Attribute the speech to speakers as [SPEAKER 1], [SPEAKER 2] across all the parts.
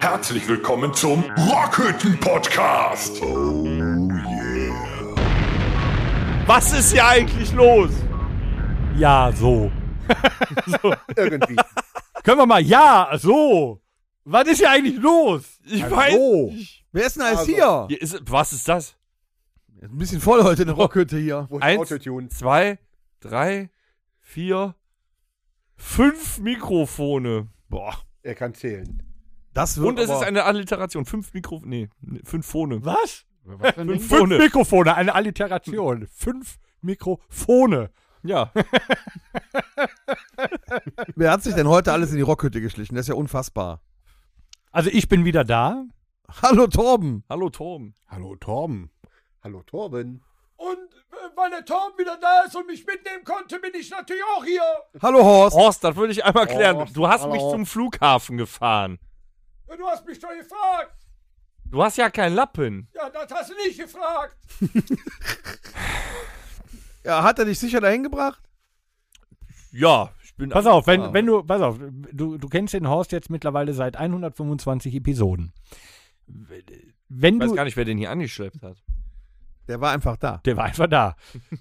[SPEAKER 1] Herzlich willkommen zum Rockhütten Podcast. Oh yeah.
[SPEAKER 2] Was ist hier eigentlich los?
[SPEAKER 3] Ja, so.
[SPEAKER 4] Irgendwie.
[SPEAKER 3] Können wir mal, ja, so. Was ist hier eigentlich los?
[SPEAKER 2] Ich
[SPEAKER 4] Ja,
[SPEAKER 2] weiß
[SPEAKER 4] so.
[SPEAKER 2] nicht.
[SPEAKER 5] Wer ist denn alles
[SPEAKER 4] Also,
[SPEAKER 5] hier?
[SPEAKER 2] Hier ist, was ist das?
[SPEAKER 5] Ist ein bisschen voll heute in der Rockhütte hier.
[SPEAKER 4] Wo ist
[SPEAKER 2] Eins.
[SPEAKER 4] Autotune?
[SPEAKER 2] Zwei, drei, vier, fünf Mikrofone. Boah.
[SPEAKER 4] Er kann zählen.
[SPEAKER 5] Das wird
[SPEAKER 2] Und es
[SPEAKER 5] aber-
[SPEAKER 2] ist eine Alliteration. Fünf Mikrofone. Nee, nee, fünf Phone.
[SPEAKER 3] Was?
[SPEAKER 2] Fünf
[SPEAKER 3] Fünf
[SPEAKER 2] Phone.
[SPEAKER 3] Mikrofone, eine Alliteration. Fünf Mikrofone.
[SPEAKER 2] Ja.
[SPEAKER 5] Wer hat sich denn heute alles in die Rockhütte geschlichen? Das ist ja unfassbar.
[SPEAKER 3] Also ich bin wieder da.
[SPEAKER 5] Hallo Torben.
[SPEAKER 2] Hallo Tom.
[SPEAKER 6] Hallo Torben.
[SPEAKER 4] Hallo Torben.
[SPEAKER 3] Und äh, weil der Tom wieder da ist und mich mitnehmen konnte, bin ich natürlich auch hier.
[SPEAKER 5] Hallo Horst.
[SPEAKER 2] Horst, das würde ich einmal klären.
[SPEAKER 4] Horst,
[SPEAKER 2] du hast
[SPEAKER 4] hallo.
[SPEAKER 2] mich zum Flughafen gefahren.
[SPEAKER 3] Du hast mich doch gefragt.
[SPEAKER 2] Du hast ja keinen Lappen.
[SPEAKER 3] Ja, das hast du nicht gefragt.
[SPEAKER 5] Ja, hat er dich sicher dahin gebracht?
[SPEAKER 2] Ja, ich bin.
[SPEAKER 3] Pass auf, wenn,
[SPEAKER 5] Wow.
[SPEAKER 3] wenn du, pass auf, du, du kennst den Horst jetzt mittlerweile seit 125 Episoden. Wenn
[SPEAKER 2] ich weiß
[SPEAKER 3] du,
[SPEAKER 2] gar nicht, wer den hier angeschleppt hat.
[SPEAKER 5] Der war einfach da.
[SPEAKER 3] der war einfach da.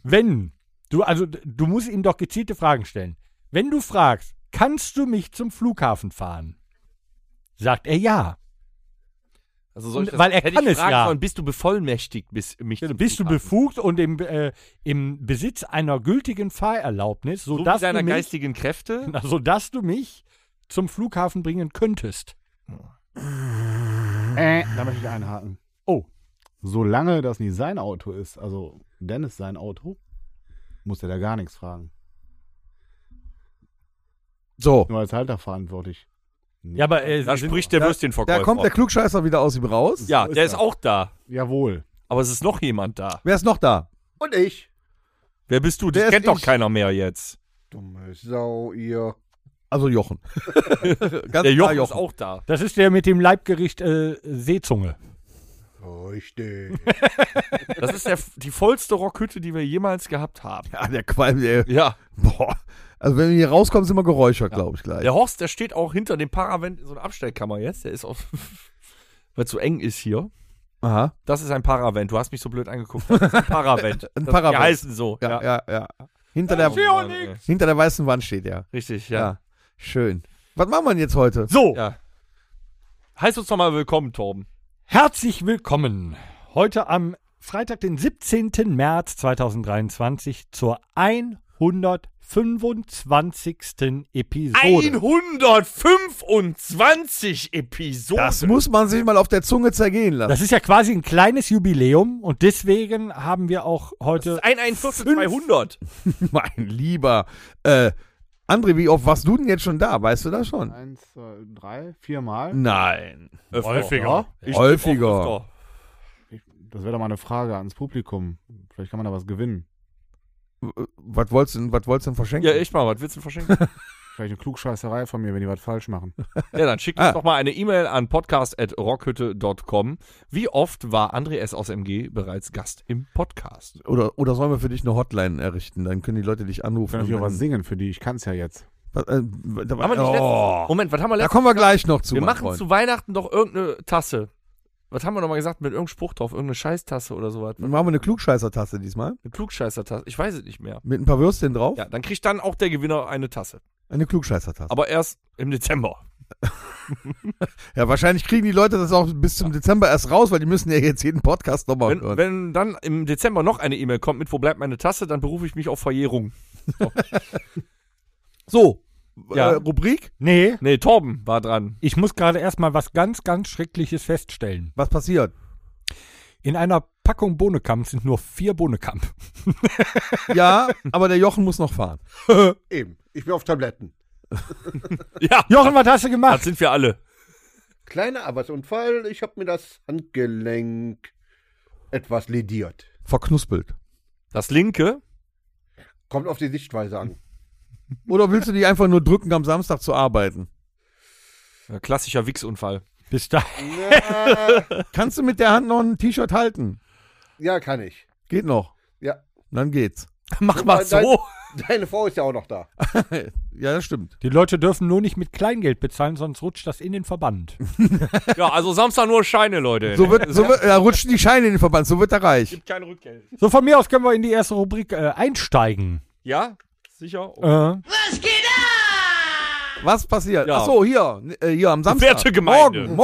[SPEAKER 3] wenn du, also du musst ihm doch gezielte Fragen stellen. Wenn du fragst, kannst du mich zum Flughafen fahren? Sagt er ja.
[SPEAKER 2] Also soll ich das,
[SPEAKER 3] Weil er
[SPEAKER 2] hätte
[SPEAKER 3] kann
[SPEAKER 2] ich
[SPEAKER 3] es
[SPEAKER 2] fragen
[SPEAKER 3] ja.
[SPEAKER 2] sollen, bist du bevollmächtigt, bis mich zum
[SPEAKER 3] Bist du
[SPEAKER 2] Flughafen-
[SPEAKER 3] befugt und im, äh, im Besitz einer gültigen Fahrerlaubnis,
[SPEAKER 2] so
[SPEAKER 3] sodass,
[SPEAKER 2] deiner
[SPEAKER 3] du mich,
[SPEAKER 2] geistigen Kräfte?
[SPEAKER 3] na, sodass du mich zum Flughafen bringen könntest?
[SPEAKER 6] Äh, da möchte ich einhaken.
[SPEAKER 3] Oh.
[SPEAKER 6] Solange das nicht sein Auto ist, also Dennis sein Auto, muss er da gar nichts fragen.
[SPEAKER 5] So.
[SPEAKER 6] Nur als Halter verantwortlich.
[SPEAKER 3] Ja, aber äh,
[SPEAKER 2] Da
[SPEAKER 3] sind-
[SPEAKER 2] spricht der
[SPEAKER 5] Da-
[SPEAKER 2] Würstchenverkäufer.
[SPEAKER 5] Da kommt der Klugscheißer wieder aus ihm raus.
[SPEAKER 2] ja,
[SPEAKER 6] So ist
[SPEAKER 2] der ist
[SPEAKER 6] er.
[SPEAKER 2] auch da.
[SPEAKER 6] Jawohl.
[SPEAKER 2] Aber es ist noch jemand da.
[SPEAKER 5] Wer ist noch da?
[SPEAKER 4] Und ich.
[SPEAKER 2] Wer bist du?
[SPEAKER 5] Der
[SPEAKER 2] Dich
[SPEAKER 5] ist
[SPEAKER 2] kennt doch
[SPEAKER 5] ich.
[SPEAKER 2] keiner mehr jetzt.
[SPEAKER 4] Dumme Sau, ihr.
[SPEAKER 5] Also Jochen. Ganz
[SPEAKER 2] Der
[SPEAKER 5] klar
[SPEAKER 2] Jochen, ist auch da.
[SPEAKER 3] Das ist der mit dem Leibgericht äh, Seezunge.
[SPEAKER 4] Richtig.
[SPEAKER 2] Das ist der, die vollste Rockhütte, die wir jemals gehabt haben.
[SPEAKER 5] Ja, der Qualm, der.
[SPEAKER 2] Ja,
[SPEAKER 5] Boah. Also wenn wir hier rauskommen, sind wir geräuschert, glaube ich gleich.
[SPEAKER 2] der Horst, der steht auch hinter dem Paravent in so einer Abstellkammer jetzt. Der ist auch, weil es so eng ist hier.
[SPEAKER 5] Aha.
[SPEAKER 2] Das ist ein Paravent. Du hast mich so blöd angeguckt. Das ist ein Paravent.
[SPEAKER 5] Ein
[SPEAKER 2] Das-
[SPEAKER 5] Paravent.
[SPEAKER 2] Die heißen so. Oh
[SPEAKER 5] Ja, ja, ja. Hinter, der,
[SPEAKER 2] Mann, ey.
[SPEAKER 5] hinter der weißen Wand steht er.
[SPEAKER 2] Richtig,
[SPEAKER 5] Ja.
[SPEAKER 2] ja.
[SPEAKER 5] Schön. Was machen wir denn jetzt heute?
[SPEAKER 3] So,
[SPEAKER 2] ja. Heißt uns doch mal willkommen, Torben.
[SPEAKER 3] herzlich willkommen heute am Freitag, den 17. März 2023 zur 125. Episode.
[SPEAKER 2] 125 Episoden.
[SPEAKER 5] Das muss man sich mal auf der Zunge zergehen lassen.
[SPEAKER 3] Das ist ja quasi ein kleines Jubiläum und deswegen haben wir auch
[SPEAKER 2] Das
[SPEAKER 3] heute
[SPEAKER 2] ist ein ein Viertel
[SPEAKER 3] fünf-
[SPEAKER 2] 200.
[SPEAKER 5] Mein lieber äh, André, wie oft warst du denn jetzt schon da? Weißt du das schon?
[SPEAKER 6] Eins, zwei, drei, viermal.
[SPEAKER 5] Nein.
[SPEAKER 2] Öfter.
[SPEAKER 3] Häufiger.
[SPEAKER 2] Ich
[SPEAKER 5] Häufiger.
[SPEAKER 2] auch öfter.
[SPEAKER 6] Ich- Das wäre doch mal eine Frage ans Publikum. Vielleicht kann man da was gewinnen.
[SPEAKER 5] Was wolltest du denn, was wolltest du denn verschenken?
[SPEAKER 2] Ja, echt mal, was willst du verschenken?
[SPEAKER 6] Vielleicht eine Klugscheißerei von mir, wenn die was falsch machen.
[SPEAKER 2] ja, dann schickt uns
[SPEAKER 5] Ah.
[SPEAKER 2] doch mal eine E-Mail an podcast.rockhütte.com. Wie oft war André S. aus MG bereits Gast im Podcast?
[SPEAKER 5] Oder, oder sollen wir für dich eine Hotline errichten? Dann können die Leute dich
[SPEAKER 6] Ich
[SPEAKER 5] anrufen.
[SPEAKER 6] kann natürlich auch
[SPEAKER 5] und-
[SPEAKER 6] was singen für die. Ich kann es ja jetzt.
[SPEAKER 5] Was, äh, da,
[SPEAKER 2] Haben wir nicht letztens,
[SPEAKER 5] oh,
[SPEAKER 2] Moment, was haben wir
[SPEAKER 5] da
[SPEAKER 2] letztens?
[SPEAKER 5] kommen wir gleich noch zu.
[SPEAKER 2] wir
[SPEAKER 5] mein
[SPEAKER 2] machen
[SPEAKER 5] Freund.
[SPEAKER 2] zu Weihnachten doch irgendeine Tasse. Was haben wir nochmal gesagt mit irgendeinem Spruch drauf? Irgendeine Scheißtasse oder sowas?
[SPEAKER 5] Dann machen wir eine Klugscheißer-Tasse diesmal.
[SPEAKER 2] Eine Klugscheißer-Tasse. Ich weiß es nicht mehr.
[SPEAKER 5] Mit ein paar Würstchen drauf.
[SPEAKER 2] Ja, dann kriegt dann auch der Gewinner eine Tasse.
[SPEAKER 5] Eine Klugscheißer-Tasse.
[SPEAKER 2] Aber erst im Dezember.
[SPEAKER 5] Ja, wahrscheinlich kriegen die Leute das auch bis zum Dezember erst raus, weil die müssen ja jetzt jeden Podcast nochmal
[SPEAKER 2] Wenn,
[SPEAKER 5] hören.
[SPEAKER 2] wenn dann im Dezember noch eine E-Mail kommt mit, wo bleibt meine Tasse, dann berufe ich mich auf Verjährung.
[SPEAKER 5] so,
[SPEAKER 2] ja.
[SPEAKER 5] äh, Rubrik,
[SPEAKER 3] Nee,
[SPEAKER 2] Nee, Torben war dran.
[SPEAKER 3] ich muss gerade erstmal was ganz, ganz Schreckliches feststellen.
[SPEAKER 5] was passiert?
[SPEAKER 3] In einer Packung Bohnekamp sind nur vier Bohnekamp.
[SPEAKER 5] Ja, aber der Jochen muss noch fahren.
[SPEAKER 4] Eben. Ich bin auf Tabletten.
[SPEAKER 2] Ja,
[SPEAKER 3] Jochen, was hast du gemacht?
[SPEAKER 2] das sind wir alle.
[SPEAKER 4] Kleiner Arbeitsunfall. Ich habe mir das Handgelenk etwas lediert.
[SPEAKER 5] Verknuspelt.
[SPEAKER 2] Das linke,
[SPEAKER 4] Kommt auf die Sichtweise an.
[SPEAKER 5] Oder willst du dich einfach nur drücken, am Samstag zu arbeiten?
[SPEAKER 2] äh, klassischer Wichsunfall.
[SPEAKER 3] Also, Bis da.
[SPEAKER 4] Na,
[SPEAKER 5] Kannst du mit der Hand noch ein T-Shirt halten?
[SPEAKER 4] ja, kann ich.
[SPEAKER 5] Geht noch.
[SPEAKER 4] Ja.
[SPEAKER 5] Dann geht's.
[SPEAKER 2] Mach mal
[SPEAKER 4] Nein, nein.
[SPEAKER 2] so.
[SPEAKER 4] Deine Frau ist ja auch noch da.
[SPEAKER 5] ja, das stimmt.
[SPEAKER 3] Die Leute dürfen nur nicht mit Kleingeld bezahlen, sonst rutscht das in den Verband.
[SPEAKER 2] Ja, also Samstag nur Scheine, Leute.
[SPEAKER 5] So wird, so wird, da rutschen die Scheine in den Verband, so wird er reich.
[SPEAKER 2] Kein Rückgeld.
[SPEAKER 3] So, von mir aus können wir in die erste Rubrik äh, einsteigen.
[SPEAKER 2] Ja, sicher.
[SPEAKER 3] Äh, ja,
[SPEAKER 5] Was passiert?
[SPEAKER 2] Ja.
[SPEAKER 5] Ach so, hier, äh, hier am Samstag.
[SPEAKER 2] Werte Gemeinde.
[SPEAKER 5] Morgen,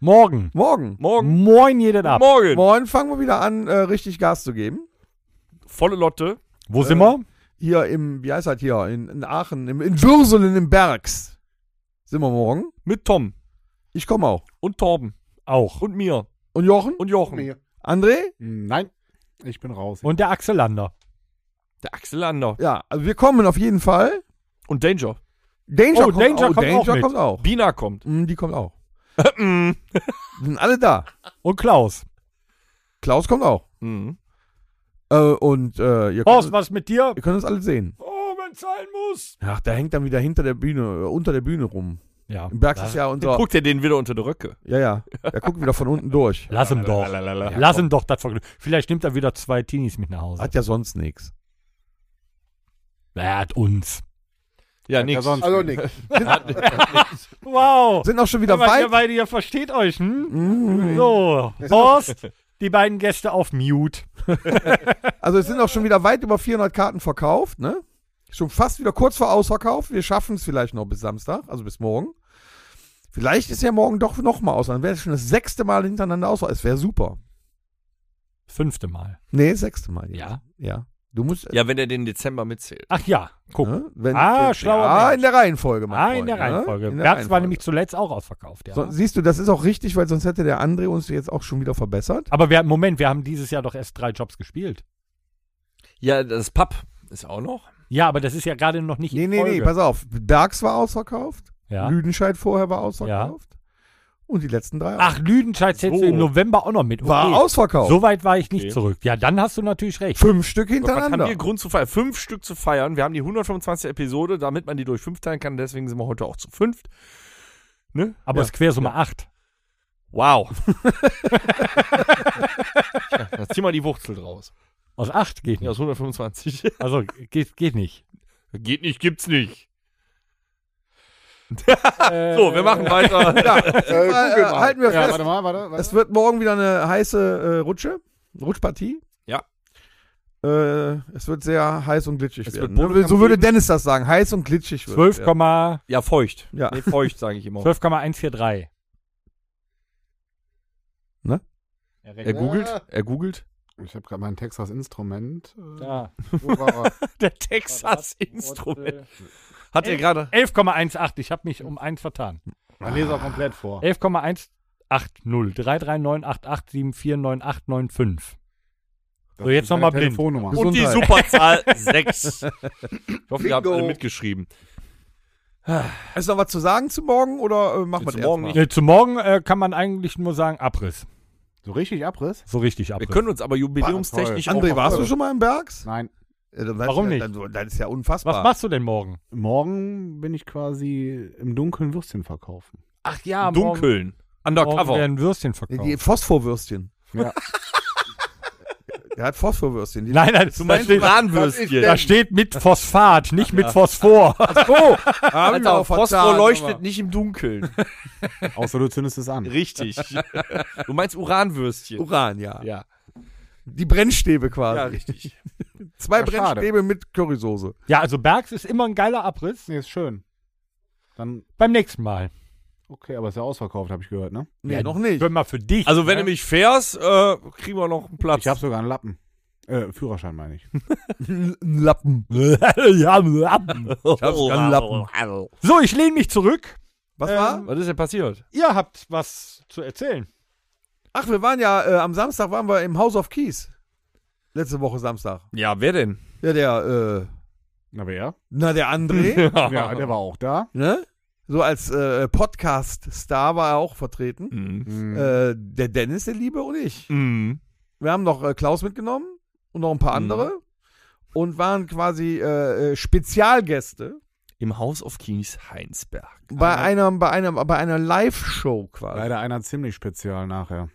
[SPEAKER 5] morgen,
[SPEAKER 3] morgen.
[SPEAKER 5] morgen.
[SPEAKER 2] Morgen.
[SPEAKER 3] Moin jeden ab.
[SPEAKER 2] Morgen.
[SPEAKER 5] Morgen fangen wir wieder an, äh, richtig Gas zu geben.
[SPEAKER 2] Volle Lotte.
[SPEAKER 3] Wo sind wir?
[SPEAKER 5] Hier im, wie heißt das hier, in, in Aachen, im, in Würselen im Bergs. Sind wir morgen?
[SPEAKER 2] Mit Tom.
[SPEAKER 5] Ich komme auch.
[SPEAKER 2] Und Torben.
[SPEAKER 3] Auch.
[SPEAKER 2] Und mir.
[SPEAKER 5] Und Jochen?
[SPEAKER 2] Und Jochen.
[SPEAKER 4] Mir.
[SPEAKER 5] André?
[SPEAKER 6] Nein, ich bin raus.
[SPEAKER 3] Und der Axel Lander.
[SPEAKER 2] Der Axel Lander.
[SPEAKER 5] Ja, also wir kommen auf jeden Fall.
[SPEAKER 2] Und Danger.
[SPEAKER 5] Danger,
[SPEAKER 3] Oh,
[SPEAKER 5] kommt,
[SPEAKER 3] Danger
[SPEAKER 5] auch,
[SPEAKER 3] kommt auch
[SPEAKER 5] Danger
[SPEAKER 3] mit.
[SPEAKER 5] kommt auch.
[SPEAKER 2] Bina kommt.
[SPEAKER 5] Mm, die kommt auch.
[SPEAKER 2] Mm.
[SPEAKER 5] Sind alle da.
[SPEAKER 3] Und Klaus.
[SPEAKER 5] Klaus kommt auch.
[SPEAKER 2] Mhm.
[SPEAKER 5] Äh, und äh, ihr,
[SPEAKER 3] Horst,
[SPEAKER 5] könnt,
[SPEAKER 3] was mit dir?
[SPEAKER 5] ihr könnt uns alle sehen.
[SPEAKER 3] Oh, wenn sein muss.
[SPEAKER 5] Ach, der hängt dann wieder hinter der Bühne, äh, unter der Bühne rum.
[SPEAKER 3] Ja.
[SPEAKER 5] Im Bergs ist ja unser.
[SPEAKER 2] Guckt er den wieder unter die Röcke.
[SPEAKER 5] Ja, ja. Der guckt wieder von unten durch.
[SPEAKER 3] Lass ihm doch.
[SPEAKER 2] Lalalala.
[SPEAKER 3] Lass ihm doch das Vergnügen. Vielleicht nimmt er wieder zwei Teenies mit nach Hause.
[SPEAKER 5] Hat ja sonst nichts.
[SPEAKER 3] Er hat uns.
[SPEAKER 2] Ja,
[SPEAKER 6] Ja,
[SPEAKER 2] nix.
[SPEAKER 6] sonst-
[SPEAKER 4] Also nix.
[SPEAKER 3] Wow.
[SPEAKER 5] Sind auch schon wieder
[SPEAKER 3] Aber ihr
[SPEAKER 5] weit. Mm.
[SPEAKER 3] beide, ihr versteht euch, hm? So, Horst, die beiden Gäste auf Mute.
[SPEAKER 5] Also es sind auch schon wieder weit über 400 Karten verkauft, ne? Schon fast wieder kurz vor Ausverkauf. Wir schaffen es vielleicht noch bis Samstag, also bis morgen. Vielleicht ist ja morgen doch nochmal aus. Dann wäre es schon das sechste Mal hintereinander aus. Es wäre super.
[SPEAKER 3] Fünfte Mal.
[SPEAKER 5] Nee, das sechste Mal. jetzt.
[SPEAKER 3] Ja.
[SPEAKER 5] Ja. Du musst.
[SPEAKER 2] Ja, wenn er den Dezember mitzählt.
[SPEAKER 3] Ach ja, guck.
[SPEAKER 5] ne? Wenn,
[SPEAKER 3] Ah,
[SPEAKER 5] wenn,
[SPEAKER 3] schlauer
[SPEAKER 5] Ah,
[SPEAKER 3] Mensch.
[SPEAKER 5] in der Reihenfolge. mein
[SPEAKER 3] ah, in
[SPEAKER 5] Freund,
[SPEAKER 3] der
[SPEAKER 5] ne?
[SPEAKER 3] Reihenfolge.
[SPEAKER 5] In
[SPEAKER 3] Ne?
[SPEAKER 5] der
[SPEAKER 3] Bergs war
[SPEAKER 5] Reihenfolge.
[SPEAKER 3] nämlich zuletzt auch ausverkauft, ja.
[SPEAKER 5] So, siehst du, das ist auch richtig, weil sonst hätte der André uns jetzt auch schon wieder verbessert.
[SPEAKER 3] aber wir, Moment, wir haben dieses Jahr doch erst drei Jobs gespielt.
[SPEAKER 2] Ja, das Papp ist auch noch.
[SPEAKER 3] Ja, aber das ist ja gerade noch nicht
[SPEAKER 5] Nee,
[SPEAKER 3] in
[SPEAKER 5] nee,
[SPEAKER 3] Folge.
[SPEAKER 5] nee, pass auf. Bergs war ausverkauft.
[SPEAKER 3] ja.
[SPEAKER 5] Lüdenscheid vorher war ausverkauft. Und die letzten drei auch.
[SPEAKER 3] Ach, Lüdenscheid setzt
[SPEAKER 2] So.
[SPEAKER 3] im November auch noch mit. Okay.
[SPEAKER 5] war ausverkauft.
[SPEAKER 3] So weit war ich nicht
[SPEAKER 2] Okay.
[SPEAKER 3] zurück. Ja, dann hast du natürlich recht.
[SPEAKER 5] Fünf Stück
[SPEAKER 2] Was haben
[SPEAKER 5] hintereinander.
[SPEAKER 2] wir Grund zu feiern? Fünf Stück zu feiern. Wir haben die 125. Episode, damit man die durch fünf teilen kann. Deswegen sind wir heute auch zu fünft. Ne?
[SPEAKER 3] Aber es ist Quersumme 8.
[SPEAKER 2] Wow. ja, dann zieh mal die Wurzel draus.
[SPEAKER 3] Aus 8 geht
[SPEAKER 2] Ja,
[SPEAKER 3] nicht.
[SPEAKER 2] aus 125.
[SPEAKER 3] Also geht, geht nicht.
[SPEAKER 2] Geht nicht, gibt's nicht. so, wir machen weiter.
[SPEAKER 4] Äh,
[SPEAKER 5] Äh,
[SPEAKER 4] Google
[SPEAKER 5] äh,
[SPEAKER 4] mal.
[SPEAKER 5] halten wir
[SPEAKER 6] Ja,
[SPEAKER 5] fest.
[SPEAKER 6] warte mal, warte, warte.
[SPEAKER 5] Es wird morgen wieder eine heiße äh, Rutsche, Rutschpartie.
[SPEAKER 2] Ja.
[SPEAKER 5] Äh, es wird sehr heiß und glitschig
[SPEAKER 2] Es
[SPEAKER 5] werden.
[SPEAKER 2] wird Bodenkampf
[SPEAKER 5] ne? so würde
[SPEAKER 2] geben.
[SPEAKER 5] Dennis das sagen, heiß und glitschig wird.
[SPEAKER 3] 12, Komma-
[SPEAKER 2] Ja, feucht.
[SPEAKER 5] Ja.
[SPEAKER 2] Nee, feucht, sage ich immer.
[SPEAKER 3] 12,143.
[SPEAKER 2] Er googelt, er googelt.
[SPEAKER 6] Ich habe gerade mein Texas-Instrument. äh,
[SPEAKER 3] Da.
[SPEAKER 6] wo war er?
[SPEAKER 2] Der Texas-Instrument. Hat er
[SPEAKER 3] Ey.
[SPEAKER 2] gerade.
[SPEAKER 3] 11,18. Ich habe mich um eins vertan.
[SPEAKER 6] Dann lese er komplett vor.
[SPEAKER 3] 11,180. 33988749895.
[SPEAKER 6] Das
[SPEAKER 3] So, jetzt
[SPEAKER 6] ist
[SPEAKER 3] noch
[SPEAKER 6] meine
[SPEAKER 3] mal blind.
[SPEAKER 6] Telefonnummer.
[SPEAKER 5] Und-
[SPEAKER 2] Und die
[SPEAKER 5] Gesundheit.
[SPEAKER 2] Superzahl 6. Ich hoffe, ihr habt alle
[SPEAKER 4] Bingo.
[SPEAKER 2] mitgeschrieben.
[SPEAKER 5] Ist noch was zu sagen zu morgen oder äh, machen wir
[SPEAKER 2] Jetzt
[SPEAKER 5] es
[SPEAKER 2] morgen
[SPEAKER 5] erstmal?
[SPEAKER 2] nicht.
[SPEAKER 3] Äh, zu morgen äh, kann man eigentlich nur sagen Abriss.
[SPEAKER 6] So richtig Abriss?
[SPEAKER 3] So richtig
[SPEAKER 2] Wir
[SPEAKER 3] Abriss.
[SPEAKER 2] können uns aber jubiläumstechnisch
[SPEAKER 5] André,
[SPEAKER 2] auch
[SPEAKER 5] warst
[SPEAKER 2] noch-
[SPEAKER 5] du schon mal im Bergs?
[SPEAKER 6] Nein.
[SPEAKER 5] Ja, dann weiß
[SPEAKER 3] Warum
[SPEAKER 5] ich,
[SPEAKER 3] nicht?
[SPEAKER 5] Dann, das ist ja
[SPEAKER 3] Was
[SPEAKER 5] unfassbar.
[SPEAKER 3] machst du denn morgen?
[SPEAKER 6] Morgen bin ich quasi im Dunkeln Würstchen verkaufen.
[SPEAKER 3] Ach ja,
[SPEAKER 2] Im Dunkeln.
[SPEAKER 3] Morgen, morgen
[SPEAKER 2] Undercover.
[SPEAKER 3] werden Würstchen
[SPEAKER 5] Nee,
[SPEAKER 3] verkauft.
[SPEAKER 5] Die Phosphorwürstchen.
[SPEAKER 6] Ja.
[SPEAKER 5] Er hat Phosphorwürstchen. Die
[SPEAKER 3] nein, nein, da steht, da steht mit Phosphat, nicht mit Phosphor.
[SPEAKER 2] Oh,
[SPEAKER 5] haben wir
[SPEAKER 2] Alter,
[SPEAKER 5] auch
[SPEAKER 2] Phosphor
[SPEAKER 5] verzahnt,
[SPEAKER 2] leuchtet
[SPEAKER 5] aber-
[SPEAKER 2] nicht im Dunkeln.
[SPEAKER 6] Außer du zündest es an.
[SPEAKER 2] Richtig. Du meinst Uranwürstchen.
[SPEAKER 5] Uran, ja.
[SPEAKER 2] Ja,
[SPEAKER 5] Die Brennstäbe quasi.
[SPEAKER 2] ja, richtig.
[SPEAKER 5] Zwei
[SPEAKER 6] Ja, schade.
[SPEAKER 5] Brennstäbe mit Currysoße.
[SPEAKER 3] Ja, also Bergs ist immer ein geiler Abriss.
[SPEAKER 6] Nee, ist schön. Dann,
[SPEAKER 3] Beim nächsten Mal.
[SPEAKER 6] okay, aber ist ja ausverkauft, habe ich gehört, ne?
[SPEAKER 5] Nee,
[SPEAKER 3] Ja,
[SPEAKER 5] noch nicht.
[SPEAKER 3] Können wir für dich.
[SPEAKER 2] Also, wenn
[SPEAKER 3] ne?
[SPEAKER 2] du mich fährst, äh, kriegen wir noch einen Platz.
[SPEAKER 6] Ich habe sogar einen Lappen. Äh, Führerschein meine ich.
[SPEAKER 5] Ein Lappen.
[SPEAKER 3] ja, Lappen.
[SPEAKER 5] einen Lappen.
[SPEAKER 3] so, ich lehne mich zurück.
[SPEAKER 5] Was
[SPEAKER 3] Ähm,
[SPEAKER 5] war?
[SPEAKER 2] Was ist denn passiert?
[SPEAKER 3] Ihr habt was zu erzählen.
[SPEAKER 5] Ach, wir waren ja, äh, am Samstag waren wir im House of Keys. Letzte Woche Samstag.
[SPEAKER 2] Ja, wer denn?
[SPEAKER 5] Ja, der, äh,
[SPEAKER 6] Na wer?
[SPEAKER 5] na, der André,
[SPEAKER 6] Ja, der war auch da.
[SPEAKER 5] ne? So als äh, Podcast-Star war er auch vertreten.
[SPEAKER 2] Mhm.
[SPEAKER 5] Äh, der Dennis, der Liebe und ich.
[SPEAKER 2] Mhm.
[SPEAKER 5] Wir haben noch äh, Klaus mitgenommen und noch ein paar andere. Und waren quasi äh, äh, Spezialgäste
[SPEAKER 2] Im House of Kings Heinsberg.
[SPEAKER 5] bei einer, bei einer, bei einer Live-Show quasi.
[SPEAKER 6] Leider einer ziemlich spezial nachher.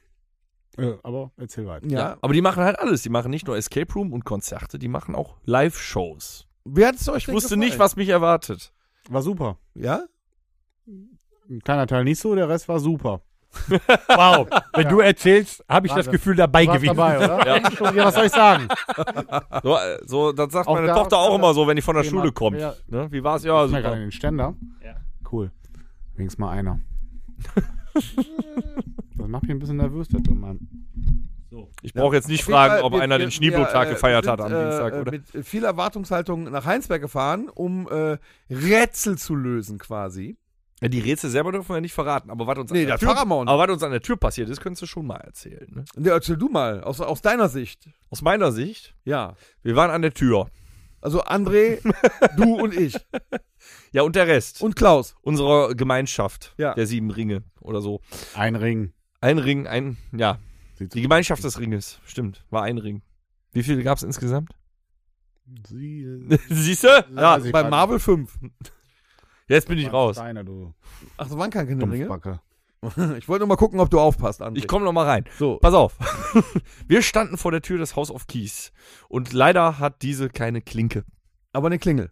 [SPEAKER 6] Äh, aber erzähl weiter.
[SPEAKER 5] Ja,
[SPEAKER 2] Aber die machen halt alles. Die machen nicht nur Escape Room und Konzerte, die machen auch Live-Shows.
[SPEAKER 5] Wie hat es euch
[SPEAKER 2] Ich
[SPEAKER 5] denn
[SPEAKER 2] wusste
[SPEAKER 5] gefallen?
[SPEAKER 2] nicht, was mich erwartet.
[SPEAKER 6] War super.
[SPEAKER 5] Ja?
[SPEAKER 6] Ein kleiner Teil nicht so, der Rest war super.
[SPEAKER 3] Wow, wenn du erzählst, habe ich
[SPEAKER 6] Warte.
[SPEAKER 3] das Gefühl dabei
[SPEAKER 6] Du warst
[SPEAKER 3] gewesen.
[SPEAKER 6] dabei, oder?
[SPEAKER 2] Ja.
[SPEAKER 6] ja, was soll ich sagen?
[SPEAKER 2] So, äh, so das sagt
[SPEAKER 6] Auch
[SPEAKER 2] meine
[SPEAKER 6] da-
[SPEAKER 2] Tochter auch immer so, wenn die von der
[SPEAKER 6] Thema.
[SPEAKER 2] Schule kommt.
[SPEAKER 6] Ja.
[SPEAKER 2] Ne? Wie war's? Ja,
[SPEAKER 6] ich bin ja gerade in
[SPEAKER 2] super.
[SPEAKER 6] den Ständer.
[SPEAKER 3] Ja.
[SPEAKER 6] Cool. Wenigstens mal einer. das macht mich ein bisschen nervös, der Mann.
[SPEAKER 2] Ich brauche jetzt nicht
[SPEAKER 5] Auf jeden Fall,
[SPEAKER 2] fragen, ob
[SPEAKER 5] wir-
[SPEAKER 2] einer
[SPEAKER 5] wir-
[SPEAKER 2] den Schneebotag
[SPEAKER 5] wir, äh,
[SPEAKER 2] gefeiert hat
[SPEAKER 5] sind,
[SPEAKER 2] am
[SPEAKER 5] äh,
[SPEAKER 2] Dienstag,
[SPEAKER 5] äh,
[SPEAKER 2] oder?
[SPEAKER 5] Mit viel Erwartungshaltung nach Heinsberg gefahren, um äh, Rätsel zu lösen quasi.
[SPEAKER 2] Ja, Die Rätsel selber dürfen wir nicht verraten, aber was uns,
[SPEAKER 5] Nee,
[SPEAKER 2] an, der
[SPEAKER 5] das
[SPEAKER 2] Tür,
[SPEAKER 5] verraten wir uns.
[SPEAKER 2] aber was uns an der Tür passiert ist, könntest du schon mal erzählen. Ne?
[SPEAKER 5] Und erzähl du mal, aus, aus deiner Sicht.
[SPEAKER 2] Aus meiner Sicht,
[SPEAKER 5] Ja.
[SPEAKER 2] wir waren an der Tür.
[SPEAKER 5] Also André, du und ich.
[SPEAKER 2] Ja, und der Rest
[SPEAKER 5] Und Klaus.
[SPEAKER 2] unserer Gemeinschaft
[SPEAKER 5] Ja.
[SPEAKER 2] der sieben Ringe oder so.
[SPEAKER 6] Ein Ring.
[SPEAKER 2] Ein Ring, ein, ja,
[SPEAKER 6] Sieht
[SPEAKER 2] die Gemeinschaft des Ringes, stimmt, war ein Ring. Wie viele gab es insgesamt?
[SPEAKER 6] Sie,
[SPEAKER 2] Siehst du? Ja,
[SPEAKER 6] Weiß ich
[SPEAKER 5] Bei
[SPEAKER 6] grad
[SPEAKER 5] Marvel 5.
[SPEAKER 2] jetzt bin ich raus.
[SPEAKER 6] Steine, du
[SPEAKER 5] Ach, das waren keine Kinderringe.
[SPEAKER 6] Dumpfbacke.
[SPEAKER 5] Ich wollte nur mal gucken, ob du aufpasst, André.
[SPEAKER 2] Ich komme noch mal rein.
[SPEAKER 5] So.
[SPEAKER 2] Pass auf. Wir standen vor der Tür des House of Keys und leider hat diese keine Klinke,
[SPEAKER 5] Aber eine Klingel.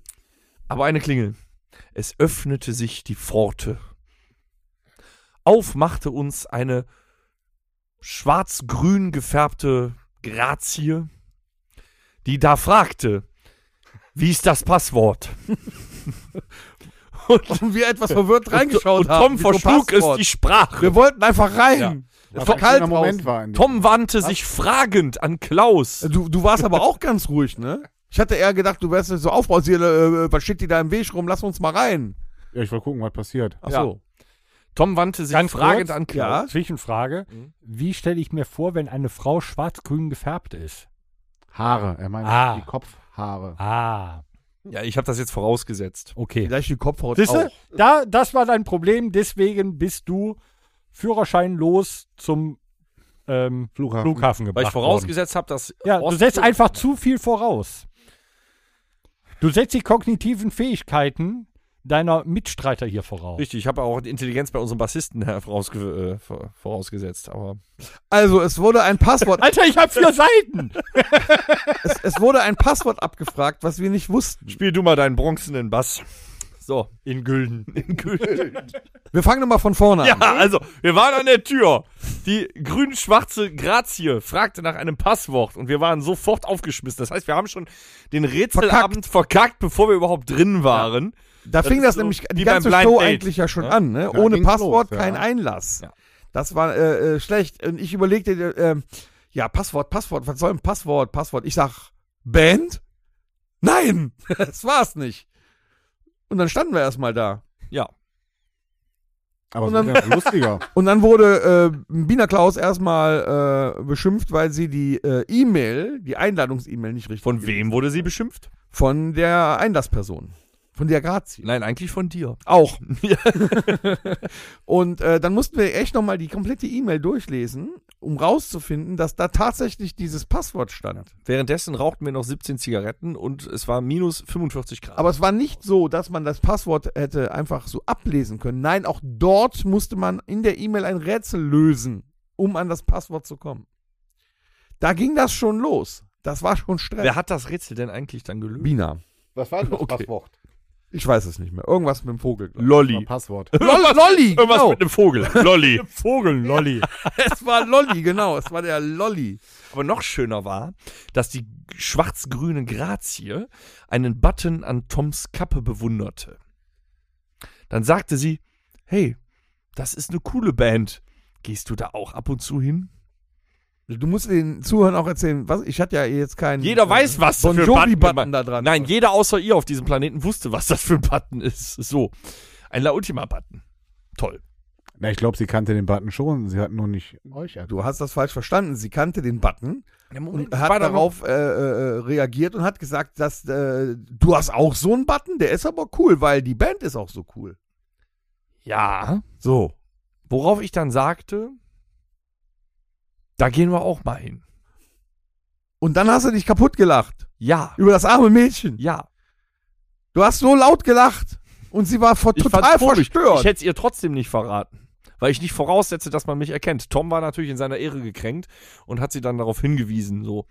[SPEAKER 2] aber eine Klingel. Es öffnete sich die Pforte. Auf machte uns eine schwarz-grün gefärbte Grazie, die da fragte, wie ist das Passwort? und,
[SPEAKER 5] Und wir etwas verwirrt reingeschaut
[SPEAKER 2] und
[SPEAKER 5] haben.
[SPEAKER 2] Tom verschlug es die Sprache.
[SPEAKER 5] Wir wollten einfach rein. Es
[SPEAKER 6] Was
[SPEAKER 5] war
[SPEAKER 6] ein
[SPEAKER 5] kalt
[SPEAKER 6] schöner Moment
[SPEAKER 5] halt draußen.
[SPEAKER 6] war in dem.
[SPEAKER 2] Tom wandte sich fragend an Klaus.
[SPEAKER 5] Du, du warst aber auch ganz ruhig, ne? Ich hatte eher gedacht, du wärst nicht so aufbaust hier, äh, was steht die da im Weg rum? Lass uns mal rein.
[SPEAKER 6] Ja, ich wollte gucken, was passiert.
[SPEAKER 5] Ach so.
[SPEAKER 2] Tom wandte sich
[SPEAKER 3] Ganz
[SPEAKER 2] fragend
[SPEAKER 3] kurz?
[SPEAKER 2] an Klaus. Mhm.
[SPEAKER 3] Zwischenfrage. Wie stelle ich mir vor, wenn eine Frau schwarz-grün gefärbt ist?
[SPEAKER 6] Haare. Er meint
[SPEAKER 3] Ah.
[SPEAKER 6] die Kopfhaare.
[SPEAKER 3] Ah,
[SPEAKER 2] Ja, ich habe das jetzt vorausgesetzt.
[SPEAKER 3] okay.
[SPEAKER 5] Vielleicht die Kopfhaut
[SPEAKER 3] Siehst du,
[SPEAKER 5] auch.
[SPEAKER 3] da, das war dein Problem. Deswegen bist du führerscheinlos zum ähm,
[SPEAKER 6] Flughafen.
[SPEAKER 3] Flughafen gebracht
[SPEAKER 2] Weil ich
[SPEAKER 3] worden.
[SPEAKER 2] vorausgesetzt habe, dass
[SPEAKER 3] Ja, du
[SPEAKER 2] Ost-
[SPEAKER 3] setzt einfach zu viel voraus. Du setzt die kognitiven Fähigkeiten deiner Mitstreiter hier voraus.
[SPEAKER 2] Richtig, ich habe auch die Intelligenz bei unserem Bassisten vorausge äh, vor- vorausgesetzt. Aber
[SPEAKER 5] Also, es wurde ein Passwort,
[SPEAKER 3] Alter, ich habe vier Seiten.
[SPEAKER 5] es, es wurde ein Passwort abgefragt, was wir nicht wussten.
[SPEAKER 2] spiel du mal deinen bronzenen Bass. So.
[SPEAKER 3] In Gülden.
[SPEAKER 2] In Köln.
[SPEAKER 5] Wir fangen nochmal von vorne
[SPEAKER 2] ja,
[SPEAKER 5] an.
[SPEAKER 2] also, wir waren an der Tür. Die grün-schwarze Grazie fragte nach einem Passwort und wir waren sofort aufgeschmissen. Das heißt, wir haben schon den Rätselabend verkackt, bevor wir überhaupt drin waren.
[SPEAKER 5] Da
[SPEAKER 2] das
[SPEAKER 5] fing
[SPEAKER 2] ist
[SPEAKER 5] das
[SPEAKER 2] so
[SPEAKER 5] nämlich
[SPEAKER 2] wie
[SPEAKER 5] die ganze
[SPEAKER 2] beim Blind
[SPEAKER 5] Show
[SPEAKER 2] Date.
[SPEAKER 5] eigentlich ja schon
[SPEAKER 2] Ja.
[SPEAKER 5] an, ne?
[SPEAKER 6] Da
[SPEAKER 5] Ohne
[SPEAKER 6] ging's
[SPEAKER 5] Passwort
[SPEAKER 6] los, ja.
[SPEAKER 5] kein Einlass.
[SPEAKER 2] Ja.
[SPEAKER 5] Das war äh, äh, schlecht. Und ich überlegte, äh, ähm, ja, Passwort, Passwort, was soll ein Passwort, Passwort? Ich sag, Band? Nein, das war's nicht. Und dann standen wir erstmal da.
[SPEAKER 6] Aber
[SPEAKER 5] Und
[SPEAKER 6] so ist ja lustiger.
[SPEAKER 5] Und dann wurde äh, Bina Klaus erstmal äh, beschimpft, weil sie die äh, E-Mail, die Einladungs-E-Mail nicht richtig.
[SPEAKER 2] Von wem wurde sie beschimpft?
[SPEAKER 5] Von der Einlassperson. Von der Grazie.
[SPEAKER 2] Nein, eigentlich von dir.
[SPEAKER 5] Auch.
[SPEAKER 2] Ja.
[SPEAKER 5] Und äh, dann mussten wir echt nochmal die komplette E-Mail durchlesen, um rauszufinden, dass da tatsächlich dieses Passwort stand.
[SPEAKER 2] Währenddessen rauchten wir noch 17 Zigaretten und es war minus 45 Grad.
[SPEAKER 5] Aber es war nicht so, dass man das Passwort hätte einfach so ablesen können. Nein, auch dort musste man in der E-Mail ein Rätsel lösen, um an das Passwort zu kommen. Da ging das schon los. Das war schon Stress.
[SPEAKER 2] Wer hat das Rätsel denn eigentlich dann gelöst?
[SPEAKER 5] Bina.
[SPEAKER 4] Was war denn das
[SPEAKER 5] Okay.
[SPEAKER 4] Passwort?
[SPEAKER 5] Ich weiß es nicht mehr. Irgendwas mit dem Vogel. glaub ich.
[SPEAKER 2] Lolli.
[SPEAKER 6] Passwort.
[SPEAKER 5] Lolli, Lolli
[SPEAKER 2] Irgendwas
[SPEAKER 5] genau.
[SPEAKER 2] mit einem Vogel. Lolli.
[SPEAKER 3] Vogel, Lolli.
[SPEAKER 5] Es war Lolli, genau. Es war der Lolli.
[SPEAKER 2] Aber noch schöner war, dass die schwarz-grüne Grazie einen Button an Toms Kappe bewunderte. Dann sagte sie, hey, das ist eine coole Band. Gehst du da auch ab und zu hin?
[SPEAKER 5] Du musst den Zuhörern auch erzählen, was ich hatte ja jetzt keinen.
[SPEAKER 2] Jeder weiß, was
[SPEAKER 5] Bon
[SPEAKER 2] für ein
[SPEAKER 5] Jovi Button
[SPEAKER 2] gemeint-
[SPEAKER 5] da dran.
[SPEAKER 2] Nein, jeder außer ihr auf diesem Planeten wusste, was das für ein Button ist. So, ein La Ultima-Button. Toll.
[SPEAKER 6] Na, ich glaube, sie kannte den Button schon. Sie hat nur nicht euch erkannt.
[SPEAKER 5] Du hast das falsch verstanden. Sie kannte den Button und
[SPEAKER 2] War
[SPEAKER 5] hat
[SPEAKER 2] da noch-
[SPEAKER 5] darauf äh, äh, reagiert und hat gesagt, dass äh, du hast auch so einen Button, der ist aber cool, weil die Band ist auch so cool.
[SPEAKER 2] Ja.
[SPEAKER 5] So.
[SPEAKER 2] Worauf ich dann sagte, da gehen wir auch mal hin.
[SPEAKER 5] Und dann hast du dich kaputt gelacht
[SPEAKER 2] Ja,
[SPEAKER 5] über das arme Mädchen.
[SPEAKER 2] ja.
[SPEAKER 5] Du hast so laut gelacht und sie war vor, total
[SPEAKER 2] komisch. Ich
[SPEAKER 5] verstört.
[SPEAKER 2] hätte es ihr trotzdem nicht verraten. Weil ich nicht voraussetze, dass man mich erkennt. Tom war natürlich in seiner Ehre gekränkt und hat sie dann darauf hingewiesen, so,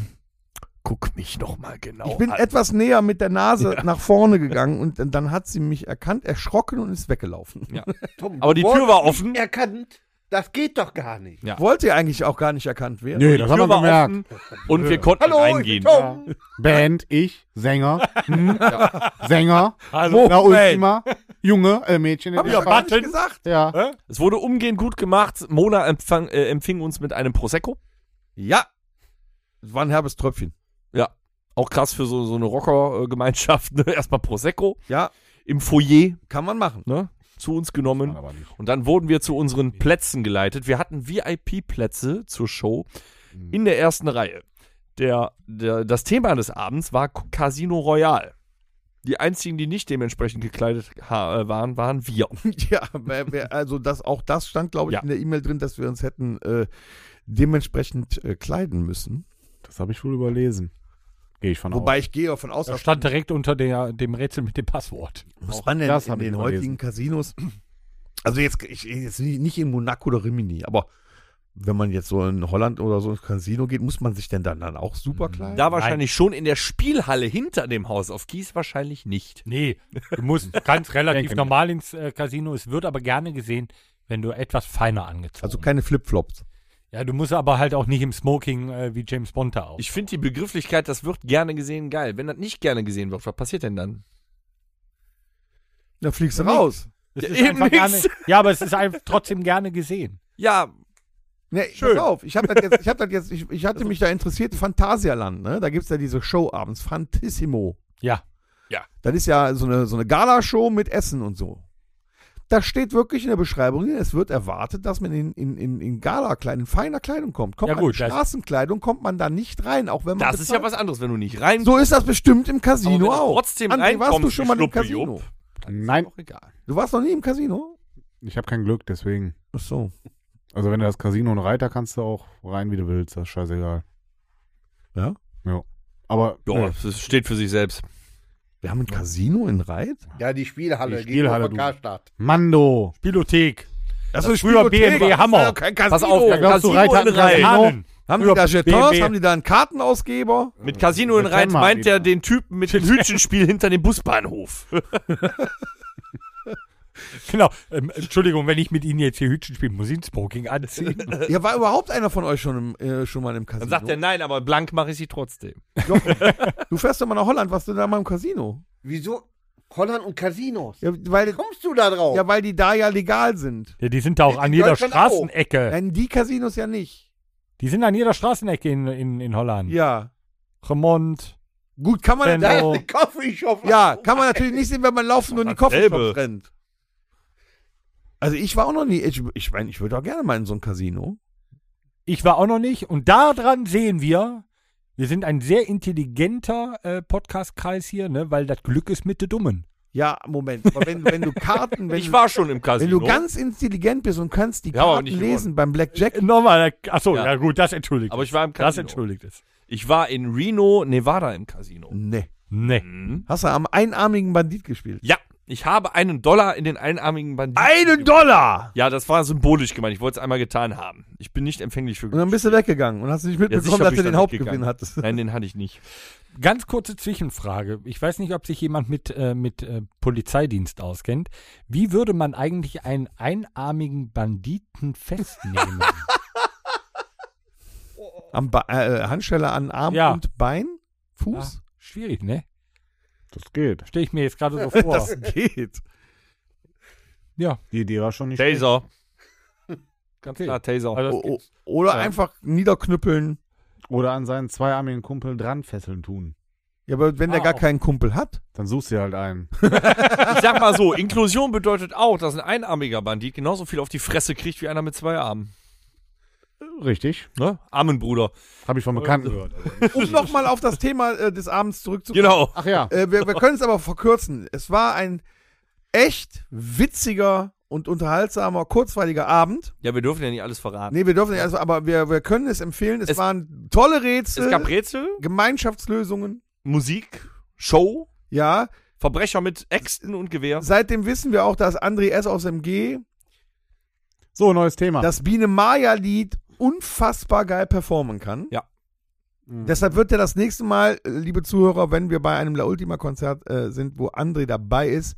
[SPEAKER 2] guck mich noch mal genau
[SPEAKER 6] Oh,
[SPEAKER 5] Ich bin
[SPEAKER 2] an.
[SPEAKER 5] etwas näher mit der Nase nach vorne gegangen und dann- dann hat sie mich erkannt, erschrocken und ist weggelaufen.
[SPEAKER 4] Tom,
[SPEAKER 2] Aber
[SPEAKER 4] du
[SPEAKER 2] die Tür
[SPEAKER 4] wurdest
[SPEAKER 2] war
[SPEAKER 4] nicht
[SPEAKER 2] offen.
[SPEAKER 4] Erkannt? Das geht doch gar nicht.
[SPEAKER 2] Ja.
[SPEAKER 5] Wollte eigentlich auch gar nicht erkannt werden.
[SPEAKER 6] Nö,
[SPEAKER 2] Die
[SPEAKER 6] das
[SPEAKER 2] Tür
[SPEAKER 6] haben wir
[SPEAKER 2] war
[SPEAKER 6] gemerkt.
[SPEAKER 2] offen und wir konnten
[SPEAKER 4] Hallo, ich bin
[SPEAKER 2] reingehen.
[SPEAKER 4] Tom.
[SPEAKER 6] Band, ich, Sänger, hm, Sänger,
[SPEAKER 2] Also, Oh,
[SPEAKER 3] Hallo.
[SPEAKER 6] La
[SPEAKER 3] Moment.
[SPEAKER 6] Ultima, Junge, äh, Mädchen in
[SPEAKER 5] Hab ich
[SPEAKER 6] der
[SPEAKER 5] doch gar nicht
[SPEAKER 2] Button.
[SPEAKER 5] gesagt.
[SPEAKER 6] Ja.
[SPEAKER 2] Es wurde umgehend gut gemacht. Mona empfang, äh, empfing uns mit einem Prosecco.
[SPEAKER 5] Ja. Es war ein herbes Tröpfchen.
[SPEAKER 2] Auch krass für so, so eine Rocker-Gemeinschaft. Ne? Erstmal Prosecco
[SPEAKER 5] Ja,
[SPEAKER 2] im Foyer
[SPEAKER 5] kann man machen.
[SPEAKER 2] ne? zu uns genommen.
[SPEAKER 6] Aber nicht.
[SPEAKER 2] Und dann wurden wir zu unseren Plätzen geleitet. Wir hatten VIP-Plätze zur Show
[SPEAKER 6] Mhm.
[SPEAKER 2] in der ersten Reihe. Der, der, das Thema des Abends war Casino Royale. Die einzigen, die nicht dementsprechend gekleidet ha äh, waren, waren wir.
[SPEAKER 5] Ja, wer, wer, also das, auch das stand, glaube ich,
[SPEAKER 2] Ja.
[SPEAKER 5] in der E-Mail drin, dass wir uns hätten äh, dementsprechend äh, kleiden müssen.
[SPEAKER 6] Das habe ich wohl überlesen. Gehe ich von
[SPEAKER 5] Wobei ich gehe davon aus,
[SPEAKER 3] Das
[SPEAKER 5] dass
[SPEAKER 3] stand direkt unter der, dem Rätsel mit dem Passwort.
[SPEAKER 5] muss man denn
[SPEAKER 6] das
[SPEAKER 5] in
[SPEAKER 6] hab ich
[SPEAKER 5] den
[SPEAKER 6] überlesen.
[SPEAKER 5] heutigen Casinos, also jetzt, ich, jetzt nicht nicht in Monaco oder Rimini, aber wenn man jetzt so in Holland oder so ins Casino geht, muss man sich denn dann, dann auch super kleiden?
[SPEAKER 2] Da wahrscheinlich schon in der Spielhalle hinter dem Haus auf Kies wahrscheinlich nicht.
[SPEAKER 3] Nee, du musst ganz relativ
[SPEAKER 6] Denke mir.
[SPEAKER 3] normal ins äh, Casino. Es wird aber gerne gesehen, wenn du etwas feiner angezogen
[SPEAKER 5] Also keine Flipflops.
[SPEAKER 3] Ja, du musst aber halt auch nicht im Smoking äh, wie James Bond da auf.
[SPEAKER 2] Ich finde die Begrifflichkeit, das wird gerne gesehen, geil. Wenn das nicht gerne gesehen wird, was passiert denn dann?
[SPEAKER 5] Da fliegst du raus.
[SPEAKER 3] Das
[SPEAKER 2] Ja,
[SPEAKER 3] ist
[SPEAKER 2] eben
[SPEAKER 3] einfach gerne,
[SPEAKER 2] nix.
[SPEAKER 3] ja, aber es ist einfach trotzdem gerne gesehen.
[SPEAKER 2] Ja,
[SPEAKER 5] Nee,
[SPEAKER 2] Schön.
[SPEAKER 5] Pass auf, ich habe das jetzt, ich, hab das jetzt ich, ich hatte mich da interessiert, Phantasialand, ne? Da gibt's ja diese Show abends, Fantissimo.
[SPEAKER 3] Ja.
[SPEAKER 2] Ja.
[SPEAKER 5] Das ist ja so eine, so eine Galashow mit Essen und so. Da steht wirklich in der Beschreibung, drin, es wird erwartet, dass man in, in, in, in Galakleidung, in feiner Kleidung kommt. Kommt
[SPEAKER 3] Ja, gut,
[SPEAKER 5] man in
[SPEAKER 3] das-
[SPEAKER 5] Straßenkleidung, kommt man da nicht rein, auch wenn man.
[SPEAKER 2] das ist ja
[SPEAKER 5] bezahlt.
[SPEAKER 2] was anderes, wenn du nicht rein.
[SPEAKER 5] So ist das bestimmt
[SPEAKER 2] Aber
[SPEAKER 5] im
[SPEAKER 2] wenn
[SPEAKER 5] Casino
[SPEAKER 2] du
[SPEAKER 5] auch.
[SPEAKER 2] trotzdem
[SPEAKER 5] André, warst du
[SPEAKER 2] reinkommst,
[SPEAKER 5] schon mal im
[SPEAKER 2] Schnuppe,
[SPEAKER 5] Casino?
[SPEAKER 6] Nein,
[SPEAKER 2] auch egal.
[SPEAKER 5] Du warst noch nie im Casino?
[SPEAKER 6] ich habe kein Glück, deswegen.
[SPEAKER 5] Ach so.
[SPEAKER 6] Also wenn du das Casino und Reiter kannst du auch rein, wie du willst, das ist scheißegal.
[SPEAKER 5] Ja?
[SPEAKER 6] Ja. Aber
[SPEAKER 2] Ja,
[SPEAKER 6] äh,
[SPEAKER 2] das steht für sich selbst.
[SPEAKER 5] Wir haben ein Casino in Reit?
[SPEAKER 4] Ja, die Spielhalle.
[SPEAKER 6] Die
[SPEAKER 4] gegenüber
[SPEAKER 6] Spielhalle,
[SPEAKER 4] von
[SPEAKER 6] du.
[SPEAKER 4] Karstadt.
[SPEAKER 6] Mando.
[SPEAKER 3] Spielothek.
[SPEAKER 5] Das ist
[SPEAKER 3] früher BMW Hammer.
[SPEAKER 5] Kein
[SPEAKER 2] Pass
[SPEAKER 5] Casino.
[SPEAKER 2] auf, da
[SPEAKER 6] glaubst du,
[SPEAKER 2] Casino
[SPEAKER 6] Reiter
[SPEAKER 2] in
[SPEAKER 6] hat einen
[SPEAKER 2] Rhein.
[SPEAKER 6] Casino?
[SPEAKER 3] Ahnen.
[SPEAKER 5] Haben die
[SPEAKER 3] Über
[SPEAKER 5] da Jetons?
[SPEAKER 3] BMW.
[SPEAKER 5] Haben die da einen Kartenausgeber?
[SPEAKER 2] Mit Casino in
[SPEAKER 6] Mit
[SPEAKER 2] Rhein
[SPEAKER 6] Tenma
[SPEAKER 2] meint er
[SPEAKER 6] eben.
[SPEAKER 2] den Typen mit dem Hütchenspiel hinter dem Busbahnhof.
[SPEAKER 3] Genau. Ähm, Entschuldigung, wenn ich mit Ihnen jetzt hier Hütchen spiele, muss ich ein Smoking anziehen.
[SPEAKER 5] Ja, war überhaupt einer von euch schon, im, äh, schon mal im
[SPEAKER 2] Dann
[SPEAKER 5] Casino?
[SPEAKER 2] sagt er nein, aber blank mache ich sie trotzdem.
[SPEAKER 5] du fährst doch mal nach Holland, was du da mal im Casino?
[SPEAKER 4] Wieso Holland und Casinos?
[SPEAKER 5] Ja, weil,
[SPEAKER 4] Kommst du da
[SPEAKER 2] Oh.
[SPEAKER 4] drauf?
[SPEAKER 5] ja, weil die da ja legal sind.
[SPEAKER 3] ja, die sind da auch
[SPEAKER 4] In
[SPEAKER 3] an jeder
[SPEAKER 4] Deutschland auch.
[SPEAKER 2] Äh.
[SPEAKER 3] Straßenecke.
[SPEAKER 5] Nein, die Casinos ja nicht.
[SPEAKER 3] Die sind an jeder Straßenecke in, in, in
[SPEAKER 2] Hm.
[SPEAKER 3] Holland.
[SPEAKER 5] Ja.
[SPEAKER 3] Remont.
[SPEAKER 5] Gut, kann man
[SPEAKER 3] Wenn-
[SPEAKER 5] da,
[SPEAKER 4] da
[SPEAKER 3] Oh.
[SPEAKER 4] ist Oh, ein Coffeeshop.
[SPEAKER 5] Ja, kann man natürlich nicht sehen, wenn man laufend nur in die
[SPEAKER 2] dasselbe.
[SPEAKER 5] Coffeeshops rennt. Also ich war auch noch nie, ich ich, mein, ich würde auch gerne mal in so ein Casino.
[SPEAKER 3] Ich war auch noch nicht. Und daran sehen wir, wir sind ein sehr intelligenter äh, Podcast-Kreis hier, ne? weil das Glück ist mit den Dummen.
[SPEAKER 5] Ja, Moment, aber wenn, wenn du Karten, wenn,
[SPEAKER 2] ich
[SPEAKER 5] du-
[SPEAKER 2] war schon im Casino.
[SPEAKER 5] wenn du ganz intelligent bist und kannst die
[SPEAKER 2] Ja, aber
[SPEAKER 5] Karten
[SPEAKER 2] nicht
[SPEAKER 5] lesen beim Blackjack,
[SPEAKER 3] Äh, Nochmal, äh, achso,
[SPEAKER 2] Ja.
[SPEAKER 3] ja. gut, das entschuldigt.
[SPEAKER 2] aber
[SPEAKER 3] es.
[SPEAKER 2] ich war im
[SPEAKER 3] das
[SPEAKER 2] Casino.
[SPEAKER 3] entschuldigt es.
[SPEAKER 2] Ich war in Reno, Nevada im Casino.
[SPEAKER 5] nee.
[SPEAKER 3] Nee.
[SPEAKER 2] Mhm.
[SPEAKER 5] ne. Hast du am einarmigen Bandit gespielt?
[SPEAKER 2] Ja, ich habe einen Dollar in den einarmigen Banditen.
[SPEAKER 5] Einen Dollar!
[SPEAKER 2] Ja, das war symbolisch gemeint. Ich wollte es einmal getan haben. Ich bin nicht empfänglich für
[SPEAKER 5] Und dann bist du weggegangen und hast nicht
[SPEAKER 2] sicher
[SPEAKER 5] mitbekommen,
[SPEAKER 2] bin
[SPEAKER 5] dass du
[SPEAKER 2] ich
[SPEAKER 5] den
[SPEAKER 2] dann
[SPEAKER 5] Hauptgewinn
[SPEAKER 2] weggegangen.
[SPEAKER 5] hattest.
[SPEAKER 2] Nein, den hatte ich nicht.
[SPEAKER 3] Ganz kurze Zwischenfrage. Ich weiß nicht, ob sich jemand mit, äh, mit äh, Polizeidienst auskennt. Wie würde man eigentlich einen einarmigen Banditen festnehmen?
[SPEAKER 5] Am ba äh, Handschelle an Arm
[SPEAKER 3] Ja.
[SPEAKER 5] und Bein? Fuß?
[SPEAKER 3] Ah, schwierig, ne?
[SPEAKER 6] Das geht.
[SPEAKER 3] Stelle ich mir jetzt gerade so vor.
[SPEAKER 5] Das geht.
[SPEAKER 6] Die Idee war schon nicht
[SPEAKER 2] Taser.
[SPEAKER 3] Ganz
[SPEAKER 2] Ja, Taser.
[SPEAKER 3] Also das
[SPEAKER 5] O- o-
[SPEAKER 3] gibt's.
[SPEAKER 5] oder
[SPEAKER 3] Ja.
[SPEAKER 5] einfach niederknüppeln.
[SPEAKER 6] schlecht. Oder an seinen zweiarmigen Kumpel dranfesseln tun.
[SPEAKER 5] Ja, aber wenn der
[SPEAKER 3] Ah,
[SPEAKER 5] gar
[SPEAKER 3] auch.
[SPEAKER 5] keinen Kumpel hat.
[SPEAKER 6] Dann suchst du dir halt einen.
[SPEAKER 2] Ich sag mal so, Inklusion bedeutet auch, dass ein einarmiger Bandit genauso viel auf die Fresse kriegt wie einer mit zwei Armen.
[SPEAKER 6] Richtig.
[SPEAKER 2] Ne? Armenbruder.
[SPEAKER 6] Habe ich von Bekannten gehört.
[SPEAKER 5] Um nochmal auf das Thema äh, des Abends zurückzukommen.
[SPEAKER 2] Genau.
[SPEAKER 6] Ach ja.
[SPEAKER 5] Äh, wir wir können es aber verkürzen. Es war ein echt witziger und unterhaltsamer, kurzweiliger Abend.
[SPEAKER 2] Ja, wir dürfen ja nicht alles verraten.
[SPEAKER 5] Nee, wir dürfen nicht, also, aber wir, wir können es empfehlen. Es,
[SPEAKER 2] Es-
[SPEAKER 5] waren tolle Rätsel,
[SPEAKER 2] Es gab Rätsel,
[SPEAKER 5] Gemeinschaftslösungen.
[SPEAKER 2] Musik, Show,
[SPEAKER 5] Ja,
[SPEAKER 2] Verbrecher mit Äxten und Gewehr.
[SPEAKER 5] seitdem wissen wir auch, dass André S. aus MG
[SPEAKER 6] So, neues Thema.
[SPEAKER 5] das Biene Maya Lied unfassbar geil performen kann.
[SPEAKER 2] Ja.
[SPEAKER 6] Mhm.
[SPEAKER 5] Deshalb wird er das nächste Mal, äh, liebe Zuhörer, wenn wir bei einem La Ultima-Konzert äh, sind, wo André dabei ist,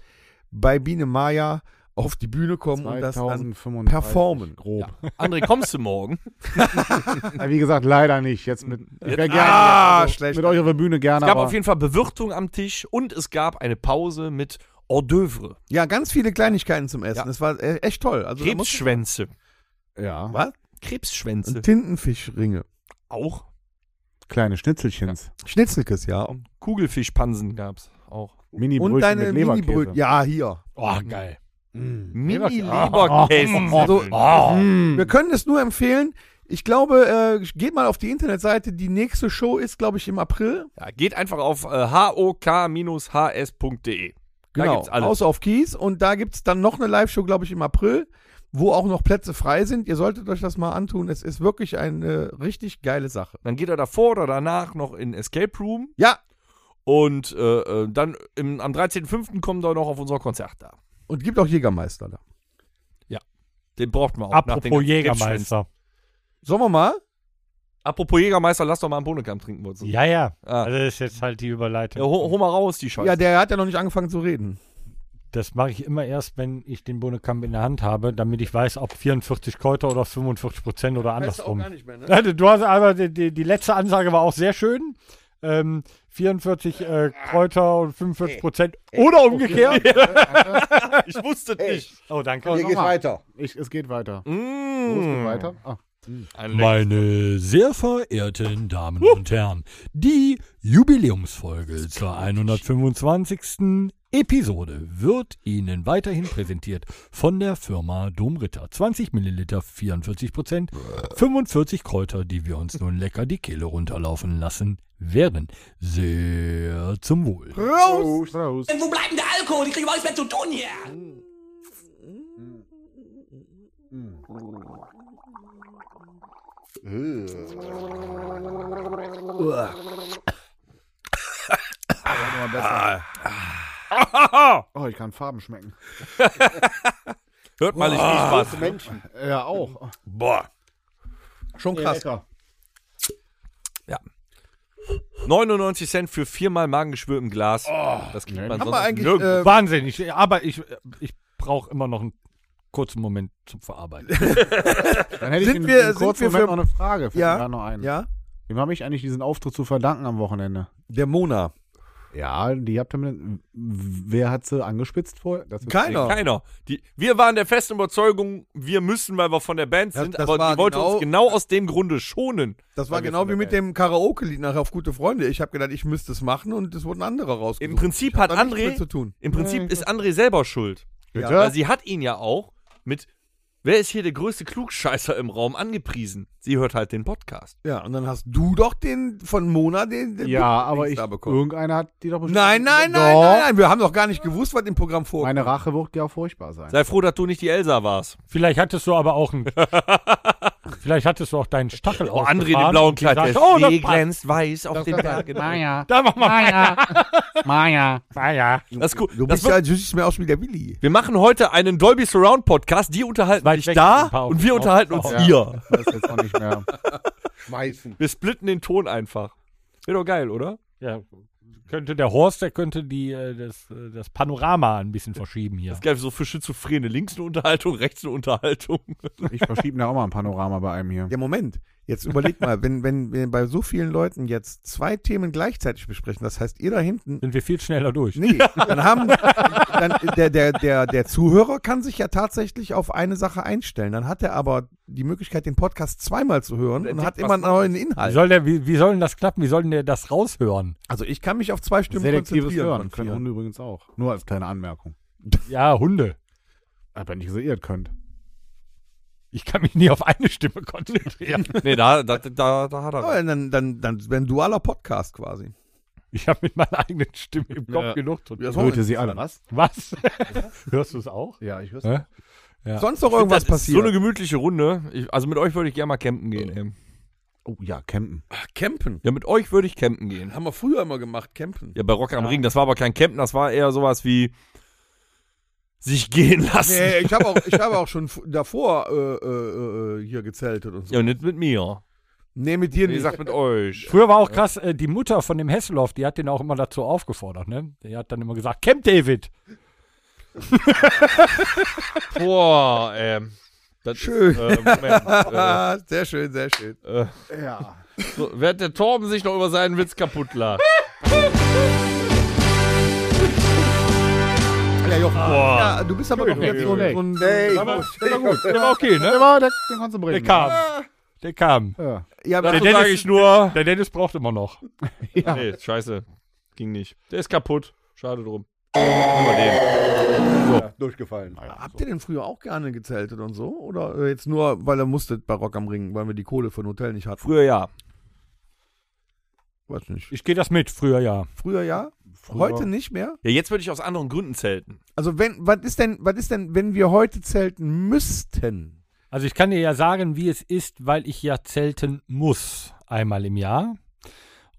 [SPEAKER 5] bei Biene Maya auf die Bühne kommen und das dann
[SPEAKER 6] 2035
[SPEAKER 5] performen.
[SPEAKER 6] Grob.
[SPEAKER 2] André, kommst du morgen?
[SPEAKER 6] Ja, Wie gesagt, leider nicht. Jetzt mit, wär gerne,
[SPEAKER 5] ah,
[SPEAKER 6] also,
[SPEAKER 5] schlecht.
[SPEAKER 6] mit euch auf der Bühne gerne.
[SPEAKER 2] Es gab
[SPEAKER 6] aber
[SPEAKER 2] auf jeden Fall Bewirtung am Tisch und es gab eine Pause mit Hors d'oeuvre,
[SPEAKER 5] Ja, ganz viele Kleinigkeiten zum Essen.
[SPEAKER 2] Ja.
[SPEAKER 5] Das war äh, echt toll. Also, da muss-
[SPEAKER 2] Krebsschwänze.
[SPEAKER 6] ja,
[SPEAKER 5] Was?
[SPEAKER 2] Krebsschwänze.
[SPEAKER 5] Und Tintenfischringe.
[SPEAKER 2] Auch.
[SPEAKER 6] kleine Schnitzelchens.
[SPEAKER 5] Schnitzelkes, ja. Und
[SPEAKER 2] Kugelfischpansen gab's auch.
[SPEAKER 6] Mini-Brötchen
[SPEAKER 5] deine
[SPEAKER 6] Um mit Leberkäse.
[SPEAKER 5] Mini-Brötchen. Ja, hier.
[SPEAKER 3] Oh, geil.
[SPEAKER 2] Mini-Leberkäse.
[SPEAKER 5] Also,
[SPEAKER 6] Mhm.
[SPEAKER 5] Wir können es nur empfehlen. Ich glaube, äh, geht mal auf die Internetseite. Die nächste Show ist, glaube ich, im April.
[SPEAKER 2] Ja, geht einfach auf äh, hok-hs.de. e. Da gibt's alles.
[SPEAKER 5] Genau, Außer auf Kies. Und da gibt es dann noch eine Live-Show, glaube ich, im April, wo auch noch Plätze frei sind. Ihr solltet euch das mal antun. Es ist wirklich eine richtig geile Sache.
[SPEAKER 2] Dann geht er davor oder danach noch in Escape Room
[SPEAKER 5] Ja,
[SPEAKER 2] und äh, äh, dann im, am 13.05. kommt er noch auf unser Konzert da.
[SPEAKER 5] und gibt auch Jägermeister da.
[SPEAKER 2] Den braucht man auch. nach den
[SPEAKER 3] Apropos
[SPEAKER 2] ganzen Krebsschwänzen.
[SPEAKER 3] Jägermeister.
[SPEAKER 5] Sollen wir mal?
[SPEAKER 2] Apropos Jägermeister, lass doch mal einen Bohnenkamp trinken. Wurzel.
[SPEAKER 3] Ja, ja.
[SPEAKER 2] Ah.
[SPEAKER 3] Also das ist jetzt halt die
[SPEAKER 2] Ja,
[SPEAKER 3] Überleitung.
[SPEAKER 2] hol, hol mal raus, die Scheiße.
[SPEAKER 5] Ja, der hat ja noch nicht angefangen zu reden.
[SPEAKER 3] Das mache ich immer erst, wenn ich den Bohnekamp in der Hand habe, damit ich weiß, ob 44 Kräuter oder 45 Prozent oder andersrum.
[SPEAKER 5] nicht mehr, ne?
[SPEAKER 3] Also, Du hast aber die, die, die letzte Ansage war auch sehr schön. Ähm, 44
[SPEAKER 2] Ah.
[SPEAKER 3] äh, Kräuter und 45 Prozent oder umgekehrt.
[SPEAKER 2] ich wusste
[SPEAKER 4] Ey.
[SPEAKER 2] nicht.
[SPEAKER 3] Oh, danke.
[SPEAKER 4] Hier geht's
[SPEAKER 6] nochmal.
[SPEAKER 4] weiter.
[SPEAKER 6] Ich, es geht weiter.
[SPEAKER 2] Mm.
[SPEAKER 6] Es geht weiter. Ah.
[SPEAKER 2] Ein
[SPEAKER 7] Meine sehr verehrten Damen und Herren, die Jubiläumsfolge zur 125. Episode wird Ihnen weiterhin präsentiert von der Firma Domritter. 20 Milliliter, 44 Prozent, 45 Kräuter, die wir uns nun lecker die Kehle runterlaufen lassen werden. Sehr zum Wohl.
[SPEAKER 6] Prost. Prost. Mm.
[SPEAKER 8] Wo bleibt denn der Alkohol? Ich kriege überhaupt nichts mehr zu tun hier.
[SPEAKER 5] Äh.
[SPEAKER 6] Oh, ich kann Farben schmecken.
[SPEAKER 2] Hört mal, ich
[SPEAKER 5] Ah.
[SPEAKER 2] rieche was.
[SPEAKER 4] Menschen.
[SPEAKER 6] Ja, auch. Oh,
[SPEAKER 2] Boah.
[SPEAKER 5] Schon krass.
[SPEAKER 2] 99 Cent für viermal Magengeschwür im Glas. das kriegt man
[SPEAKER 5] Ah. Haben wir
[SPEAKER 2] sonst
[SPEAKER 5] eigentlich,
[SPEAKER 2] nirgends.
[SPEAKER 5] äh,
[SPEAKER 3] Wahnsinn. Ich, aber ich, ich brauche immer noch einen kurzen Moment zum Verarbeiten.
[SPEAKER 6] Dann hätte
[SPEAKER 5] Sind
[SPEAKER 6] ich in,
[SPEAKER 5] wir-
[SPEAKER 6] in kurzen
[SPEAKER 5] sind wir für-
[SPEAKER 6] Moment noch eine Frage. Fällt
[SPEAKER 5] Ja.
[SPEAKER 6] mir gerade noch ein.
[SPEAKER 5] äh, ja,
[SPEAKER 6] Wem habe ich eigentlich diesen Auftritt zu verdanken am Wochenende?
[SPEAKER 5] der Mona.
[SPEAKER 6] Ja, die habt ihr mit, Wer hat sie angespitzt vorher? Das ist-
[SPEAKER 5] Keiner.
[SPEAKER 2] Keiner. Die, wir waren der festen Überzeugung, wir müssen, weil wir von der Band
[SPEAKER 5] Das-
[SPEAKER 2] sind,
[SPEAKER 5] das
[SPEAKER 2] aber
[SPEAKER 5] war
[SPEAKER 2] die wollte
[SPEAKER 5] genau-
[SPEAKER 2] uns genau aus dem Grunde schonen.
[SPEAKER 5] Das war genau wie mit dem Karaoke-Lied nachher auf Gute Freunde. Ich habe gedacht, ich müsste es machen und es wurden andere rausgesucht.
[SPEAKER 2] Im Prinzip
[SPEAKER 5] Ich hab
[SPEAKER 2] hat
[SPEAKER 5] da nichts
[SPEAKER 2] André-
[SPEAKER 5] mit zu tun.
[SPEAKER 2] Im Prinzip ist André selber schuld.
[SPEAKER 6] Bitte?
[SPEAKER 2] Weil sie hat ihn ja auch mit Wer ist hier der größte Klugscheißer im Raum angepriesen? Sie hört halt den Podcast.
[SPEAKER 5] Ja, und dann hast du doch den von Mona den, den
[SPEAKER 6] ja,
[SPEAKER 5] Dings
[SPEAKER 6] aber ich,
[SPEAKER 5] da bekommen.
[SPEAKER 6] irgendeiner hat die doch bestimmt.
[SPEAKER 5] Nein, nein, nein,
[SPEAKER 6] doch.
[SPEAKER 5] nein, nein, wir haben doch gar nicht gewusst, was im Programm vorkommt.
[SPEAKER 6] Meine Rache wird ja furchtbar sein.
[SPEAKER 2] Sei froh, dass du nicht die Elsa warst.
[SPEAKER 3] Vielleicht hattest du aber auch einen. vielleicht hattest du auch deinen Stachel
[SPEAKER 2] Oh, André
[SPEAKER 3] ausgefahren
[SPEAKER 2] den blauen
[SPEAKER 3] und die
[SPEAKER 2] Kleid.
[SPEAKER 3] sagt,
[SPEAKER 2] der
[SPEAKER 3] Oh,
[SPEAKER 2] See
[SPEAKER 3] das passt.
[SPEAKER 2] glänzt weiß auf den Bergen.
[SPEAKER 5] genau.
[SPEAKER 6] Maya.
[SPEAKER 3] Da machen wir.
[SPEAKER 6] Maya.
[SPEAKER 3] Ah, ja.
[SPEAKER 2] Das ist cool.
[SPEAKER 5] Du
[SPEAKER 2] Das
[SPEAKER 5] bist
[SPEAKER 2] wird,
[SPEAKER 5] ja, du siehst mir aus wie der Willi.
[SPEAKER 2] wir machen heute einen Dolby Surround Podcast. Die unterhalten
[SPEAKER 3] Weit
[SPEAKER 2] sich
[SPEAKER 3] weg, ein
[SPEAKER 2] da
[SPEAKER 3] paar
[SPEAKER 2] und wir
[SPEAKER 3] auf-
[SPEAKER 2] unterhalten uns
[SPEAKER 6] auf-
[SPEAKER 2] hier.
[SPEAKER 6] Das ist jetzt auch nicht mehr.
[SPEAKER 4] Schmeißen.
[SPEAKER 2] Wir splitten den Ton einfach. Wäre doch geil, oder?
[SPEAKER 3] ja. Könnte der Horst, der könnte die, äh, das, äh, das Panorama ein bisschen verschieben hier.
[SPEAKER 2] Das ist geil, so für Schizophrene. Links eine Unterhaltung, rechts eine Unterhaltung.
[SPEAKER 6] Ich verschiebe mir auch mal ein Panorama bei einem hier.
[SPEAKER 5] Ja, Moment. Jetzt überleg mal, wenn, wenn wir bei so vielen Leuten jetzt zwei Themen gleichzeitig besprechen, das heißt, ihr da hinten.
[SPEAKER 3] Sind wir viel schneller durch.
[SPEAKER 5] Nee, dann haben dann, der, der, der, der Zuhörer kann sich ja tatsächlich auf eine Sache einstellen. Dann hat er aber die Möglichkeit, den Podcast zweimal zu hören und hat immer einen neuen
[SPEAKER 3] Wie
[SPEAKER 5] Inhalt.
[SPEAKER 3] soll, der, wie, wie soll denn das klappen? Wie soll denn der das raushören?
[SPEAKER 5] Also ich kann mich auf zwei Stimmen
[SPEAKER 6] Selektives
[SPEAKER 5] konzentrieren.
[SPEAKER 6] Hören
[SPEAKER 5] von
[SPEAKER 6] können
[SPEAKER 5] vier.
[SPEAKER 6] Hunde übrigens auch. Nur als kleine Anmerkung.
[SPEAKER 3] Ja, Hunde.
[SPEAKER 6] Aber nicht so irrt könnt.
[SPEAKER 3] Ich kann mich nie auf eine Stimme konzentrieren.
[SPEAKER 2] Nee, da, da, da, da hat er.
[SPEAKER 5] Oh, dann, dann, dann wäre ein dualer Podcast quasi.
[SPEAKER 3] Ich habe mit meiner eigenen Stimme im Kopf genug zu tun.
[SPEAKER 6] Hörte sie alle. Was?
[SPEAKER 3] Was? Hörst du es auch?
[SPEAKER 6] Ja, ich höre
[SPEAKER 3] Hä?
[SPEAKER 5] Sonst noch
[SPEAKER 2] das
[SPEAKER 5] irgendwas
[SPEAKER 2] ist halt so
[SPEAKER 5] passiert.
[SPEAKER 2] eine gemütliche Runde. Ich, also mit euch würde ich gerne mal campen gehen. ey.
[SPEAKER 6] Oh ja, campen.
[SPEAKER 5] Campen.
[SPEAKER 2] Ja, mit euch würde ich campen gehen.
[SPEAKER 5] Haben wir früher immer gemacht, campen.
[SPEAKER 2] Ja, bei Rock am Ring, das war aber kein Campen, das war eher sowas wie sich gehen lassen.
[SPEAKER 5] Nee, ich habe auch, ich habe auch schon f- davor äh, äh, äh, hier gezeltet und so.
[SPEAKER 2] Ja, nicht mit mir.
[SPEAKER 5] Nee, mit dir
[SPEAKER 2] Wie
[SPEAKER 5] nicht.
[SPEAKER 2] sagt mit euch?
[SPEAKER 3] Früher war auch krass, äh, die Mutter von dem Hasselhoff, die hat den auch immer dazu aufgefordert, ne? Die hat dann immer gesagt, Camp David!
[SPEAKER 2] Boah, ähm. Das
[SPEAKER 5] Schön.
[SPEAKER 2] Ist, äh, Moment.
[SPEAKER 5] Ah, sehr schön, sehr schön.
[SPEAKER 2] Äh, äh,
[SPEAKER 6] Ja.
[SPEAKER 2] so, während der Torben sich noch über seinen Witz kaputt lacht.
[SPEAKER 6] Ja, Jochen.
[SPEAKER 2] Boah.
[SPEAKER 5] Ja, du bist aber doch jetzt so, ein- so ein.
[SPEAKER 4] Nee, ich
[SPEAKER 5] aber-
[SPEAKER 4] muss,
[SPEAKER 3] Der war gut, der war okay,
[SPEAKER 6] Der
[SPEAKER 3] ne?
[SPEAKER 6] war, der, den kannst du bringen.
[SPEAKER 3] Der kam. Der kam.
[SPEAKER 6] Ja.
[SPEAKER 5] ja, aber
[SPEAKER 2] Dazu
[SPEAKER 3] Dennis-
[SPEAKER 2] sage ich nur.
[SPEAKER 3] Der Dennis braucht immer noch.
[SPEAKER 6] ja.
[SPEAKER 2] Nee, scheiße. Ging nicht. Der ist kaputt. Schade drum. Über den.
[SPEAKER 4] ja, durchgefallen.
[SPEAKER 5] habt ihr denn früher auch gerne gezeltet und so? Oder äh, jetzt nur, weil ihr musstet bei Rock am Ring, weil wir die Kohle für ein Hotel nicht hatten?
[SPEAKER 2] Früher ja.
[SPEAKER 5] Weiß nicht.
[SPEAKER 3] Ich gehe das mit, früher ja.
[SPEAKER 5] Früher ja? Heute nicht mehr?
[SPEAKER 2] Ja, jetzt würde ich aus anderen Gründen zelten.
[SPEAKER 5] Also wenn, was ist denn, was ist denn, wenn wir heute zelten müssten?
[SPEAKER 3] Also ich kann dir ja sagen, wie es ist, weil ich ja zelten muss, einmal im Jahr.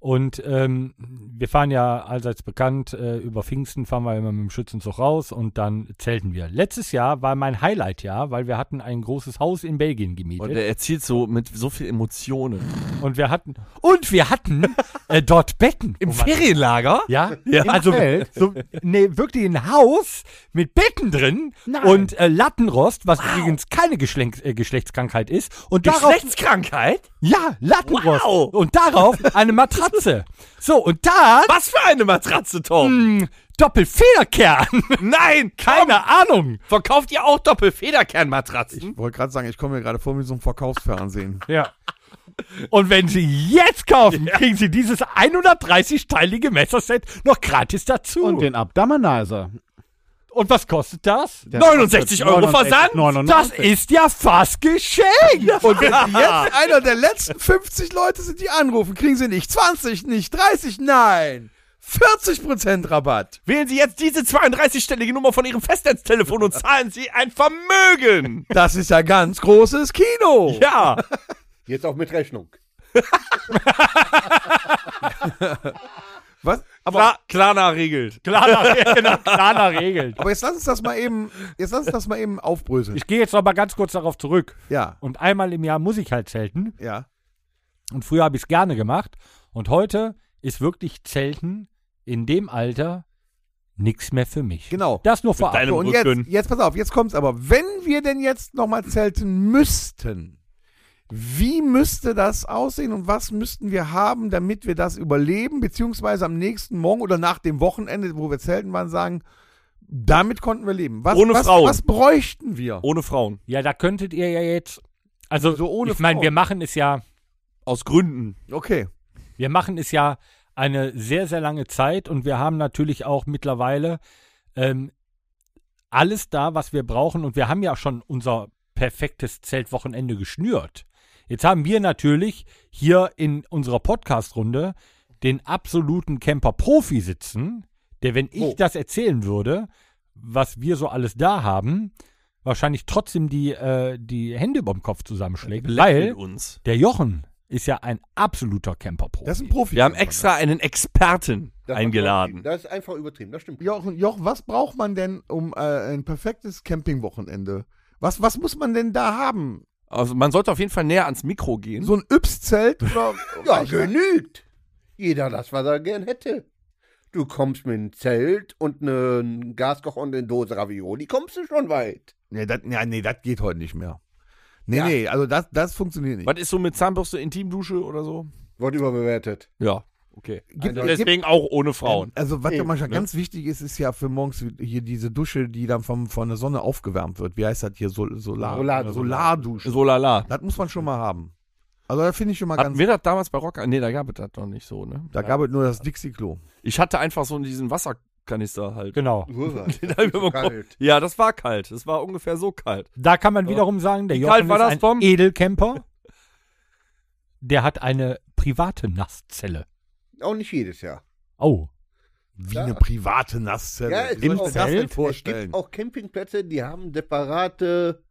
[SPEAKER 3] Und ähm, wir fahren ja allseits bekannt, äh, über Pfingsten fahren wir immer mit dem Schützenzug raus und dann zelten wir. Letztes Jahr war mein Highlight-Jahr, weil wir hatten ein großes Haus in Belgien gemietet.
[SPEAKER 2] Und er erzählt so mit so viel Emotionen.
[SPEAKER 3] Und wir hatten und wir hatten äh, dort Betten. Im
[SPEAKER 2] Ferienlager?
[SPEAKER 3] ja, also
[SPEAKER 6] Zelt?
[SPEAKER 3] so, nee, wirklich ein Haus mit Betten drin und äh, Lattenrost, was übrigens keine Geschlenk äh, Geschlechtskrankheit ist und darauf
[SPEAKER 2] Geschlechtskrankheit?
[SPEAKER 3] ja, Lattenrost
[SPEAKER 2] Wow.
[SPEAKER 3] und darauf eine Matratze. So und da
[SPEAKER 2] Was für eine Matratze, Tom?
[SPEAKER 3] mh, Doppelfederkern.
[SPEAKER 2] Nein!
[SPEAKER 3] Keine Ahnung.
[SPEAKER 2] Verkauft ihr auch Doppelfederkernmatratzen?
[SPEAKER 5] Ich wollte gerade sagen, ich komme mir gerade vor wie so ein Verkaufsfernsehen.
[SPEAKER 3] Ja. Und wenn Sie jetzt kaufen, kriegen Sie dieses 130-teilige Messerset noch gratis dazu.
[SPEAKER 6] Und den Abdominizer.
[SPEAKER 3] Und was kostet das?
[SPEAKER 2] 69 Euro Versand?
[SPEAKER 6] 99.
[SPEAKER 3] Das ist ja fast geschenkt. Und wenn Sie jetzt
[SPEAKER 5] Jetzt einer der letzten 50 Leute sind, die anrufen. Kriegen sie nicht 20, nicht 30, nein. 40% Rabatt.
[SPEAKER 2] Wählen Sie jetzt diese 32-stellige Nummer von Ihrem Festnetztelefon und zahlen Sie ein Vermögen!
[SPEAKER 5] Das ist ja ganz großes Kino.
[SPEAKER 2] Ja!
[SPEAKER 4] Jetzt auch mit Rechnung.
[SPEAKER 5] Was? Aber,
[SPEAKER 2] Klar, Klarna regelt.
[SPEAKER 3] Klar, genau, klarer regelt.
[SPEAKER 5] aber jetzt lass uns das mal eben, jetzt lass uns das mal eben aufbröseln.
[SPEAKER 3] Ich gehe jetzt noch mal ganz kurz darauf zurück.
[SPEAKER 5] Ja,
[SPEAKER 3] Und einmal im Jahr muss ich halt zelten.
[SPEAKER 5] ja.
[SPEAKER 3] Und früher habe ich es gerne gemacht. Und heute ist wirklich zelten in dem Alter nichts mehr für mich.
[SPEAKER 5] Genau.
[SPEAKER 3] Das nur vorab.
[SPEAKER 2] deinem-
[SPEAKER 5] So, und
[SPEAKER 2] Rücken.
[SPEAKER 5] jetzt, jetzt pass auf, jetzt kommt's aber. Wenn wir denn jetzt nochmal zelten müssten, wie müsste das aussehen und was müssten wir haben, damit wir das überleben, beziehungsweise am nächsten Morgen oder nach dem Wochenende, wo wir zelten waren, sagen, damit konnten wir leben. Was,
[SPEAKER 2] Ohne
[SPEAKER 5] was,
[SPEAKER 2] Frauen.
[SPEAKER 5] was bräuchten wir?
[SPEAKER 2] Ohne Frauen.
[SPEAKER 3] Ja, da könntet ihr ja jetzt. Also,
[SPEAKER 5] So ohne
[SPEAKER 3] ich meine,
[SPEAKER 5] Frau.
[SPEAKER 3] wir machen es ja.
[SPEAKER 2] Aus Gründen.
[SPEAKER 5] Okay.
[SPEAKER 3] Wir machen es ja eine sehr, sehr lange Zeit und wir haben natürlich auch mittlerweile ähm, alles da, was wir brauchen und wir haben ja schon unser perfektes Zeltwochenende geschnürt. Jetzt haben wir natürlich hier in unserer Podcast-Runde den absoluten Camper-Profi sitzen, der, wenn ich das erzählen würde, was wir so alles da haben, wahrscheinlich trotzdem die, äh, die Hände über dem Kopf
[SPEAKER 2] Äh,
[SPEAKER 3] zusammenschlägt, weil
[SPEAKER 2] Mit uns.
[SPEAKER 3] der Jochen ist ja ein absoluter Camper-Profi.
[SPEAKER 5] Das ist ein Profi.
[SPEAKER 2] Wir haben extra einen Experten
[SPEAKER 4] Das ist übertrieben.
[SPEAKER 2] eingeladen.
[SPEAKER 4] Das ist einfach übertrieben, das stimmt.
[SPEAKER 5] Jochen, Jochen, was braucht man denn um äh, ein perfektes Campingwochenende? Was, was muss man denn da haben?
[SPEAKER 2] Also man sollte auf jeden Fall näher ans Mikro gehen.
[SPEAKER 5] So ein Yps-Zelt oder
[SPEAKER 4] Ja, genügt. Jeder das, was er gern hätte. Du kommst mit einem Zelt und einem Gaskocher und eine Dose Ravioli, kommst du schon weit.
[SPEAKER 5] Nee, das ja, nee, das geht heute nicht mehr. Nee,
[SPEAKER 4] Ja.
[SPEAKER 5] nee, also das, das funktioniert nicht.
[SPEAKER 2] Was ist so mit Zahnbürste, Intimdusche oder so?
[SPEAKER 4] Wird überbewertet.
[SPEAKER 2] Ja, okay.
[SPEAKER 5] Gibt-
[SPEAKER 2] Also deswegen auch ohne Frauen.
[SPEAKER 5] Also, was ja
[SPEAKER 4] Eben,
[SPEAKER 5] manchmal
[SPEAKER 4] ne?
[SPEAKER 5] ganz wichtig ist, ist ja für morgens hier diese Dusche, die dann vom, von der Sonne aufgewärmt wird. Wie heißt das hier? Sol Solar
[SPEAKER 4] Solardusche.
[SPEAKER 5] Solardusche.
[SPEAKER 2] So lala.
[SPEAKER 5] Das muss man schon mal haben. Also, das finde ich schon mal
[SPEAKER 2] Hatten
[SPEAKER 5] ganz.
[SPEAKER 2] wir das damals bei Rock? Nee, da gab es das noch nicht so, ne?
[SPEAKER 5] Da gab es nur das Dixie-Klo.
[SPEAKER 2] Ich hatte einfach so diesen Wasserkanister halt.
[SPEAKER 3] Genau.
[SPEAKER 2] Den
[SPEAKER 4] Uah, das
[SPEAKER 2] hab ich
[SPEAKER 4] ist so
[SPEAKER 2] mir bekommen.
[SPEAKER 4] kalt.
[SPEAKER 2] Ja, das war kalt. Das war ungefähr so kalt.
[SPEAKER 3] Da kann man wiederum sagen, der
[SPEAKER 2] Äh, Wie
[SPEAKER 3] Jochen
[SPEAKER 2] kalt war
[SPEAKER 3] ist
[SPEAKER 2] das,
[SPEAKER 3] ein
[SPEAKER 2] Tom?
[SPEAKER 3] Edelcamper. Der hat eine private Nasszelle.
[SPEAKER 4] Auch nicht jedes Jahr.
[SPEAKER 3] Oh.
[SPEAKER 5] Wie
[SPEAKER 4] Ja.
[SPEAKER 5] eine private Nasszelle.
[SPEAKER 4] Ja, es
[SPEAKER 5] Wie soll
[SPEAKER 4] ist
[SPEAKER 5] ich mir
[SPEAKER 4] auch-
[SPEAKER 5] das denn
[SPEAKER 3] Zelt?
[SPEAKER 4] Es
[SPEAKER 5] vorstellen?
[SPEAKER 4] gibt auch Campingplätze, die haben separate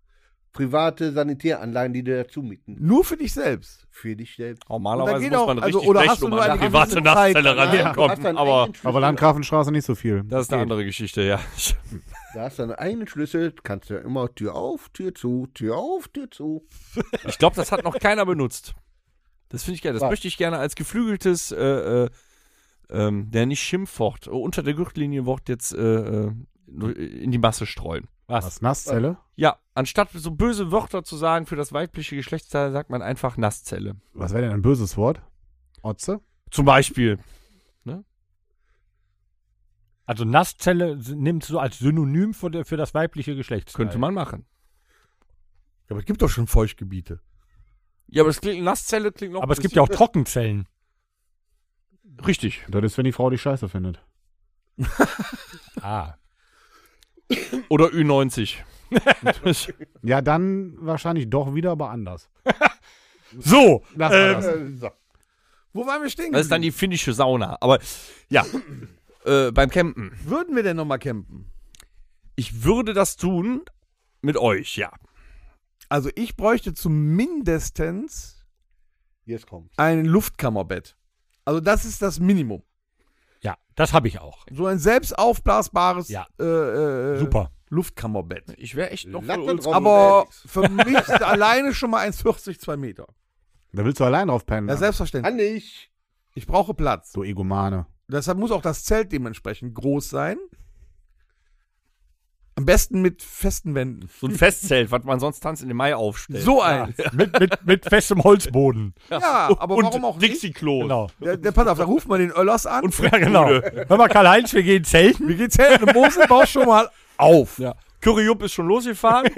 [SPEAKER 4] private Sanitäranlagen, die du dazu mieten.
[SPEAKER 5] Nur für dich selbst.
[SPEAKER 4] Für dich selbst.
[SPEAKER 5] Und da
[SPEAKER 2] Normalerweise
[SPEAKER 5] geht
[SPEAKER 2] muss
[SPEAKER 5] auch-
[SPEAKER 2] man
[SPEAKER 5] also,
[SPEAKER 2] richtig
[SPEAKER 5] oder
[SPEAKER 2] rechnen,
[SPEAKER 5] hast du
[SPEAKER 2] um
[SPEAKER 5] nur
[SPEAKER 2] an
[SPEAKER 5] eine
[SPEAKER 2] die private
[SPEAKER 5] gewisse
[SPEAKER 2] Nachzelle
[SPEAKER 5] Zeit? Ja,
[SPEAKER 4] du hast
[SPEAKER 2] ranzukommen.
[SPEAKER 4] deinen
[SPEAKER 2] Aber
[SPEAKER 4] eigenen Schlüssel.
[SPEAKER 6] Aber Landgrafenstraße nicht so viel.
[SPEAKER 2] das ist eine andere Geschichte, ja.
[SPEAKER 4] Da hast du deinen eigenen Schlüssel, kannst du ja immer Tür auf, Tür zu, Tür auf, Tür zu.
[SPEAKER 2] Ich glaube, das hat noch keiner benutzt. Das finde ich geil. Das
[SPEAKER 4] Was?
[SPEAKER 2] möchte ich gerne als geflügeltes, äh, äh, ähm, der nicht Schimpfwort, äh, unter der Gürtellinie Wort jetzt äh, äh, in die Masse streuen.
[SPEAKER 6] Was? Nasszelle?
[SPEAKER 2] Ja, anstatt so böse Wörter zu sagen für das weibliche Geschlechtsteil, sagt man einfach Nasszelle.
[SPEAKER 6] Was wäre denn ein böses Wort? Otze?
[SPEAKER 2] Zum Beispiel.
[SPEAKER 3] Also Nasszelle s- nimmst du als Synonym für, de- für das weibliche Geschlecht.
[SPEAKER 2] Könnte man machen.
[SPEAKER 5] Ja, aber es gibt doch schon Feuchtgebiete.
[SPEAKER 2] Ja, aber es klingt, Nasszelle klingt noch
[SPEAKER 3] Aber es gibt ja auch Trockenzellen.
[SPEAKER 2] Richtig.
[SPEAKER 6] Das ist, wenn die Frau die Scheiße findet.
[SPEAKER 3] Ah.
[SPEAKER 2] Oder Ü90.
[SPEAKER 6] Ja, dann wahrscheinlich doch wieder, aber anders. Ähm,
[SPEAKER 3] So,
[SPEAKER 6] Lass mal das.
[SPEAKER 4] Äh, so.
[SPEAKER 5] Wo waren wir stehen?
[SPEAKER 2] Das ist dann die finnische Sauna. Aber ja, äh, beim Campen.
[SPEAKER 5] Würden wir denn nochmal campen?
[SPEAKER 2] Ich würde das tun mit euch, ja.
[SPEAKER 5] Also ich bräuchte zumindestens
[SPEAKER 4] Jetzt kommt.
[SPEAKER 5] ein Luftkammerbett. Also das ist das Minimum.
[SPEAKER 3] ja, das habe ich auch.
[SPEAKER 5] So ein selbst aufblasbares
[SPEAKER 3] Ja.
[SPEAKER 5] äh, äh,
[SPEAKER 3] Super.
[SPEAKER 5] Luftkammerbett.
[SPEAKER 2] Ich wäre echt noch
[SPEAKER 4] Latte
[SPEAKER 2] für uns
[SPEAKER 4] drauf.
[SPEAKER 5] Aber
[SPEAKER 4] nix.
[SPEAKER 5] für mich ist alleine schon mal 1,40, 2 Meter.
[SPEAKER 6] Da willst du allein drauf pennen.
[SPEAKER 5] Ja, selbstverständlich.
[SPEAKER 4] Kann ich.
[SPEAKER 5] Ich brauche Platz.
[SPEAKER 6] so Egomane.
[SPEAKER 5] Deshalb muss auch das Zelt dementsprechend groß sein. Am besten mit festen Wänden.
[SPEAKER 2] so ein Festzelt, was man sonst tanzt in den Mai aufstellt.
[SPEAKER 5] So ein.
[SPEAKER 3] Mit, mit, mit festem Holzboden.
[SPEAKER 5] Ja, aber
[SPEAKER 2] Und
[SPEAKER 5] warum auch nicht?
[SPEAKER 2] Dixie-Klo.
[SPEAKER 3] Genau.
[SPEAKER 5] Der, der, pass auf, da ruft man den Öllers an.
[SPEAKER 2] Und
[SPEAKER 3] Ja, genau. Hör mal, Karl-Heinz, wir gehen zelten.
[SPEAKER 5] wir gehen zelten im Moselbau schon mal auf.
[SPEAKER 2] Ja. Curryup ist schon losgefahren.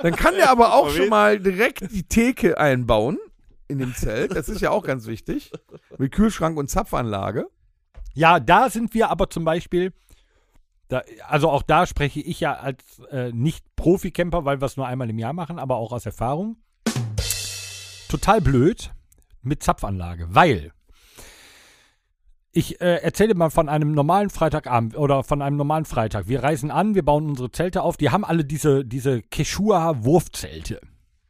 [SPEAKER 5] Dann kann der aber auch schon mal direkt die Theke einbauen in dem Zelt. Das ist ja auch ganz wichtig. Mit Kühlschrank und Zapfanlage.
[SPEAKER 3] Ja, da sind wir aber zum Beispiel, da, also auch da spreche ich ja als äh, nicht Profi-Camper, weil wir es nur einmal im Jahr machen, aber auch aus Erfahrung. Total blöd mit Zapfanlage, weil ich äh, erzähle mal von einem normalen Freitagabend oder von einem normalen Freitag. Wir reisen an, wir bauen unsere Zelte auf. Die haben alle diese, diese Quechua-Wurfzelte.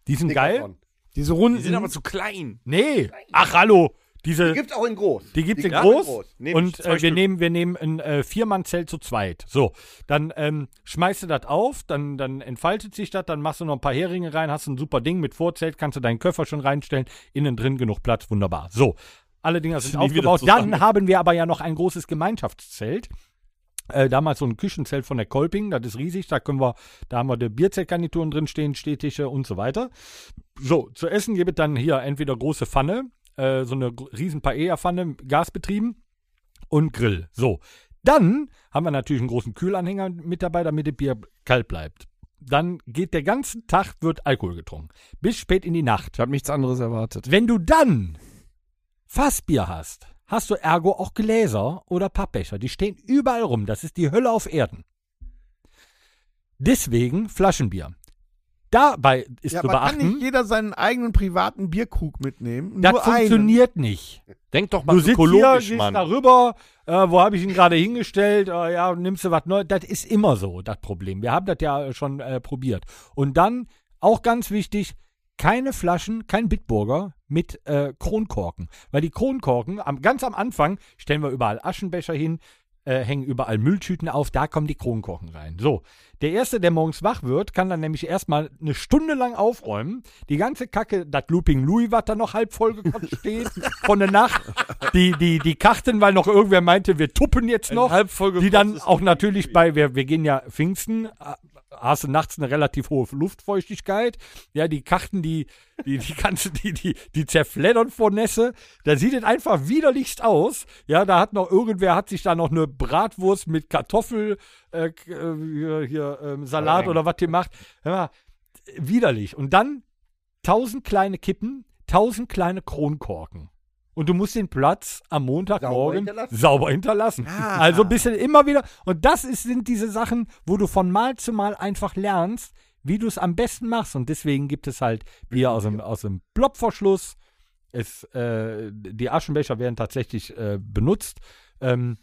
[SPEAKER 3] Die sind geil.
[SPEAKER 4] Decathlon.
[SPEAKER 5] Diese Runden.
[SPEAKER 2] Die sind aber zu klein.
[SPEAKER 3] Nee, ach hallo. Diese,
[SPEAKER 4] Gibt's auch in groß.
[SPEAKER 3] die gibt es in
[SPEAKER 4] Ja,
[SPEAKER 3] groß,
[SPEAKER 2] Nehm ich.
[SPEAKER 3] und
[SPEAKER 2] Zwei
[SPEAKER 3] äh, wir,
[SPEAKER 2] Stück.
[SPEAKER 3] nehmen, wir nehmen ein äh, Viermann-Zelt zu zweit. So, dann ähm, schmeißt du das auf, dann, dann entfaltet sich das, dann machst du noch ein paar Heringe rein, hast ein super Ding mit Vorzelt, kannst du deinen Koffer schon reinstellen, innen drin genug Platz, wunderbar. So, alle Dinger sind
[SPEAKER 2] Nie wieder
[SPEAKER 3] aufgebaut.
[SPEAKER 2] zusammen.
[SPEAKER 3] Dann haben wir aber ja noch ein großes Gemeinschaftszelt. Äh, damals so ein Küchenzelt von der Kolping, das ist riesig, da können wir, da haben wir die Bierzeltgarnituren drin stehen, Stehtische und so weiter. So, zu essen gibt es dann hier entweder große Pfanne, äh, so eine gr- riesen Paella-Pfanne, gasbetrieben und Grill. So. Dann haben wir natürlich einen großen Kühlanhänger mit dabei, damit das Bier kalt bleibt. Dann geht der ganze Tag, wird Alkohol getrunken. Bis spät in die Nacht.
[SPEAKER 2] Ich habe nichts anderes erwartet.
[SPEAKER 3] Wenn du dann Fassbier hast, hast du ergo auch Gläser oder Pappbecher. Die stehen überall rum. Das ist die Hölle auf Erden. Deswegen Flaschenbier. Dabei ist
[SPEAKER 5] ja,
[SPEAKER 3] zu
[SPEAKER 5] aber kann
[SPEAKER 3] beachten,
[SPEAKER 5] nicht jeder seinen eigenen privaten Bierkrug mitnehmen?
[SPEAKER 3] das
[SPEAKER 5] Nur einen.
[SPEAKER 3] funktioniert nicht.
[SPEAKER 2] Denk doch
[SPEAKER 3] du
[SPEAKER 2] mal
[SPEAKER 3] sitzt hier,
[SPEAKER 2] ökologisch,
[SPEAKER 3] gehst da
[SPEAKER 2] Mann.
[SPEAKER 3] rüber, äh, wo habe ich ihn gerade hingestellt, äh, ja, nimmst du was Neues. Das ist immer so, das Problem. Wir haben das ja schon äh, probiert. Und dann, auch ganz wichtig, keine Flaschen, kein Bitburger mit äh, Kronkorken. Weil die Kronkorken, am, ganz am Anfang stellen wir überall Aschenbecher hin, äh, hängen überall Mülltüten auf, da kommen die Kronkorken rein. So, der Erste, der morgens wach wird, kann dann nämlich erstmal eine Stunde lang aufräumen, die ganze Kacke, das Looping Louis, was da noch halb vollgekotzt steht von der Nacht, die, die, die Karten, weil noch irgendwer meinte, wir tuppen jetzt noch, die dann auch natürlich bei, wir, wir gehen ja Pfingsten, äh, hast du nachts eine relativ hohe Luftfeuchtigkeit, ja, die Karten, die, die, die ganze, die, die, die zerfleddern vor Nässe, da sieht es einfach widerlichst aus, ja, da hat noch irgendwer, hat sich da noch eine Bratwurst mit Kartoffel, äh, k- äh, hier, hier ähm, Salat oder was die macht, hör mal, widerlich. Und dann tausend kleine Kippen, tausend kleine Kronkorken. Und du musst den Platz am Montagmorgen
[SPEAKER 4] Sauber hinterlassen. Ah.
[SPEAKER 3] sauber hinterlassen. Also ein bisschen immer wieder. Und das ist, sind diese Sachen, wo du von Mal zu Mal einfach lernst, wie du es am besten machst. Und deswegen gibt es halt Bier aus dem, aus dem Blobverschluss. Es, äh, die Aschenbecher werden tatsächlich äh, benutzt. Ähm,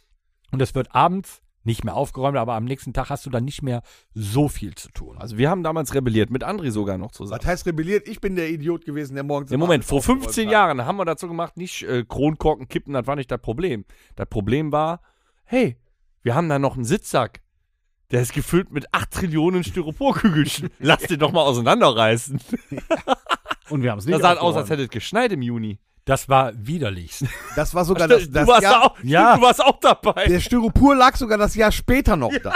[SPEAKER 3] und es wird abends nicht mehr aufgeräumt, aber am nächsten Tag hast du dann nicht mehr so viel zu tun.
[SPEAKER 2] Also wir haben damals rebelliert, mit André sogar noch zusammen.
[SPEAKER 5] Was heißt rebelliert? Ich bin der Idiot gewesen, der morgens.
[SPEAKER 2] Im Moment, vor
[SPEAKER 5] alles
[SPEAKER 2] 15
[SPEAKER 5] aufgeräumt
[SPEAKER 2] Jahren haben wir dazu gemacht, nicht äh, Kronkorken kippen, das war nicht das Problem. Das Problem war, hey, wir haben da noch einen Sitzsack. Der ist gefüllt mit 8 Trillionen Styroporkügelchen. Lass den doch mal auseinanderreißen.
[SPEAKER 6] Und wir haben es nicht
[SPEAKER 2] Das sah aus, als
[SPEAKER 6] aufgeräumt.
[SPEAKER 2] hätte es geschneit im Juni.
[SPEAKER 3] Das war widerlichst.
[SPEAKER 5] Das war sogar das, das
[SPEAKER 2] du, warst
[SPEAKER 5] Jahr.
[SPEAKER 2] auch,
[SPEAKER 3] Ja.
[SPEAKER 2] du warst auch dabei.
[SPEAKER 5] Der Styropor lag sogar das Jahr später noch da.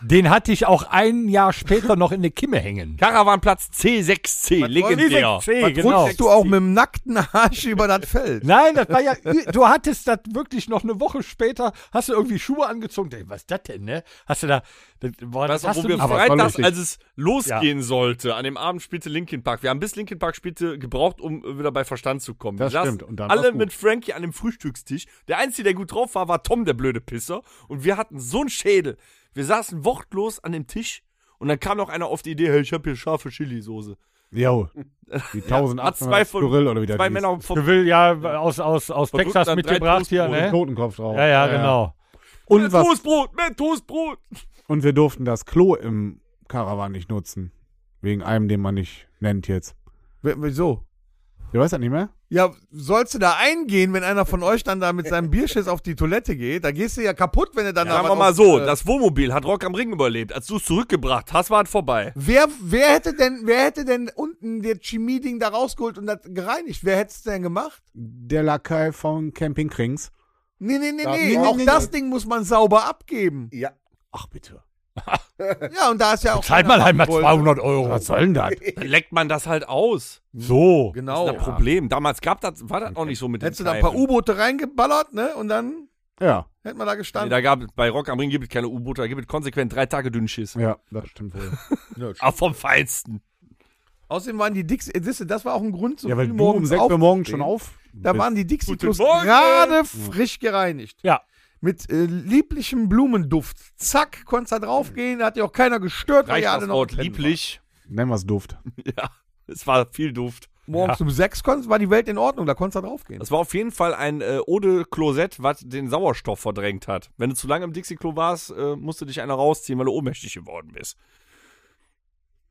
[SPEAKER 3] Den hatte ich auch ein Jahr später noch in der Kimme hängen.
[SPEAKER 2] Caravanplatz C6C, legendär.
[SPEAKER 3] C, genau.
[SPEAKER 5] Rutschst du auch mit dem nackten Arsch über das Feld?
[SPEAKER 3] Nein, das war ja, du hattest das wirklich noch eine Woche später, hast du irgendwie Schuhe angezogen. Ey, was ist das denn, ne? Hast du da, das, boah,
[SPEAKER 2] Weißt
[SPEAKER 3] das
[SPEAKER 2] du,
[SPEAKER 3] hast
[SPEAKER 2] wo
[SPEAKER 3] du
[SPEAKER 2] wir
[SPEAKER 3] nicht-
[SPEAKER 6] Aber es war
[SPEAKER 2] freitags,
[SPEAKER 6] lustig.
[SPEAKER 2] als es losgehen sollte, an dem Abend spielte Linkin Park. Wir haben bis Linkin Park spielte gebraucht, um äh, wieder bei Verstand zu kommen.
[SPEAKER 6] Das
[SPEAKER 2] wir saßen
[SPEAKER 6] stimmt. Und dann
[SPEAKER 2] alle
[SPEAKER 6] war's gut.
[SPEAKER 2] mit Frankie an dem Frühstückstisch. Der Einzige, der gut drauf war, war Tom, der blöde Pisser. Und wir hatten so einen Schädel. Wir saßen wortlos an dem Tisch und dann kam noch einer auf die Idee, hey, ich habe hier scharfe Chili-Soße.
[SPEAKER 6] Jo. Die
[SPEAKER 2] Hat zwei
[SPEAKER 6] 1800
[SPEAKER 2] von-
[SPEAKER 6] Skurril oder wie das
[SPEAKER 2] Zwei
[SPEAKER 6] hieß.
[SPEAKER 2] Männer vom
[SPEAKER 3] Will ja aus, aus, aus
[SPEAKER 2] Verrückt
[SPEAKER 3] Texas
[SPEAKER 2] an drei
[SPEAKER 3] mitgebracht hier,
[SPEAKER 6] Mit
[SPEAKER 3] ne?
[SPEAKER 6] Totenkopf drauf.
[SPEAKER 3] Ja, ja, genau.
[SPEAKER 6] Und,
[SPEAKER 2] Mehr
[SPEAKER 6] was,
[SPEAKER 2] Toastbrot, mehr Toastbrot.
[SPEAKER 6] und wir durften das Klo im Caravan nicht nutzen. Wegen einem, den man nicht nennt jetzt.
[SPEAKER 5] W- Wieso?
[SPEAKER 6] Du weißt das nicht mehr?
[SPEAKER 5] Ja, sollst du da eingehen, wenn einer von euch dann da mit seinem Bierschiss auf die Toilette geht? Da gehst du ja kaputt, wenn du dann da
[SPEAKER 2] Sagen
[SPEAKER 5] was
[SPEAKER 2] wir mal
[SPEAKER 5] auf-
[SPEAKER 2] so,
[SPEAKER 5] äh,
[SPEAKER 2] das Wohnmobil hat Rock am Ring überlebt. Als du es zurückgebracht hast, war es vorbei.
[SPEAKER 5] Wer, wer, hätte denn, wer hätte denn unten das Chemieding da rausgeholt und das gereinigt? Wer hätte es denn gemacht?
[SPEAKER 6] Der Lakai von Camping Krings.
[SPEAKER 5] Nee, nee, nee,
[SPEAKER 4] Da-
[SPEAKER 5] nee.
[SPEAKER 4] nee,
[SPEAKER 5] Auch
[SPEAKER 4] nee,
[SPEAKER 5] das
[SPEAKER 4] nee.
[SPEAKER 5] Ding muss man sauber abgeben.
[SPEAKER 4] Ja.
[SPEAKER 6] Ach bitte.
[SPEAKER 5] Ja, und da ist ja auch.
[SPEAKER 2] halt
[SPEAKER 3] Zahlt mal einmal 200 Euro.
[SPEAKER 6] Was soll denn das?
[SPEAKER 2] Dann leckt man das halt aus.
[SPEAKER 3] So.
[SPEAKER 5] Genau.
[SPEAKER 2] Das ist ein Problem. Damals gab das, war das auch nicht so mit
[SPEAKER 5] Hättest du
[SPEAKER 2] den
[SPEAKER 5] da ein paar
[SPEAKER 2] Teilen.
[SPEAKER 5] U-Boote reingeballert, ne? Und dann
[SPEAKER 6] Ja,
[SPEAKER 5] hätten wir da
[SPEAKER 2] Nee,
[SPEAKER 5] gestanden.
[SPEAKER 2] da gab bei Rock am Ring gibt es keine U-Boote, da gibt es konsequent drei Tage dünnen Schiss.
[SPEAKER 6] ja, das stimmt wohl.
[SPEAKER 2] Aber vom Feinsten.
[SPEAKER 5] Außerdem waren die Dix, äh, siehst du, das war auch ein Grund, so
[SPEAKER 6] ja, weil
[SPEAKER 5] früh
[SPEAKER 6] du um 6 Uhr morgens schon
[SPEAKER 5] aufzustehen.
[SPEAKER 6] auf.
[SPEAKER 5] Da
[SPEAKER 6] bist.
[SPEAKER 5] waren die dixie
[SPEAKER 2] Guten
[SPEAKER 5] klos
[SPEAKER 2] Morgen!
[SPEAKER 5] gerade frisch gereinigt.
[SPEAKER 3] Ja.
[SPEAKER 5] Mit äh, lieblichem Blumenduft. Zack, konntest da draufgehen, da hat ja auch keiner gestört, weil
[SPEAKER 2] Reicht
[SPEAKER 5] ja alle
[SPEAKER 2] das
[SPEAKER 5] noch
[SPEAKER 2] Wort
[SPEAKER 5] pennen
[SPEAKER 2] lieblich.
[SPEAKER 6] Nennen wir es Duft.
[SPEAKER 2] Ja, es war viel Duft.
[SPEAKER 5] waren. Morgens um sechs konntest, war die Welt in Ordnung, da konntest du da draufgehen.
[SPEAKER 2] Das war auf jeden Fall ein äh, Ode-Klosett, was den Sauerstoff verdrängt hat. Wenn du zu lange im Dixie-Klo warst, äh, musste dich einer rausziehen, weil du ohnmächtig geworden bist.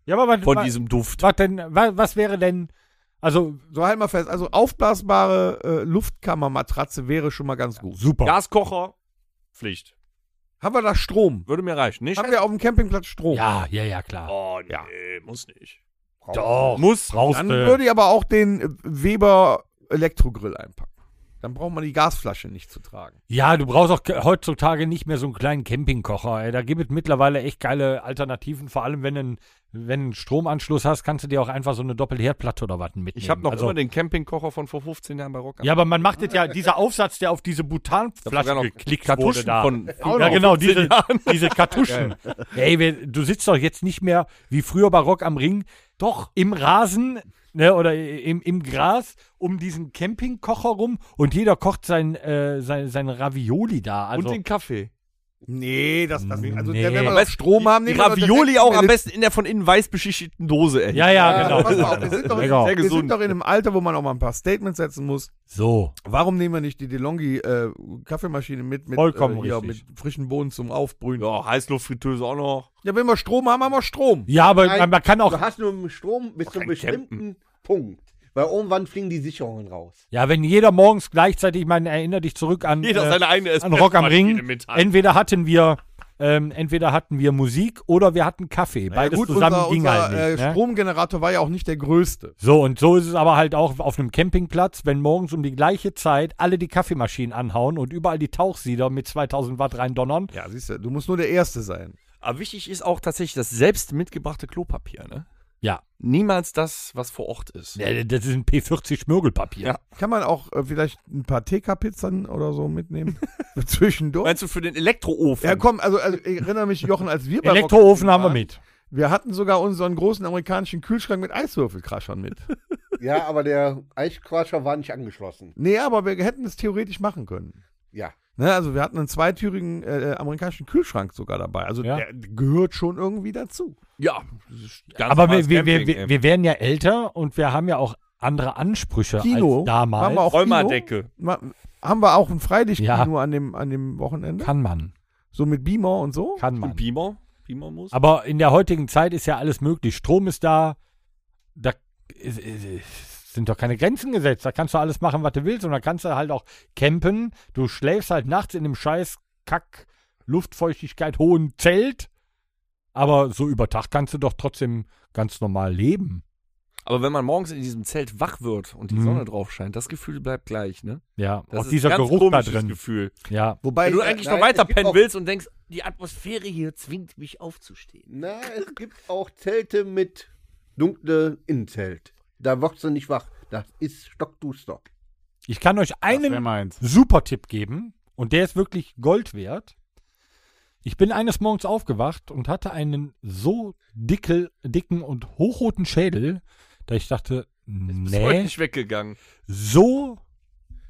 [SPEAKER 3] Ja, aber was,
[SPEAKER 2] Von
[SPEAKER 3] was,
[SPEAKER 2] diesem Duft.
[SPEAKER 3] was, denn, was, was wäre denn, also,
[SPEAKER 5] So, halt mal fest. Also, aufblasbare äh, Luftkammermatratze wäre schon mal ganz gut.
[SPEAKER 6] Super.
[SPEAKER 2] Gaskocher, Pflicht.
[SPEAKER 5] Haben wir da Strom?
[SPEAKER 2] Würde mir reichen. Nicht?
[SPEAKER 5] Haben wir auf dem Campingplatz Strom?
[SPEAKER 3] ja, ja, ja, klar.
[SPEAKER 2] Oh, nee, muss nicht.
[SPEAKER 3] Doch.
[SPEAKER 2] Muss.
[SPEAKER 3] Brauchst
[SPEAKER 5] Dann
[SPEAKER 3] du.
[SPEAKER 5] würde ich aber auch den äh, Weber Elektrogrill einpacken. Dann braucht man die Gasflasche nicht zu tragen.
[SPEAKER 3] Ja, du brauchst auch ke- heutzutage nicht mehr so einen kleinen Campingkocher. Ey. Da gibt es mittlerweile echt geile Alternativen. Vor allem, wenn du einen, wenn du einen Stromanschluss hast, kannst du dir auch einfach so eine Doppelherdplatte oder was mitnehmen.
[SPEAKER 2] Ich habe noch
[SPEAKER 3] also,
[SPEAKER 2] immer den Campingkocher von vor 15 Jahren bei Rock. am
[SPEAKER 3] Ja, aber man macht das ja, dieser Aufsatz, der auf diese
[SPEAKER 2] Da waren
[SPEAKER 3] Butanflasche
[SPEAKER 2] noch
[SPEAKER 3] geklickt wurde
[SPEAKER 2] Kartuschen
[SPEAKER 3] da.
[SPEAKER 2] von
[SPEAKER 3] ja, genau, diese, diese Kartuschen. Ey, wir- du sitzt doch jetzt nicht mehr wie früher bei Rock am Ring, doch im Rasen ne, oder im, im Gras um diesen Campingkocher rum und jeder kocht sein, äh, sein, sein Ravioli da. Also,
[SPEAKER 2] und den Kaffee.
[SPEAKER 5] Nee, das, das Also,
[SPEAKER 3] Nee.
[SPEAKER 5] wenn wir
[SPEAKER 3] Am
[SPEAKER 5] noch Strom haben,
[SPEAKER 2] Die
[SPEAKER 5] nehmen wir doch
[SPEAKER 2] Ravioli
[SPEAKER 5] direkt
[SPEAKER 2] auch
[SPEAKER 5] eine
[SPEAKER 2] am besten in der von innen weiß beschichteten Dose, ey.
[SPEAKER 3] ja, ja,
[SPEAKER 5] Ja, pass mal
[SPEAKER 3] genau.
[SPEAKER 5] auf, wir sind, doch,
[SPEAKER 6] Lecker.
[SPEAKER 5] wir sind
[SPEAKER 2] gesund.
[SPEAKER 5] doch in einem Alter, wo man auch mal ein paar Statements setzen muss.
[SPEAKER 3] So.
[SPEAKER 5] Warum nehmen wir nicht die DeLonghi äh, Kaffeemaschine mit mit,
[SPEAKER 3] Vollkommen
[SPEAKER 5] äh, hier, mit
[SPEAKER 3] richtig.
[SPEAKER 5] frischen Bohnen zum Aufbrühen? Ja.
[SPEAKER 2] Ja, Heißluftfritteuse auch noch.
[SPEAKER 5] wenn wir Strom haben, haben wir Strom.
[SPEAKER 3] Ja, aber
[SPEAKER 4] Nein,
[SPEAKER 3] man- man kann auch,
[SPEAKER 4] Du hast nur Strom bis zu
[SPEAKER 2] kein
[SPEAKER 4] einem bestimmten Punkt. Weil irgendwann fliegen die Sicherungen raus.
[SPEAKER 3] ja, wenn jeder morgens gleichzeitig, ich meine, erinnere dich zurück an,
[SPEAKER 2] Jeder
[SPEAKER 3] äh,
[SPEAKER 2] seine eigene
[SPEAKER 3] an Rock am Ring.
[SPEAKER 2] Mit an.
[SPEAKER 3] Entweder hatten wir, ähm, entweder hatten wir Musik oder wir hatten Kaffee.
[SPEAKER 5] Ja,
[SPEAKER 3] Beides zusammen
[SPEAKER 5] unser,
[SPEAKER 3] ging
[SPEAKER 5] unser,
[SPEAKER 3] halt nicht.
[SPEAKER 5] äh,
[SPEAKER 3] ne?
[SPEAKER 5] Stromgenerator war ja auch nicht der größte.
[SPEAKER 3] So, und so ist es aber halt auch auf einem Campingplatz, wenn morgens um die gleiche Zeit alle die Kaffeemaschinen anhauen und überall die Tauchsieder mit 2000 Watt reindonnern.
[SPEAKER 5] Ja, siehst du, du musst nur der Erste sein.
[SPEAKER 2] Aber wichtig ist auch tatsächlich das selbst mitgebrachte Klopapier, ne?
[SPEAKER 3] Ja.
[SPEAKER 2] Niemals das, was vor Ort ist.
[SPEAKER 3] Ja, Das ist ein P40-Schmirgelpapier.
[SPEAKER 2] Ja.
[SPEAKER 5] Kann man auch äh, vielleicht ein paar TK-Pizzen oder so mitnehmen? Zwischendurch?
[SPEAKER 2] Meinst du für den Elektroofen?
[SPEAKER 5] Ja, komm, also, also ich erinnere mich, Jochen, als wir bei Rock am
[SPEAKER 3] Elektroofen
[SPEAKER 5] Ring
[SPEAKER 3] haben wir
[SPEAKER 5] waren,
[SPEAKER 3] mit.
[SPEAKER 5] Wir hatten sogar unseren großen amerikanischen Kühlschrank mit Eiswürfelkraschern mit.
[SPEAKER 4] Ja, aber der Eisquatscher war nicht angeschlossen.
[SPEAKER 5] Nee, aber wir hätten es theoretisch machen können.
[SPEAKER 4] Ja.
[SPEAKER 5] Ne, also wir hatten einen zweitürigen äh, amerikanischen Kühlschrank sogar dabei. Also
[SPEAKER 3] Ja.
[SPEAKER 5] der gehört schon irgendwie dazu.
[SPEAKER 2] ja. das ist ganz
[SPEAKER 3] Aber wir,
[SPEAKER 2] normales
[SPEAKER 3] wir, wir,
[SPEAKER 2] Camping,
[SPEAKER 3] wir,
[SPEAKER 2] ey.
[SPEAKER 3] wir werden ja älter und wir haben ja auch andere Ansprüche
[SPEAKER 5] Kino
[SPEAKER 3] als damals.
[SPEAKER 5] haben wir auch
[SPEAKER 2] Rheuma-Decke.
[SPEAKER 5] Kino, Ma- haben wir auch ein Freilichtkino
[SPEAKER 3] Ja.
[SPEAKER 5] an dem an dem Wochenende,
[SPEAKER 3] Kann man.
[SPEAKER 5] so mit Beamer und so.
[SPEAKER 3] Kann man.
[SPEAKER 2] Und Beamer? Beamer muss?
[SPEAKER 3] Aber in der heutigen Zeit ist ja alles möglich. Strom ist da. Da ist- ist- sind doch keine Grenzen gesetzt. Da kannst du alles machen, was du willst. Und da kannst du halt auch campen. Du schläfst halt nachts in dem scheiß Kack, Luftfeuchtigkeit, hohen Zelt. Aber so über Tag kannst du doch trotzdem ganz normal leben.
[SPEAKER 2] Aber wenn man morgens in diesem Zelt wach wird und die Sonne drauf scheint, das Gefühl bleibt gleich, ne?
[SPEAKER 3] Ja,
[SPEAKER 2] Das
[SPEAKER 3] auch dieser
[SPEAKER 2] ein ganz
[SPEAKER 3] Geruch da
[SPEAKER 2] komisches
[SPEAKER 3] drin.
[SPEAKER 2] Gefühl.
[SPEAKER 3] Ja,
[SPEAKER 2] Wenn
[SPEAKER 4] Wobei,
[SPEAKER 2] du eigentlich
[SPEAKER 4] äh,
[SPEAKER 2] noch
[SPEAKER 4] nein,
[SPEAKER 2] weiter
[SPEAKER 4] es gibt
[SPEAKER 2] pennen
[SPEAKER 4] auch-
[SPEAKER 2] willst und denkst, die Atmosphäre hier zwingt mich aufzustehen.
[SPEAKER 4] Na, es gibt auch Zelte mit dunkle Innenzelt. Da wirst du nicht wach. Das ist stockduster.
[SPEAKER 3] ich kann euch
[SPEAKER 6] Das wär
[SPEAKER 3] einen
[SPEAKER 6] meins.
[SPEAKER 3] super Tipp geben und der ist wirklich Gold wert. Ich bin eines Morgens aufgewacht und hatte einen so dickel, dicken und hochroten Schädel, da ich dachte,
[SPEAKER 2] Ist heute
[SPEAKER 3] nee,
[SPEAKER 2] nicht weggegangen.
[SPEAKER 3] so,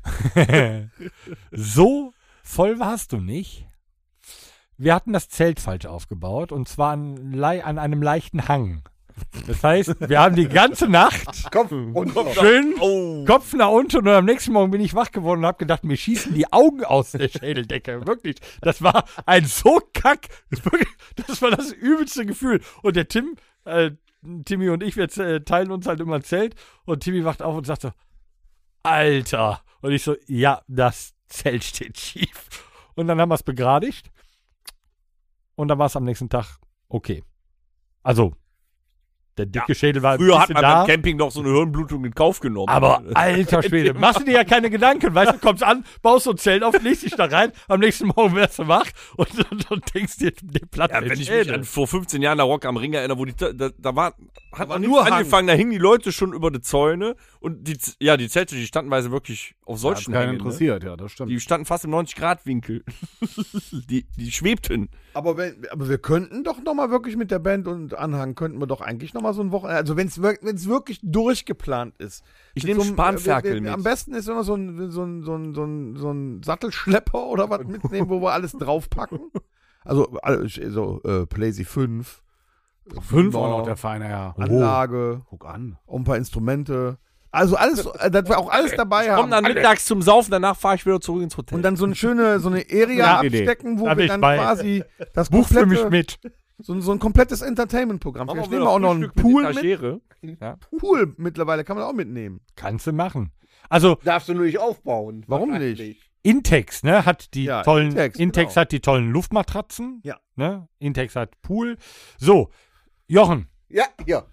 [SPEAKER 3] so voll warst du nicht. Wir hatten das Zelt falsch aufgebaut und zwar an, lei- an einem leichten Hang. Das heißt, wir haben die ganze Nacht
[SPEAKER 4] Kopf und
[SPEAKER 3] schön Kopf nach unten und am nächsten Morgen bin ich wach geworden und habe gedacht, mir schießen die Augen aus der Schädeldecke. Wirklich, das war ein so kack. Das war das übelste Gefühl. Und der Tim, äh, Timmy und ich, wir äh, teilen uns halt immer ein Zelt und Timmy wacht auf und sagt so, Alter. Und ich so, ja, das Zelt steht schief. Und dann haben wir es begradigt und dann war es am nächsten Tag okay. Also, der dicke Schädel war ein
[SPEAKER 2] Früher hat
[SPEAKER 3] bisschen
[SPEAKER 2] man
[SPEAKER 3] da.
[SPEAKER 2] beim Camping noch so eine Hirnblutung in Kauf genommen.
[SPEAKER 3] Aber alter Schwede, machst du dir ja keine Gedanken, weißt du, kommst an, baust so ein Zelt auf, legst dich da rein, am nächsten Morgen wärst du wach und, und, und denkst dir den Platz
[SPEAKER 2] Ja, wenn ich mich an vor 15 Jahren der Rock am Ring erinnere, wo die, da, da war, hat man
[SPEAKER 5] nur
[SPEAKER 2] nur
[SPEAKER 5] Hang.
[SPEAKER 2] angefangen, da hingen die Leute schon über die Zäune und die, Z- ja, die Zelte, die standen weise wirklich auf
[SPEAKER 6] Hat
[SPEAKER 2] solchen
[SPEAKER 6] keinen
[SPEAKER 2] Hängen, ne?
[SPEAKER 6] interessiert, ja, das stimmt.
[SPEAKER 2] Die standen fast im 90-Grad-Winkel. die, die schwebten.
[SPEAKER 5] Aber, wenn, aber wir könnten doch nochmal wirklich mit der Band und Anhang, könnten wir doch eigentlich nochmal so ein Wochenende, also wenn es wirklich durchgeplant ist.
[SPEAKER 2] Ich
[SPEAKER 5] Mit
[SPEAKER 2] nehme
[SPEAKER 5] so einem- äh,
[SPEAKER 2] Spanferkel
[SPEAKER 5] wir- wir-
[SPEAKER 2] mit.
[SPEAKER 5] Am besten ist immer so ein, so ein, so ein, so ein, so ein Sattelschlepper oder was mitnehmen, wo wir alles draufpacken. Also, all- so äh, Playsy 5.
[SPEAKER 6] Um Fünf war noch der Feine, ja.
[SPEAKER 5] Anlage,
[SPEAKER 6] Oh, Guck an.
[SPEAKER 5] auch ein paar Instrumente. Also alles, äh, dass wir auch alles dabei
[SPEAKER 2] Kommen
[SPEAKER 5] haben.
[SPEAKER 2] dann mittags zum Saufen, danach fahre ich wieder zurück ins Hotel.
[SPEAKER 5] Und dann so eine schöne, so eine Area
[SPEAKER 6] Ja, Idee.
[SPEAKER 5] abstecken, wo
[SPEAKER 3] Da bin
[SPEAKER 5] wir
[SPEAKER 3] ich
[SPEAKER 5] dann
[SPEAKER 3] bei.
[SPEAKER 5] quasi das
[SPEAKER 3] Buch für
[SPEAKER 5] komplette-
[SPEAKER 3] mich mit.
[SPEAKER 5] So, ein- so ein komplettes Entertainment-Programm.
[SPEAKER 2] Machen
[SPEAKER 5] Vielleicht
[SPEAKER 2] wir
[SPEAKER 5] nehmen wir auch noch einen
[SPEAKER 2] Frühstück
[SPEAKER 5] Pool
[SPEAKER 2] mit.
[SPEAKER 5] mit.
[SPEAKER 2] Etagere.
[SPEAKER 5] Pool mittlerweile kann man auch mitnehmen.
[SPEAKER 3] Kannst du machen. Also
[SPEAKER 4] darfst du nur nicht aufbauen.
[SPEAKER 5] Warum
[SPEAKER 4] Vertraglich.
[SPEAKER 3] Intex, ne, hat die
[SPEAKER 5] Ja,
[SPEAKER 3] tollen Intex,
[SPEAKER 5] Intex, genau.
[SPEAKER 3] hat die tollen Luftmatratzen,
[SPEAKER 5] Ja.
[SPEAKER 3] ne? Intex hat Pool. So, Jochen,
[SPEAKER 4] Ja, ja.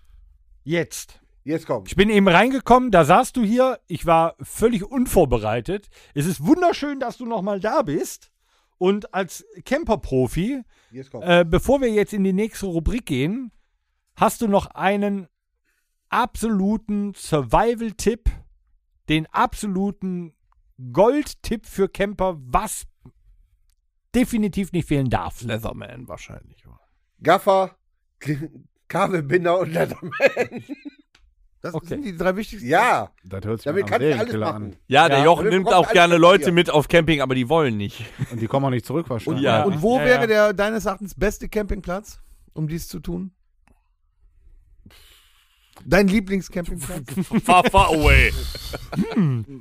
[SPEAKER 3] jetzt.
[SPEAKER 4] Jetzt kommt.
[SPEAKER 3] Ich bin eben reingekommen, da saßt du hier, ich war völlig unvorbereitet. Es ist wunderschön, dass du noch mal da bist und als Camperprofi
[SPEAKER 4] Jetzt kommt.
[SPEAKER 3] Äh, bevor wir jetzt in die nächste Rubrik gehen, hast du noch einen absoluten Survival-Tipp, den absoluten Gold-Tipp für Camper, was definitiv nicht fehlen darf.
[SPEAKER 2] Leatherman wahrscheinlich.
[SPEAKER 4] Gaffer, K- Kabelbinder und Letterman.
[SPEAKER 5] Das
[SPEAKER 3] Okay.
[SPEAKER 5] sind die drei wichtigsten.
[SPEAKER 4] Ja,
[SPEAKER 6] Das hört sich
[SPEAKER 4] damit
[SPEAKER 6] nach
[SPEAKER 4] kannst
[SPEAKER 6] einem
[SPEAKER 4] du alles
[SPEAKER 6] Serienkiller
[SPEAKER 4] machen.
[SPEAKER 2] Ja, der
[SPEAKER 3] Ja.
[SPEAKER 2] Jochen
[SPEAKER 4] Und dann
[SPEAKER 2] nimmt
[SPEAKER 4] kommt
[SPEAKER 2] auch
[SPEAKER 4] alles
[SPEAKER 2] gerne
[SPEAKER 4] mit
[SPEAKER 2] Leute
[SPEAKER 4] dir.
[SPEAKER 2] mit auf Camping, aber die wollen nicht.
[SPEAKER 6] an. Und die kommen auch nicht zurück wahrscheinlich.
[SPEAKER 2] Und ja.
[SPEAKER 5] Und wo
[SPEAKER 3] Ja,
[SPEAKER 5] wäre
[SPEAKER 3] ja.
[SPEAKER 5] der deines Erachtens beste Campingplatz, um dies zu tun? Dein Lieblingscampingplatz?
[SPEAKER 2] far, far away.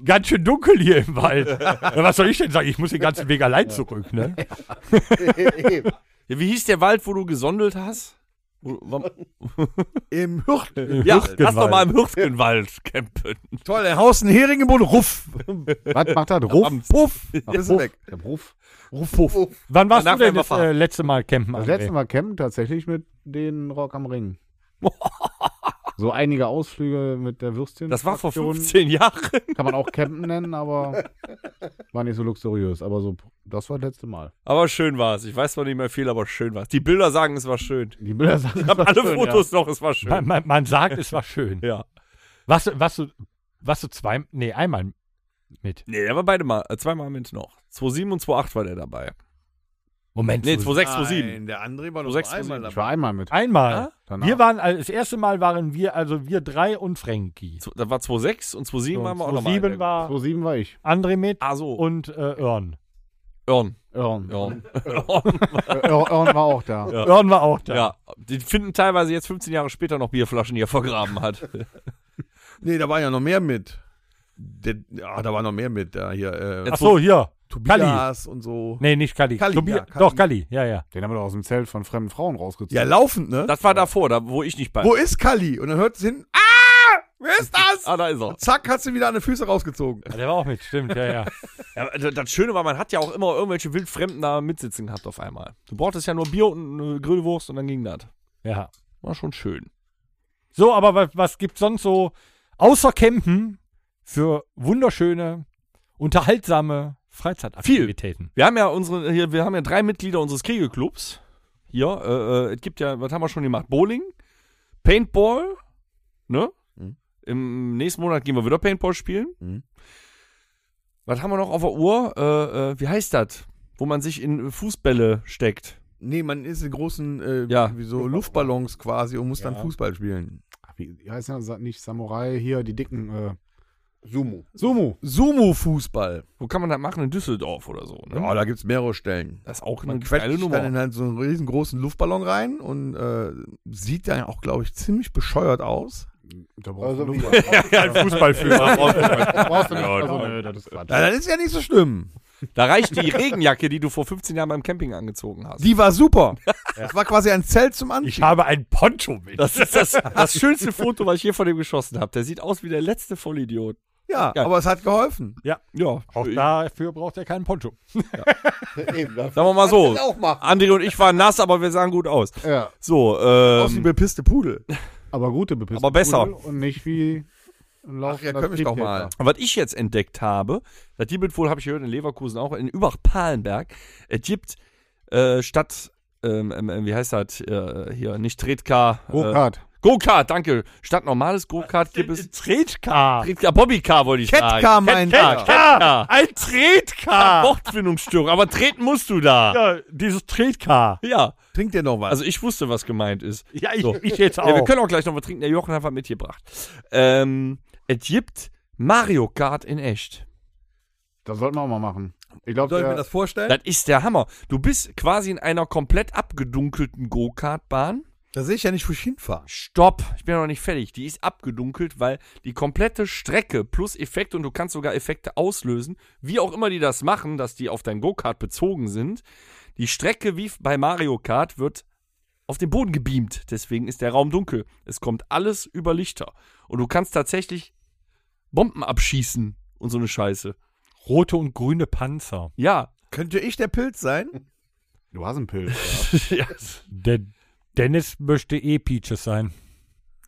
[SPEAKER 3] Ganz schön dunkel hier im Wald. Ja, was soll ich denn sagen? Ich muss den ganzen Weg allein zurück, ne?
[SPEAKER 2] Ja, wie hieß der Wald, wo du gesondelt hast? Wo- wo-
[SPEAKER 5] Im Hürtel.
[SPEAKER 2] Ja, lass doch mal im Hürtgenwald campen.
[SPEAKER 5] Toll, er haust einen Hering im Boden. Ruff.
[SPEAKER 6] Was macht das? Ruf?
[SPEAKER 5] Puff. Ist er weg.
[SPEAKER 6] Der Ruf.
[SPEAKER 3] Ruf, ruf. Wann warst
[SPEAKER 2] Danach
[SPEAKER 3] du denn
[SPEAKER 2] werden wir
[SPEAKER 3] das äh, letzte Mal campen?
[SPEAKER 6] Das
[SPEAKER 3] André?
[SPEAKER 6] letzte Mal campen tatsächlich mit den Rock am Ring. So einige Ausflüge mit der Würstchen.
[SPEAKER 2] Das war vor
[SPEAKER 6] Fraktion.
[SPEAKER 2] 15 Jahren.
[SPEAKER 6] Kann man auch campen nennen, aber war nicht so luxuriös. Aber so, das war das letzte Mal.
[SPEAKER 2] Aber schön war es. Ich weiß zwar nicht mehr viel, aber schön war es. Die Bilder sagen, es war schön.
[SPEAKER 6] Die Bilder sagen,
[SPEAKER 2] Ich habe alle Fotos noch, es war
[SPEAKER 3] man,
[SPEAKER 2] schön.
[SPEAKER 3] man, man sagt, es war schön.
[SPEAKER 2] Ja.
[SPEAKER 3] Was, was, du, was du zwei, nee, einmal mit.
[SPEAKER 2] Nee, er war beide mal, äh, zweimal mit noch. 2,7 und 2,8 war der dabei.
[SPEAKER 3] Moment,
[SPEAKER 2] Nee,
[SPEAKER 3] so-
[SPEAKER 2] 2,6, 2,7.
[SPEAKER 5] der André war
[SPEAKER 2] doch sechs, einmal
[SPEAKER 6] Ich war einmal mit.
[SPEAKER 3] Einmal.
[SPEAKER 2] Ja?
[SPEAKER 6] Danach.
[SPEAKER 3] Wir waren, also das erste Mal waren wir, also wir drei und Frankie.
[SPEAKER 2] Zw- Da war 2,6 und 2,7
[SPEAKER 3] So,
[SPEAKER 2] waren wir auch nochmal.
[SPEAKER 3] 2007 war
[SPEAKER 6] 2007 war ich.
[SPEAKER 3] André mit
[SPEAKER 2] Ah, so.
[SPEAKER 3] und äh, Örn.
[SPEAKER 2] Örn.
[SPEAKER 6] Örn. Örn.
[SPEAKER 2] Örn. Örn.
[SPEAKER 6] Örn Äh, war auch da.
[SPEAKER 2] Ja.
[SPEAKER 3] Örn war auch da.
[SPEAKER 2] Ja, die finden teilweise jetzt 15 Jahre später noch Bierflaschen, die er vergraben hat.
[SPEAKER 5] Nee, da war ja noch mehr mit. Der, ja, da war noch mehr mit. Da hier. Äh,
[SPEAKER 2] Jetzt-
[SPEAKER 3] Ach so, hier. Kalli.
[SPEAKER 5] Tobias und so.
[SPEAKER 3] Nee, nicht Kalli.
[SPEAKER 5] Kalli,
[SPEAKER 3] Tobi-
[SPEAKER 5] ja, Kalli.
[SPEAKER 3] Doch, Kalli. Ja, ja.
[SPEAKER 6] Den haben wir doch aus dem Zelt von fremden Frauen rausgezogen.
[SPEAKER 5] Ja, laufend, ne?
[SPEAKER 2] Das war davor, da, wo ich nicht bei
[SPEAKER 5] Wo ist Kali? Und dann hört es hin. Ah! Wer ist das?
[SPEAKER 2] Ah, da ist er.
[SPEAKER 5] Zack, hat sie wieder an den Füßen rausgezogen.
[SPEAKER 3] Der war auch mit, stimmt, ja, ja.
[SPEAKER 2] Ja, aber das Schöne war, man hat ja auch immer irgendwelche Wildfremden da mitsitzen gehabt auf einmal. Du brauchtest ja nur Bier und eine Grillwurst und dann ging das.
[SPEAKER 3] ja.
[SPEAKER 2] War schon schön.
[SPEAKER 3] So, aber was, was gibt sonst so außer Campen für wunderschöne, unterhaltsame Freizeitaktivitäten?
[SPEAKER 2] Wir haben ja unsere, hier, wir haben ja drei Mitglieder unseres Kegelclubs. Hier, äh, äh, es gibt ja, was haben wir schon gemacht? Bowling, Paintball, ne?
[SPEAKER 5] Mhm.
[SPEAKER 2] Im nächsten Monat gehen wir wieder Paintball spielen.
[SPEAKER 5] Mhm.
[SPEAKER 2] Was haben wir noch auf der Uhr? Äh, äh, wie heißt das? Wo man sich in Fußbälle steckt.
[SPEAKER 5] Nee, man ist in großen, äh,
[SPEAKER 2] Ja.
[SPEAKER 5] wie so Luftballons quasi und muss dann
[SPEAKER 6] Ja.
[SPEAKER 5] Fußball spielen.
[SPEAKER 6] Wie wie heißt das nicht Samurai hier, die dicken. Äh,
[SPEAKER 4] Sumo.
[SPEAKER 6] Sumo.
[SPEAKER 5] Sumo-Fußball.
[SPEAKER 2] Wo kann man das machen? In Düsseldorf oder so, ne?
[SPEAKER 5] Ja, da gibt's mehrere Stellen.
[SPEAKER 2] Das ist auch
[SPEAKER 5] Man
[SPEAKER 2] eine
[SPEAKER 5] quetscht
[SPEAKER 2] geile
[SPEAKER 5] sich
[SPEAKER 2] Nummer.
[SPEAKER 5] dann in halt so einen riesengroßen Luftballon rein und äh, sieht dann auch, glaube ich, ziemlich bescheuert aus.
[SPEAKER 6] Da brauchst
[SPEAKER 4] Also
[SPEAKER 6] du
[SPEAKER 4] wie
[SPEAKER 6] Luft-
[SPEAKER 2] ein Fußballführer.
[SPEAKER 6] da brauchst du nicht. Also, nö, das ist Quatsch.
[SPEAKER 5] Na, dann ist ja nicht so schlimm.
[SPEAKER 2] da reicht die Regenjacke, die du vor 15 Jahren beim Camping angezogen hast.
[SPEAKER 5] Die war super. Das war quasi ein Zelt zum Anziehen.
[SPEAKER 3] Ich habe ein Poncho mit.
[SPEAKER 2] Das ist das, das schönste Foto, was ich hier von dem geschossen habe. Der sieht aus wie der letzte Vollidiot.
[SPEAKER 5] Ja,
[SPEAKER 2] Ja.
[SPEAKER 5] aber es hat geholfen.
[SPEAKER 2] Ja,
[SPEAKER 3] Auch dafür braucht er keinen Poncho.
[SPEAKER 4] Äh, Eben, das
[SPEAKER 2] Sagen wir mal so.
[SPEAKER 4] das auch machen.
[SPEAKER 2] André und ich waren nass, aber wir sahen gut aus.
[SPEAKER 6] Ja,
[SPEAKER 2] So,
[SPEAKER 5] Aus wie
[SPEAKER 2] ähm,
[SPEAKER 5] bepisste Pudel.
[SPEAKER 6] aber gute Bepistung.
[SPEAKER 2] Aber besser.
[SPEAKER 6] Und nicht wie ein Lauf.
[SPEAKER 5] ja, können wir doch mal.
[SPEAKER 2] was ich jetzt entdeckt habe, das gibt wohl, habe ich gehört, in Leverkusen auch, in Übach-Palenberg, es gibt äh, statt, ähm, ähm, wie heißt das, äh, hier, nicht Tretka, äh,
[SPEAKER 6] Go-Kart.
[SPEAKER 2] Go-Kart, danke, statt normales Go-Kart gibt es
[SPEAKER 3] Tretcar.
[SPEAKER 2] Tretka, Bobbycar wollte ich sagen.
[SPEAKER 5] Ketka mein
[SPEAKER 2] Ketka,
[SPEAKER 5] Tag.
[SPEAKER 2] Ketka.
[SPEAKER 3] Ein Tretcar.
[SPEAKER 2] Wortfindungsstörung, aber treten musst du da.
[SPEAKER 3] Ja, dieses Tretcar.
[SPEAKER 2] Ja,
[SPEAKER 5] Trinkt ihr noch was?
[SPEAKER 2] also ich wusste, was gemeint ist.
[SPEAKER 3] Ja,
[SPEAKER 2] So.
[SPEAKER 3] ich jetzt
[SPEAKER 2] Ja, wir können auch gleich noch was trinken. Der Jochen hat was mitgebracht. Ähm, es gibt Mario Kart in echt.
[SPEAKER 6] Das sollten wir auch mal machen. Ich glaube,
[SPEAKER 5] Soll ich mir
[SPEAKER 6] der,
[SPEAKER 5] das vorstellen?
[SPEAKER 2] Das ist der Hammer. Du bist quasi in einer komplett abgedunkelten Go-Kart-Bahn.
[SPEAKER 5] Da sehe ich ja nicht, wo ich hinfahre.
[SPEAKER 2] Stopp, ich bin noch nicht fertig. Die ist abgedunkelt, weil die komplette Strecke plus Effekte und du kannst sogar Effekte auslösen, wie auch immer die das machen, dass die auf dein Go-Kart bezogen sind. Die Strecke wie bei Mario Kart wird auf den Boden gebeamt. Deswegen ist der Raum dunkel. Es kommt alles über Lichter. Und du kannst tatsächlich Bomben abschießen und so eine Scheiße.
[SPEAKER 3] Rote und grüne Panzer.
[SPEAKER 2] Ja.
[SPEAKER 5] Könnte ich der Pilz sein?
[SPEAKER 6] du hast einen Pilz.
[SPEAKER 2] ja.
[SPEAKER 3] Der Dennis möchte eh Peaches sein.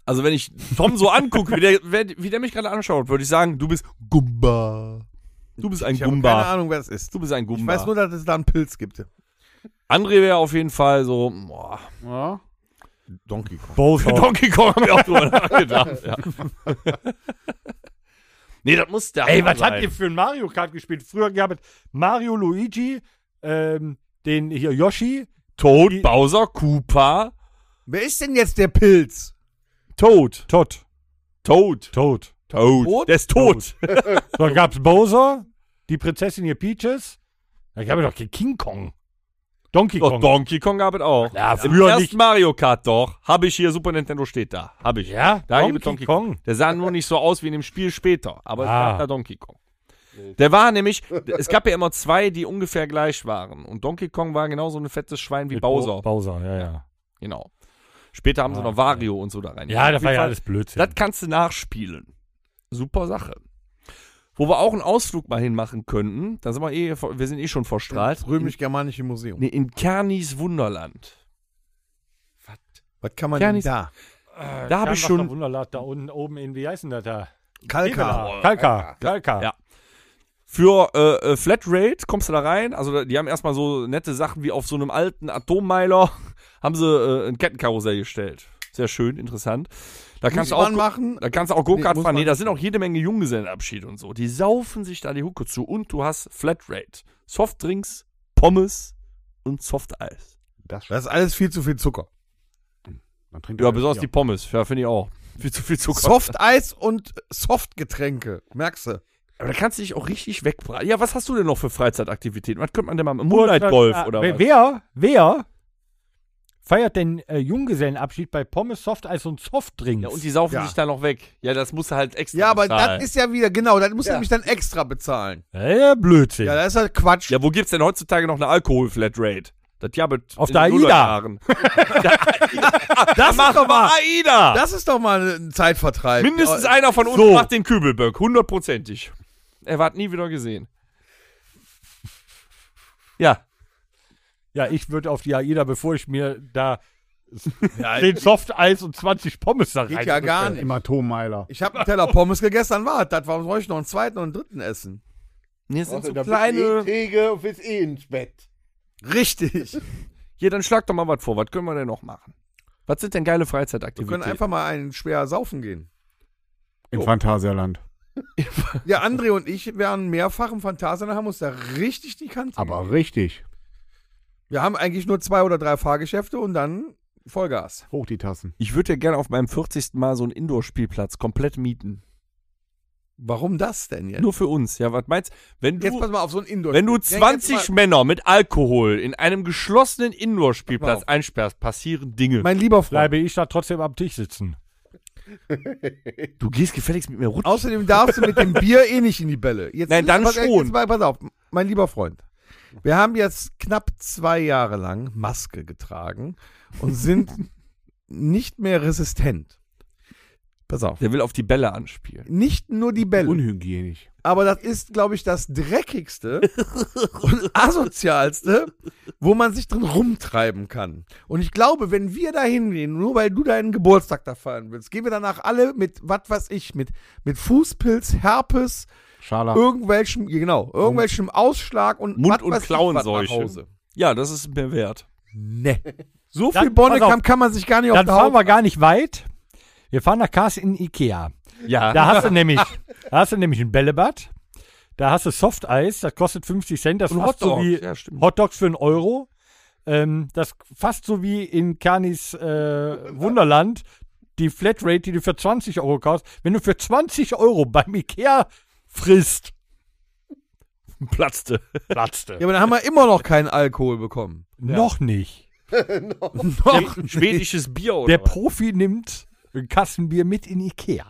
[SPEAKER 2] Also wenn ich Tom so angucke, wie der, wer- wie der mich gerade anschaut, würde ich sagen, du bist Gumba. Du bist ein
[SPEAKER 5] Ich habe keine
[SPEAKER 2] Gumba.
[SPEAKER 5] Ahnung, wer das ist.
[SPEAKER 2] Du bist ein Gumba.
[SPEAKER 5] Ich weiß nur, dass es da einen Pilz gibt.
[SPEAKER 2] André wäre auf jeden Fall so, boah,
[SPEAKER 6] Ja.
[SPEAKER 5] Donkey Kong.
[SPEAKER 3] Both of-
[SPEAKER 2] Donkey Kong haben wir auch drüber nachgedacht. Ja. nee, das muss der
[SPEAKER 3] Ey,
[SPEAKER 2] Hammer
[SPEAKER 3] was habt
[SPEAKER 2] sein.
[SPEAKER 3] ihr für ein Mario Kart gespielt? Früher gab es Mario, Luigi, ähm, den hier Yoshi.
[SPEAKER 2] Toad, Bowser, Koopa,
[SPEAKER 5] Wer ist denn jetzt der Pilz?
[SPEAKER 2] Toad.
[SPEAKER 3] Todd.
[SPEAKER 2] Toad.
[SPEAKER 3] Toad.
[SPEAKER 2] Toad.
[SPEAKER 5] Toad?
[SPEAKER 2] Der ist tot.
[SPEAKER 3] Dann gab's Bowser, die Prinzessin hier Peaches. Da gab es doch kein King Kong. Donkey
[SPEAKER 2] Doch,
[SPEAKER 3] Kong.
[SPEAKER 2] Donkey Kong gab es auch.
[SPEAKER 3] Ja,
[SPEAKER 2] Im
[SPEAKER 3] früher
[SPEAKER 2] ersten
[SPEAKER 3] nicht.
[SPEAKER 2] Mario Kart doch. Habe ich hier, Super Nintendo steht da. Habe ich.
[SPEAKER 3] Ja,
[SPEAKER 2] da
[SPEAKER 3] Donkey,
[SPEAKER 2] gibt es Donkey
[SPEAKER 3] Kong.
[SPEAKER 2] Der sah nur nicht so aus wie in dem Spiel später, aber
[SPEAKER 3] Ah.
[SPEAKER 2] es gab da Donkey Kong. Der war nämlich, es gab ja immer zwei, die ungefähr gleich waren. Und Donkey Kong war genauso ein fettes Schwein wie
[SPEAKER 3] Mit
[SPEAKER 2] Bowser.
[SPEAKER 3] Bo- Bowser, ja, ja.
[SPEAKER 2] Genau. Später haben sie
[SPEAKER 3] Ah,
[SPEAKER 2] noch Wario und so da rein.
[SPEAKER 3] Ja,
[SPEAKER 2] Auf
[SPEAKER 3] das war
[SPEAKER 2] jeden
[SPEAKER 3] ja
[SPEAKER 2] Fall,
[SPEAKER 3] alles Blödsinn.
[SPEAKER 2] Das kannst du nachspielen. Super Sache. Wo wir auch einen Ausflug mal hinmachen könnten, da sind wir eh, wir sind eh schon verstrahlt.
[SPEAKER 5] Das Römisch-Germanische Museum.
[SPEAKER 2] Nee, in Kernis Wunderland.
[SPEAKER 5] Was kann man
[SPEAKER 2] Ja,
[SPEAKER 5] denn
[SPEAKER 2] nicht-
[SPEAKER 5] da?
[SPEAKER 2] da habe ich schon.
[SPEAKER 3] Wunderland da unten oben in, wie heißt denn das da?
[SPEAKER 5] Kalkar.
[SPEAKER 3] Kalka. Kalka.
[SPEAKER 2] Ja. Für äh, äh, Flatrate kommst du da rein. Also da- die haben erstmal so nette Sachen wie auf so einem alten Atommeiler haben sie äh, ein Kettenkarussell gestellt. Sehr schön, interessant. Da kannst du auch
[SPEAKER 5] man machen.
[SPEAKER 2] Da kannst du auch Go-Kart
[SPEAKER 5] Nee,
[SPEAKER 2] fahren.
[SPEAKER 5] muss man
[SPEAKER 2] Nee, da
[SPEAKER 5] nicht.
[SPEAKER 2] sind auch jede Menge Junggesellenabschiede und so. Die saufen sich da die Hucke zu und du hast Flatrate. Softdrinks, Pommes und Softeis.
[SPEAKER 6] Das
[SPEAKER 5] Das ist alles viel zu viel Zucker.
[SPEAKER 6] Man trinkt
[SPEAKER 2] Ja,
[SPEAKER 6] alles
[SPEAKER 2] besonders die
[SPEAKER 6] Bier.
[SPEAKER 2] Pommes. Ja, finde ich auch. Viel zu viel Zucker.
[SPEAKER 5] Softeis und Softgetränke. Merkst du?
[SPEAKER 2] Aber da kannst du dich auch richtig wegbraten. Ja, was hast du denn noch für Freizeitaktivitäten? Was könnte man denn mal machen?
[SPEAKER 3] Moonlight ah,
[SPEAKER 2] Moonlight Golf oder
[SPEAKER 3] wer,
[SPEAKER 2] was?
[SPEAKER 3] wer, wer feiert denn äh, Junggesellenabschied bei Pommes, Softeis und Softdrinks?
[SPEAKER 2] Ja, und die saufen
[SPEAKER 5] Ja.
[SPEAKER 2] sich da noch weg. Ja, das musst du halt extra
[SPEAKER 5] Ja, aber
[SPEAKER 2] bezahlen.
[SPEAKER 5] das ist ja wieder, genau, das musst du
[SPEAKER 4] Ja.
[SPEAKER 5] nämlich dann extra bezahlen.
[SPEAKER 3] Äh, ja, Blödsinn.
[SPEAKER 5] Ja, das ist halt Quatsch.
[SPEAKER 2] Ja, wo gibt's denn heutzutage noch eine Alkohol-Flatrate? Das ja mit
[SPEAKER 3] Auf der AIDA.
[SPEAKER 2] das macht doch mal AIDA.
[SPEAKER 5] Das ist doch mal ein Zeitvertreib.
[SPEAKER 2] Mindestens
[SPEAKER 5] Ja,
[SPEAKER 2] einer von uns
[SPEAKER 3] So.
[SPEAKER 2] macht den Kübelböck, hundertprozentig. Er war nie wieder gesehen. Ja,
[SPEAKER 3] Ja, ich würde auf die AIDA, bevor ich mir da den Soft-Eis und 20 Pommes da rein.
[SPEAKER 5] Geht ja gar nicht.
[SPEAKER 6] Im Atommeiler.
[SPEAKER 5] Ich habe einen Teller Pommes gegessen, dann war es das. Warum soll ich noch einen zweiten und einen dritten essen?
[SPEAKER 2] Nee, das sind so
[SPEAKER 4] da bist
[SPEAKER 2] kleine.
[SPEAKER 4] eh träge und bist eh ins Bett.
[SPEAKER 5] Richtig.
[SPEAKER 2] eh- Hier, dann schlag doch mal was vor. Was können wir denn noch machen? Was sind denn geile
[SPEAKER 5] Wir
[SPEAKER 2] Freizeitaktivitäten?
[SPEAKER 5] können einfach mal einen schwer saufen gehen.
[SPEAKER 6] Im Phantasialand.
[SPEAKER 5] Ja, André und ich wären mehrfach im Phantasien und haben uns da richtig die Kante.
[SPEAKER 6] Aber richtig.
[SPEAKER 5] Wir haben eigentlich nur zwei oder drei Fahrgeschäfte und dann Vollgas.
[SPEAKER 6] Hoch die Tassen.
[SPEAKER 2] ich würde ja gerne auf meinem 40. Mal so einen Indoor-Spielplatz komplett mieten.
[SPEAKER 5] Warum das denn jetzt?
[SPEAKER 2] Nur für uns. Ja, was meinst wenn du?
[SPEAKER 5] jetzt pass mal auf so ein Indoor.
[SPEAKER 2] Wenn du
[SPEAKER 5] Ja, jetzt
[SPEAKER 2] 20 Männer mit Alkohol in einem geschlossenen Indoor-Spielplatz
[SPEAKER 5] Pass
[SPEAKER 2] einsperrst, passieren Dinge.
[SPEAKER 5] mal, mein lieber Freund.
[SPEAKER 3] Bleibe ich da trotzdem am Tisch sitzen.
[SPEAKER 2] Du gehst gefälligst mit mir runter.
[SPEAKER 5] Außerdem darfst du mit dem Bier eh nicht in die Bälle. Jetzt
[SPEAKER 2] Nein, dann
[SPEAKER 5] pass,
[SPEAKER 2] schon.
[SPEAKER 5] Jetzt, mal- pass auf, mein lieber Freund. Wir haben jetzt knapp zwei Jahre lang Maske getragen und sind nicht mehr resistent. Pass auf.
[SPEAKER 2] Der will auf die Bälle anspielen.
[SPEAKER 5] Nicht nur die Bälle.
[SPEAKER 6] Unhygienisch.
[SPEAKER 5] aber das ist, glaube ich, das dreckigste und asozialste, wo man sich drin rumtreiben kann. Und ich glaube, wenn wir da hingehen, nur weil du deinen Geburtstag da feiern willst, gehen wir danach alle mit, was weiß ich, mit, mit Fußpilz, Herpes,
[SPEAKER 6] Schala.
[SPEAKER 5] irgendwelchem, genau, irgendwelchem Ausschlag und
[SPEAKER 2] Mund-
[SPEAKER 5] wat
[SPEAKER 2] und
[SPEAKER 5] weiß ich
[SPEAKER 2] Klauenseuche.
[SPEAKER 5] was nach Hause.
[SPEAKER 2] Ja, das ist mir wert.
[SPEAKER 5] Nee. So
[SPEAKER 3] Dann-
[SPEAKER 5] viel Bonne
[SPEAKER 3] pass auf.
[SPEAKER 5] kann, kann man sich gar nicht
[SPEAKER 3] Dann
[SPEAKER 5] auf der
[SPEAKER 3] fahren
[SPEAKER 5] Haut.
[SPEAKER 3] wir gar nicht weit. Wir fahren nach Kars in Ikea.
[SPEAKER 2] Ja.
[SPEAKER 3] Da hast du nämlich, da hast du nämlich ein Bällebad. Da hast du Softeis, das kostet 50 Cent. Das ist fast so wie
[SPEAKER 2] ja, stimmt.
[SPEAKER 3] Hotdogs für einen Euro. Ähm, das fast so wie in Kernis äh, Wunderland. Die Flatrate, die du für 20 Euro kaufst. Wenn du für 20 Euro beim Ikea frisst,
[SPEAKER 2] platzte.
[SPEAKER 3] platzte.
[SPEAKER 5] Ja, aber dann haben wir immer noch keinen Alkohol bekommen.
[SPEAKER 3] Noch nicht.
[SPEAKER 5] Noch
[SPEAKER 2] Schwedisches Bier oder
[SPEAKER 3] Der
[SPEAKER 2] was?
[SPEAKER 3] Profi nimmt ein Kassenbier mit in Ikea.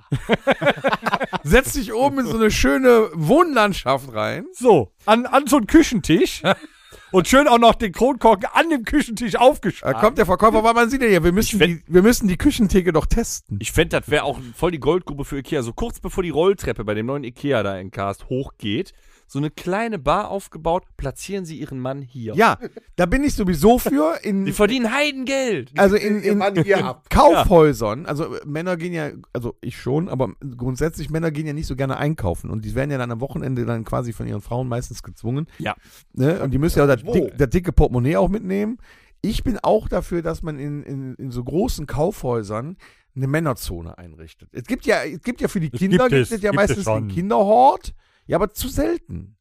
[SPEAKER 5] Setz dich oben in so eine schöne Wohnlandschaft rein.
[SPEAKER 3] So, an, an so einen Küchentisch. Und schön auch noch den Kronkorken an dem Küchentisch
[SPEAKER 5] Da
[SPEAKER 3] aufgeschlagen.
[SPEAKER 5] Äh, kommt der Verkäufer, weil man sieht ja, hier, wir müssen, die, wir müssen die Küchentheke doch testen.
[SPEAKER 2] Ich fände, das wäre auch voll die Goldgrube für Ikea. So kurz bevor die Rolltreppe bei dem neuen Ikea da in Karst hochgeht, so eine kleine Bar aufgebaut, platzieren sie ihren Mann hier.
[SPEAKER 5] Ja, da bin ich sowieso für.
[SPEAKER 2] Die
[SPEAKER 5] In,
[SPEAKER 2] verdienen Heidengeld.
[SPEAKER 5] also in,
[SPEAKER 4] Ihr
[SPEAKER 5] in,
[SPEAKER 4] Mann
[SPEAKER 5] in
[SPEAKER 4] hier ab.
[SPEAKER 5] Kaufhäusern, also Männer gehen ja, also ich schon, aber grundsätzlich Männer gehen ja nicht so gerne einkaufen und die werden ja dann am Wochenende dann quasi von ihren Frauen meistens gezwungen.
[SPEAKER 2] Ja.
[SPEAKER 5] Ne? Und die müssen ja das,
[SPEAKER 4] Wo?
[SPEAKER 5] dick, das dicke Portemonnaie auch mitnehmen. Ich bin auch dafür, dass man in, in, in so großen Kaufhäusern eine Männerzone einrichtet. Es gibt ja, es gibt ja für die
[SPEAKER 3] Es
[SPEAKER 5] Kinder,
[SPEAKER 3] gibt
[SPEAKER 5] gibt
[SPEAKER 3] es,
[SPEAKER 5] es, ja
[SPEAKER 3] gibt
[SPEAKER 5] meistens
[SPEAKER 3] es schon.
[SPEAKER 5] den Kinderhort, ja, aber zu selten.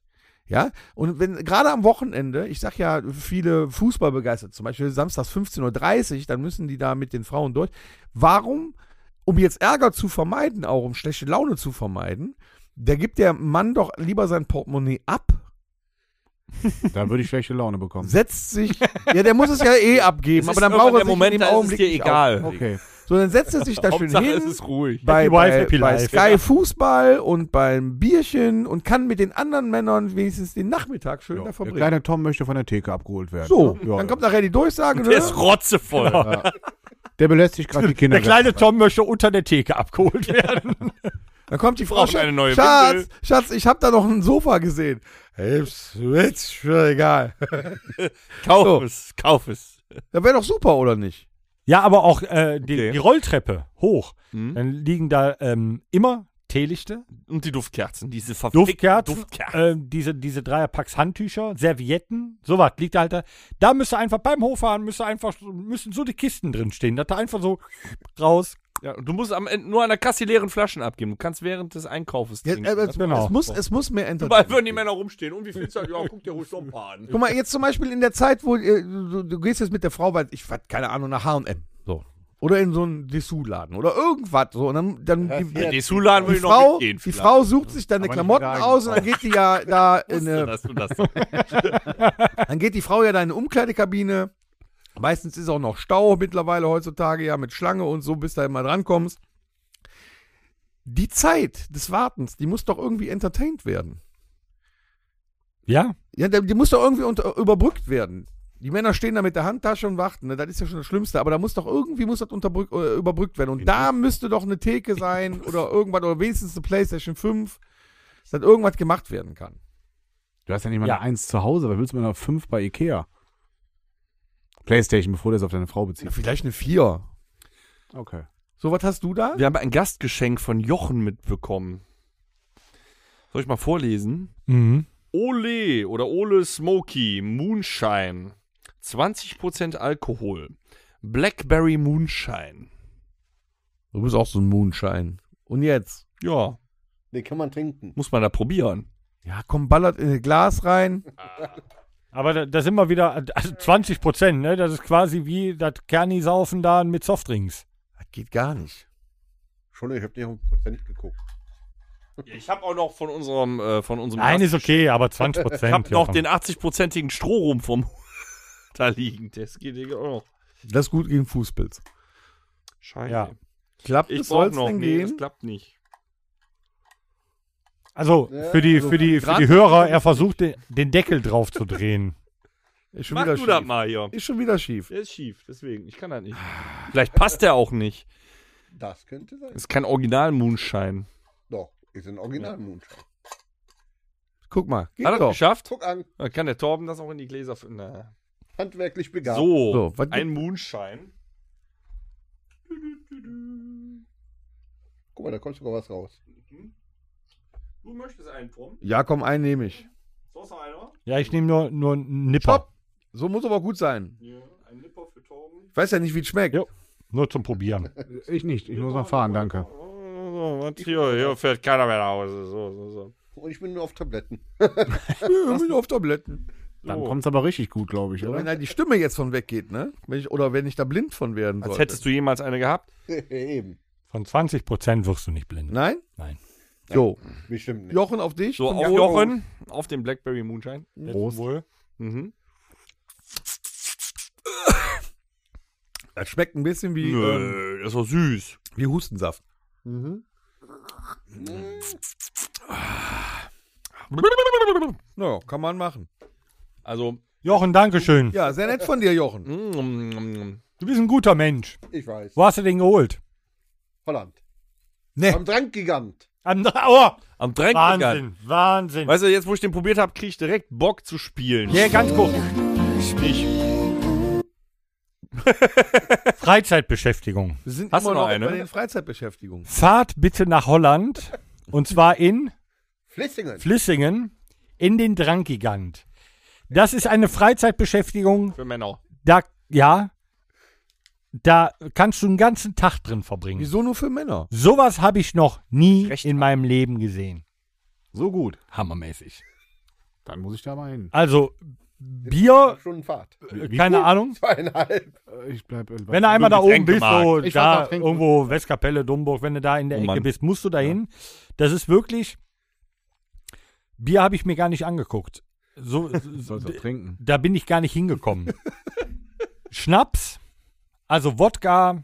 [SPEAKER 5] Ja, und wenn gerade am Wochenende, ich sag ja, viele Fußballbegeisterte, zum Beispiel samstags 15.30 Uhr, dann müssen die da mit den Frauen durch. Warum, um jetzt Ärger zu vermeiden, auch um schlechte Laune zu vermeiden, da gibt der Mann doch lieber sein Portemonnaie ab
[SPEAKER 6] Da würde ich schlechte Laune bekommen.
[SPEAKER 5] setzt sich. Ja, der muss es ja eh abgeben,
[SPEAKER 2] Es
[SPEAKER 5] aber
[SPEAKER 2] ist
[SPEAKER 5] dann braucht er
[SPEAKER 2] irgendwann
[SPEAKER 5] sich
[SPEAKER 2] der Moment,
[SPEAKER 5] in
[SPEAKER 2] da ist
[SPEAKER 5] dem
[SPEAKER 2] es
[SPEAKER 5] Augenblick
[SPEAKER 2] dir
[SPEAKER 5] nicht
[SPEAKER 2] egal.
[SPEAKER 5] auf.
[SPEAKER 6] Okay.
[SPEAKER 5] So, dann setzt er sich da schön
[SPEAKER 2] Hauptsache, es
[SPEAKER 5] hin.
[SPEAKER 2] ist ruhig.
[SPEAKER 5] Bei,
[SPEAKER 3] Happy wife,
[SPEAKER 5] bei,
[SPEAKER 3] happy
[SPEAKER 5] bei
[SPEAKER 3] life.
[SPEAKER 5] Sky Fußball und beim Bierchen und kann mit den anderen Männern wenigstens den Nachmittag schön da
[SPEAKER 6] Ja, der
[SPEAKER 5] verbringen.
[SPEAKER 6] kleine Tom möchte von der Theke abgeholt werden. ne?
[SPEAKER 5] so,
[SPEAKER 6] Ja,
[SPEAKER 5] dann kommt nachher die Durchsage.
[SPEAKER 2] Der
[SPEAKER 5] Ne?
[SPEAKER 2] ist rotzevoll.
[SPEAKER 6] der belässt sich gerade die Kinder.
[SPEAKER 3] Genau. Der kleine Tom möchte unter der Theke abgeholt werden.
[SPEAKER 5] Dann kommt die Frau.
[SPEAKER 2] brauchen eine neue
[SPEAKER 5] Schatz,
[SPEAKER 2] Windel.
[SPEAKER 5] Schatz, ich hab da noch ein Sofa gesehen. Hilf's, Witz, schon egal.
[SPEAKER 2] Kauf
[SPEAKER 5] So.
[SPEAKER 2] es, kauf es.
[SPEAKER 5] Das wäre doch super, oder nicht?
[SPEAKER 3] Ja, aber auch äh, die,
[SPEAKER 2] Okay.
[SPEAKER 3] die Rolltreppe hoch.
[SPEAKER 2] Mhm.
[SPEAKER 3] Dann liegen da ähm, immer Teelichte,
[SPEAKER 2] Und die Duftkerzen, diese verfickten
[SPEAKER 3] Duftkerzen,
[SPEAKER 2] Duftkerzen.
[SPEAKER 3] ähm, diese, diese Dreierpacks Handtücher, Servietten, sowas liegt da halt da. Da müsste einfach beim Hochfahren müsste einfach, müssen so die Kisten drin stehen, dass da einfach so raus.
[SPEAKER 2] Ja, und du musst am Ende nur an der Kasse die leeren Flaschen abgeben. Du kannst während des Einkaufes
[SPEAKER 5] Ja,
[SPEAKER 2] trinken.
[SPEAKER 5] äh, es,
[SPEAKER 3] Genau.
[SPEAKER 5] es, muss, es muss mehr Entertainment
[SPEAKER 2] Weil würden die Männer rumstehen. Und wie viel Zeit? Ja, guck dir ruhig so ein paar an.
[SPEAKER 5] Guck mal, jetzt zum Beispiel in der Zeit, wo äh, du, du gehst jetzt mit der Frau, weil ich, was, keine Ahnung, nach H&M. So. Oder in so einen Dessous-Laden oder irgendwas. So. Und dann, dann
[SPEAKER 4] Ja,
[SPEAKER 5] die,
[SPEAKER 4] ja,
[SPEAKER 2] Die Suladen
[SPEAKER 5] die,
[SPEAKER 2] würde ich noch
[SPEAKER 5] Frau,
[SPEAKER 2] mitgehen.
[SPEAKER 5] die Frau sucht sich dann eine
[SPEAKER 6] Aber nicht
[SPEAKER 5] Klamotten
[SPEAKER 6] wieder
[SPEAKER 5] aus und dann geht die ja da in
[SPEAKER 2] vielleicht.
[SPEAKER 5] eine,
[SPEAKER 2] Dass du das
[SPEAKER 5] dann geht die Frau ja da in eine Umkleidekabine. Meistens ist auch noch Stau mittlerweile heutzutage ja mit Schlange und so, bis da immer drankommst. Die Zeit des Wartens, die muss doch irgendwie entertained werden.
[SPEAKER 3] Ja,
[SPEAKER 5] Ja, der- die muss doch irgendwie unter, überbrückt werden. Die Männer stehen da mit der Handtasche und warten. Ne? Das ist ja schon das Schlimmste. Aber da muss doch irgendwie muss das unterbrück, äh, überbrückt werden. Und da müsste doch eine Theke sein oder irgendwas oder wenigstens eine PlayStation 5, dass irgendwas gemacht werden kann.
[SPEAKER 6] Du hast ja nicht mal
[SPEAKER 3] Ja.
[SPEAKER 6] eine Eins zu Hause, da willst du mit einer Fünf bei Ikea. Playstation, bevor der es auf deine Frau bezieht.
[SPEAKER 5] Vielleicht eine 4.
[SPEAKER 6] Okay.
[SPEAKER 5] So, was hast du da?
[SPEAKER 2] Wir haben ein Gastgeschenk von Jochen mitbekommen. Soll ich mal vorlesen?
[SPEAKER 3] Mhm.
[SPEAKER 2] Ole oder Ole Smoky Moonshine. 20% Alkohol. Blackberry Moonshine.
[SPEAKER 5] Du bist auch so ein Moonshine. Und jetzt?
[SPEAKER 2] Ja,
[SPEAKER 4] Den kann man trinken.
[SPEAKER 2] muss man da probieren.
[SPEAKER 5] Ja, komm, ballert in ein Glas rein.
[SPEAKER 3] Aber da, da sind wir wieder, also 20 Prozent, ne? Das ist quasi wie das Kerni-Saufen da mit Softdrinks.
[SPEAKER 5] Das geht gar nicht.
[SPEAKER 4] Schon, ich habe nicht auf den Prozent geguckt.
[SPEAKER 2] Ich habe auch noch von unserem äh, von unserem
[SPEAKER 3] Nein, ist okay, aber 20
[SPEAKER 2] Ich
[SPEAKER 3] Prozent.
[SPEAKER 2] habe noch den 80-prozentigen Strohrum vom da liegen. Das geht ja auch noch.
[SPEAKER 5] Das ist gut gegen Fußpilz.
[SPEAKER 2] Scheiße.
[SPEAKER 3] Ja.
[SPEAKER 5] Klappt
[SPEAKER 2] Ich
[SPEAKER 5] es,
[SPEAKER 2] brauche
[SPEAKER 5] soll's
[SPEAKER 2] noch.
[SPEAKER 5] denn
[SPEAKER 2] Nee, das
[SPEAKER 5] gehen?
[SPEAKER 2] klappt nicht.
[SPEAKER 3] Also, für die, für die, für die Hörer, er versucht, den, den Deckel drauf zu drehen.
[SPEAKER 5] Ist schon
[SPEAKER 2] Mach
[SPEAKER 5] wieder
[SPEAKER 2] du das
[SPEAKER 5] schief.
[SPEAKER 2] mal hier.
[SPEAKER 5] Ist schon wieder schief.
[SPEAKER 2] Der ist schief, deswegen. Ich kann das nicht. Vielleicht passt der auch nicht.
[SPEAKER 4] Das könnte sein.
[SPEAKER 2] Ist kein Original-Moonshine.
[SPEAKER 4] Doch, ist ein original Moonshine.
[SPEAKER 5] Guck mal. Geht
[SPEAKER 2] Hat er das
[SPEAKER 5] doch.
[SPEAKER 2] geschafft?
[SPEAKER 4] Guck an,
[SPEAKER 2] Dann kann der Torben das auch in die Gläser füllen. Na.
[SPEAKER 4] handwerklich begabt.
[SPEAKER 2] So,
[SPEAKER 5] So, was
[SPEAKER 2] ein Moonshine.
[SPEAKER 4] Guck mal, da kommt sogar was raus.
[SPEAKER 2] Du möchtest einen, Tom?
[SPEAKER 5] Ja, komm, einen nehme ich.
[SPEAKER 2] Sonst noch einer?
[SPEAKER 3] Ja, ich nehme nur, nur einen Nipper.
[SPEAKER 5] Stopp. So muss aber gut sein.
[SPEAKER 2] Ja, ein Nipper für Torben.
[SPEAKER 5] Ich weiß ja nicht, wie es schmeckt.
[SPEAKER 3] Jo. Nur zum Probieren.
[SPEAKER 6] Ich nicht, ich muss noch fahren, danke.
[SPEAKER 2] Oh, was hier, hier fährt keiner mehr nach Hause. So, so, so.
[SPEAKER 4] Und ich bin nur auf Tabletten.
[SPEAKER 5] Ich bin auf Tabletten.
[SPEAKER 6] Dann
[SPEAKER 2] So.
[SPEAKER 6] kommt's aber richtig gut, glaube ich,
[SPEAKER 5] Wenn
[SPEAKER 6] oder?
[SPEAKER 5] da die Stimme jetzt von weggeht, ne? Wenn ich, oder wenn ich da blind von werden
[SPEAKER 2] Als
[SPEAKER 5] sollte.
[SPEAKER 2] hättest du jemals eine gehabt?
[SPEAKER 4] Eben.
[SPEAKER 3] Von 20 Prozent wirst du nicht blind.
[SPEAKER 5] Nein?
[SPEAKER 3] Nein.
[SPEAKER 5] Jo.
[SPEAKER 4] Bestimmt nicht.
[SPEAKER 5] Jochen auf dich.
[SPEAKER 2] So,
[SPEAKER 5] Zum
[SPEAKER 2] auf Jochen, auf den Blackberry Moonshine.
[SPEAKER 6] Prost.
[SPEAKER 2] Mhm.
[SPEAKER 5] Das schmeckt ein bisschen wie, ähm,
[SPEAKER 2] Nö, das war süß.
[SPEAKER 5] wie Hustensaft. Naja, kann man machen.
[SPEAKER 2] Also,
[SPEAKER 3] Jochen, Dankeschön.
[SPEAKER 5] Ja, sehr nett von dir, Jochen.
[SPEAKER 2] Mhm. mm,
[SPEAKER 3] Du bist ein guter Mensch.
[SPEAKER 4] Ich weiß.
[SPEAKER 3] Wo hast du den geholt?
[SPEAKER 4] Holland.
[SPEAKER 5] Nee.
[SPEAKER 4] Am Drankgigant.
[SPEAKER 3] Am Drauer.
[SPEAKER 2] am Drängen.
[SPEAKER 3] Wahnsinn, Wahnsinn.
[SPEAKER 2] Weißt du, jetzt, wo ich den probiert habe, kriege ich direkt Bock zu spielen.
[SPEAKER 3] Hier, ganz kurz.
[SPEAKER 2] Ich,
[SPEAKER 3] Freizeitbeschäftigung.
[SPEAKER 5] Wir sind
[SPEAKER 2] Hast
[SPEAKER 5] immer
[SPEAKER 2] du noch
[SPEAKER 5] noch
[SPEAKER 2] eine?
[SPEAKER 5] bei den Freizeitbeschäftigungen.
[SPEAKER 3] Fahrt bitte nach Holland. Und zwar in
[SPEAKER 4] Flissingen.
[SPEAKER 3] Flissingen in den Drangigant. Das ist eine Freizeitbeschäftigung,
[SPEAKER 2] für Männer.
[SPEAKER 3] da, ja, da kannst du einen ganzen Tag drin verbringen.
[SPEAKER 5] Wieso nur für Männer?
[SPEAKER 3] Sowas habe ich noch nie
[SPEAKER 2] Recht
[SPEAKER 3] in meinem Leben gesehen.
[SPEAKER 6] So gut.
[SPEAKER 3] Hammermäßig.
[SPEAKER 6] Dann muss ich da mal hin.
[SPEAKER 3] Also, Bier,
[SPEAKER 4] Stunden Fahrt.
[SPEAKER 3] äh, keine Ahnung.
[SPEAKER 4] Zweieinhalb.
[SPEAKER 6] Äh, Ich bleib. äh,
[SPEAKER 3] Wenn du einmal da
[SPEAKER 2] Ludwig
[SPEAKER 3] oben bist, so
[SPEAKER 6] Ich war
[SPEAKER 3] da
[SPEAKER 6] da trinken.
[SPEAKER 3] irgendwo Westkapelle, Domburg, wenn du da in der
[SPEAKER 2] Oh
[SPEAKER 3] Ecke
[SPEAKER 2] Mann.
[SPEAKER 3] bist, musst du da hin. Das ist wirklich. Bier habe ich mir gar nicht angeguckt. So, so,
[SPEAKER 6] Sollst du trinken.
[SPEAKER 3] da bin ich gar nicht hingekommen. Schnaps, also Wodka,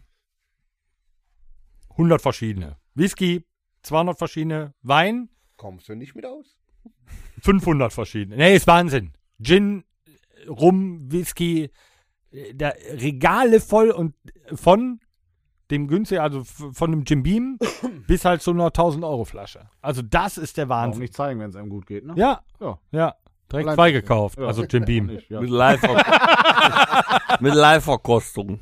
[SPEAKER 3] 100 verschiedene. Whisky, 200 verschiedene. Wein,
[SPEAKER 4] Kommst du nicht mit aus?
[SPEAKER 3] 500 verschiedene. Nee, ist Wahnsinn. Gin, Rum, Whisky, äh, da Regale voll und von dem günstig, also f- von dem Jim Beam bis halt zu einer 1000 Euro Flasche. Also das ist der
[SPEAKER 6] Warum
[SPEAKER 3] Wahnsinn.
[SPEAKER 6] nicht zeigen, wenn es einem gut geht, ne?
[SPEAKER 3] Ja,
[SPEAKER 6] Ja.
[SPEAKER 3] ja. Direkt
[SPEAKER 6] Allein-
[SPEAKER 3] zwei gekauft,
[SPEAKER 6] Ja.
[SPEAKER 3] also Jim Beam.
[SPEAKER 6] Nicht, ja.
[SPEAKER 2] Mit Live-Verkostung. Mit Live-Verkostung.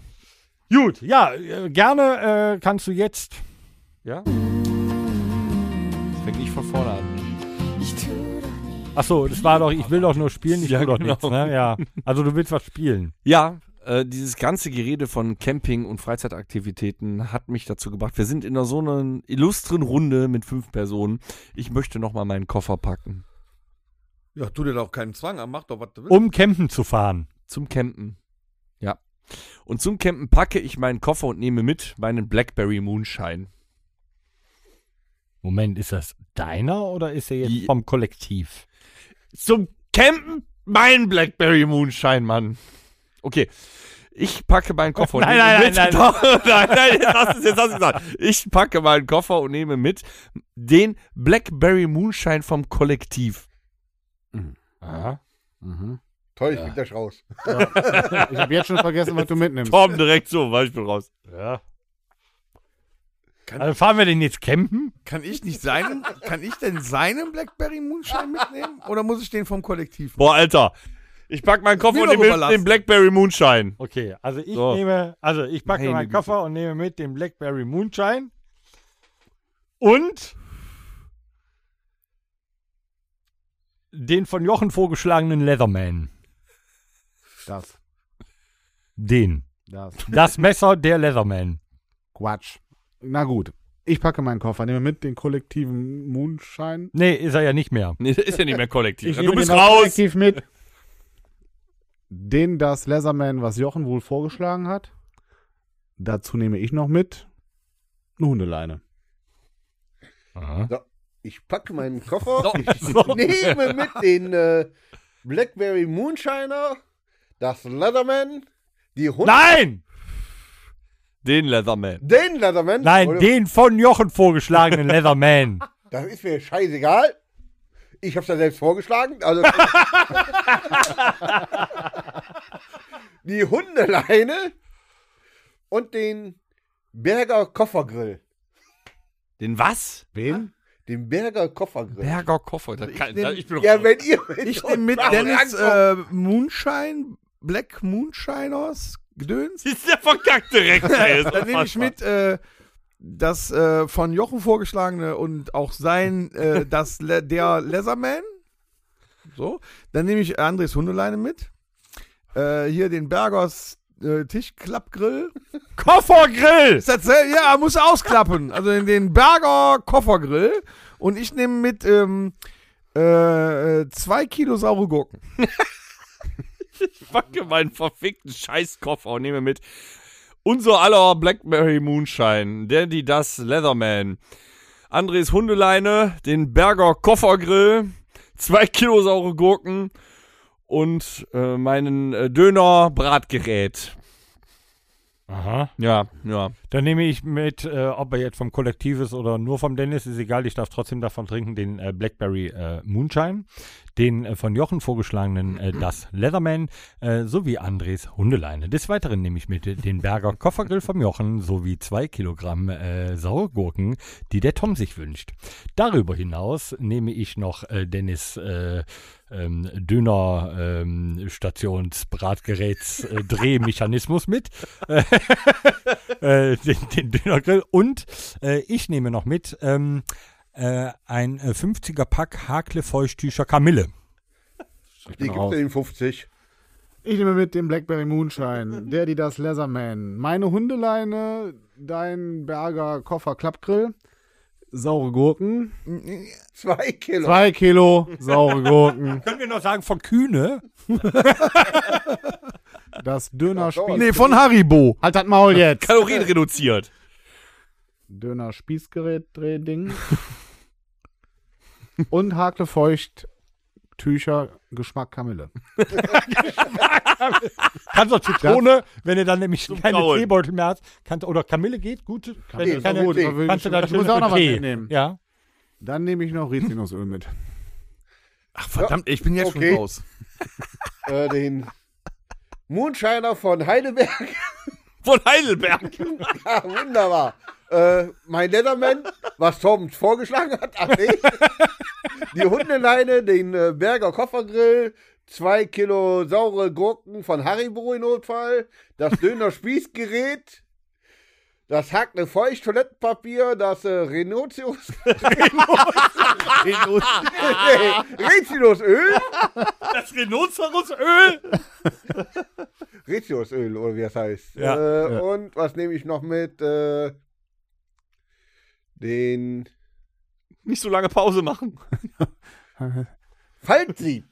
[SPEAKER 3] Gut, ja, äh, gerne äh, kannst du jetzt
[SPEAKER 2] Ja? Fängt nicht von vorne an.
[SPEAKER 3] Achso, das war doch, ich will doch nur spielen, ich will doch nichts, ne? Ja. Also du willst was spielen.
[SPEAKER 2] Ja, äh, dieses ganze Gerede von Camping und Freizeitaktivitäten hat mich dazu gebracht. Wir sind in einer so einer illustren Runde mit fünf Personen. Ich möchte nochmal meinen Koffer packen.
[SPEAKER 5] Ja, tu dir doch keinen Zwang an, mach doch, was du willst.
[SPEAKER 3] Um campen zu fahren.
[SPEAKER 2] Zum Campen. Ja. Und zum Campen packe ich meinen Koffer und nehme mit meinen Blackberry Moonshine.
[SPEAKER 3] Moment, ist das deiner oder ist er jetzt
[SPEAKER 2] Die-
[SPEAKER 3] vom Kollektiv?
[SPEAKER 2] zum Campen mein Blackberry Moonshine, Mann. Okay. Ich packe meinen Koffer und
[SPEAKER 3] Nein,
[SPEAKER 2] nehme
[SPEAKER 3] nein,
[SPEAKER 2] mit.
[SPEAKER 3] nein, nein.
[SPEAKER 2] Doch, nein, nein, jetzt hast du es, jetzt hast du es gesagt. Ich packe meinen Koffer und nehme mit den Blackberry Moonshine vom Kollektiv. Aha.
[SPEAKER 6] Mhm.
[SPEAKER 4] Toll, ich bin gleich raus.
[SPEAKER 6] Ich habe jetzt schon vergessen, was du mitnimmst.
[SPEAKER 2] Torben direkt so, Beispiel raus.
[SPEAKER 3] Ja. Also fahren wir denn jetzt campen?
[SPEAKER 5] Kann ich nicht seinen, kann ich denn seinen Blackberry Moonshine mitnehmen? Oder muss ich den vom Kollektiv
[SPEAKER 2] Boah, Alter. Ich pack meinen Koffer und
[SPEAKER 5] Lieber
[SPEAKER 2] nehme
[SPEAKER 5] Oberlass.
[SPEAKER 2] den Blackberry Moonshine.
[SPEAKER 3] Okay, also ich
[SPEAKER 2] So.
[SPEAKER 3] nehme, also ich packe
[SPEAKER 2] Meine
[SPEAKER 3] meinen
[SPEAKER 2] Güte.
[SPEAKER 3] Koffer und nehme mit den Blackberry Moonshine und den von Jochen vorgeschlagenen Leatherman.
[SPEAKER 6] Das.
[SPEAKER 3] Den.
[SPEAKER 6] Das.
[SPEAKER 3] Das Messer der Leatherman.
[SPEAKER 6] Quatsch. Na gut. Ich packe meinen Koffer, nehme mit den kollektiven Moonshine.
[SPEAKER 3] Nee, ist er ja nicht mehr.
[SPEAKER 2] Nee, das ist ja nicht mehr kollektiv.
[SPEAKER 6] Ich
[SPEAKER 2] Ja,
[SPEAKER 6] nehme
[SPEAKER 2] du bist
[SPEAKER 6] den auch
[SPEAKER 2] raus.
[SPEAKER 6] kollektiv mit. Den das Leatherman, was Jochen wohl vorgeschlagen hat. Dazu nehme ich noch mit eine Hundeleine.
[SPEAKER 4] Ich packe meinen Koffer, ich nehme mit den äh, Blackberry Moonshiner, das Leatherman, die Hunde.
[SPEAKER 3] Nein!
[SPEAKER 2] Den Leatherman.
[SPEAKER 4] Den Leatherman?
[SPEAKER 3] Nein,
[SPEAKER 4] Oder-
[SPEAKER 3] den von Jochen vorgeschlagenen Leatherman.
[SPEAKER 4] Das ist mir scheißegal. Ich hab's ja selbst vorgeschlagen. Also die Hundeleine und den Berger Koffergrill.
[SPEAKER 2] Den was?
[SPEAKER 6] Wen?
[SPEAKER 4] Den Berger Koffergrill.
[SPEAKER 2] Berger Koffer. Das kann,
[SPEAKER 5] nehm-
[SPEAKER 2] da- ich bin doch
[SPEAKER 4] ja, wenn ihr. wenn
[SPEAKER 5] Ich
[SPEAKER 4] ihr
[SPEAKER 5] nehme mit
[SPEAKER 4] uns
[SPEAKER 5] Dennis
[SPEAKER 4] mal rankommt.
[SPEAKER 5] äh, Moonshine, Black Moonshiners, Gedöns.
[SPEAKER 2] Das ist der verkackt direkt. Ey. Das ist
[SPEAKER 5] Dann nehme ich
[SPEAKER 2] unfassbar.
[SPEAKER 5] mit äh, das äh, von Jochen vorgeschlagene und auch sein, äh, das Le der Leatherman. So. Dann nehme ich Andres Hundeleine mit. Äh, hier den Bergers äh, Tischklappgrill.
[SPEAKER 3] Koffergrill!
[SPEAKER 5] Ist das sel- ja, muss ausklappen. Also in den Berger Koffergrill. Und ich nehme mit ähm, äh, äh, zwei Kilo saure Gurken.
[SPEAKER 2] Ich packe meinen verfickten Scheißkoffer und nehme mit unser aller Blackberry Moonshine, Daddy Das Leatherman, Andres Hundeleine, den Berger Koffergrill, zwei Kilo saure Gurken und äh, meinen äh, Döner Bratgerät.
[SPEAKER 3] Aha.
[SPEAKER 2] Ja, ja.
[SPEAKER 3] Dann nehme ich mit, äh, ob er jetzt vom Kollektiv ist oder nur vom Dennis, ist egal, ich darf trotzdem davon trinken, den äh, Blackberry äh, Moonshine, den äh, von Jochen vorgeschlagenen äh, Das Leatherman, äh, sowie Andres Hundeleine. Des Weiteren nehme ich mit äh, den Berger Koffergrill vom Jochen, sowie zwei Kilogramm äh, saure Gurken, die der Tom sich wünscht. Darüber hinaus nehme ich noch äh, Dennis äh, ähm, Döner ähm, Stations Bratgeräts äh, Drehmechanismus mit äh, den, den Dönergrill. Und äh, ich nehme noch mit ähm, äh, ein äh, 50er Pack Hakle Feuchttücher Kamille.
[SPEAKER 4] Die gibt den 50.
[SPEAKER 6] Ich nehme mit den Blackberry Moonshine, der die das Leatherman, meine Hundeleine, dein Berger Koffer Klappgrill, saure Gurken,
[SPEAKER 4] Zwei Kilo.
[SPEAKER 6] zwei Kilo saure Gurken,
[SPEAKER 3] Können wir noch sagen von Kühne?
[SPEAKER 6] das Dönerspieß.
[SPEAKER 5] Nee, von Haribo.
[SPEAKER 6] Halt das Maul jetzt!
[SPEAKER 2] Kalorien reduziert.
[SPEAKER 6] Dönerspießgerät Drehding und Hakle feucht Tücher Geschmack Kamille.
[SPEAKER 3] Kannst du Zitrone, wenn du dann nämlich keine
[SPEAKER 2] Brauen.
[SPEAKER 3] Teebeutel mehr hast, kannst, oder Kamille geht, gut. Wenn
[SPEAKER 6] Nee,
[SPEAKER 3] du
[SPEAKER 6] ist
[SPEAKER 3] keine,
[SPEAKER 6] gut, aber
[SPEAKER 3] kannst du dann
[SPEAKER 6] ich muss auch noch was mitnehmen.
[SPEAKER 3] Ja.
[SPEAKER 6] Dann nehme ich noch Rizinusöl mit.
[SPEAKER 5] Ach, verdammt, ich bin jetzt
[SPEAKER 4] Okay.
[SPEAKER 5] schon raus.
[SPEAKER 4] Äh, den Moonshiner von Heidelberg.
[SPEAKER 2] Von Heidelberg.
[SPEAKER 4] ja, wunderbar. Äh, mein Leatherman, was Tom vorgeschlagen hat, ach nee. Die Hundeleine, den äh, Berger Koffergrill, zwei Kilo saure Gurken von Haribo im Notfall, das Döner Spießgerät, das hackne Feucht Toilettenpapier, das äh, Rhinoceros. Rhinoceros. nee, Rizinusöl.
[SPEAKER 2] Das Rhinocerosöl.
[SPEAKER 4] Rizinusöl oder wie das heißt.
[SPEAKER 3] Ja,
[SPEAKER 4] äh, Und was nehme ich noch mit? Äh, den
[SPEAKER 2] Nicht so lange Pause machen.
[SPEAKER 4] Faltsieb.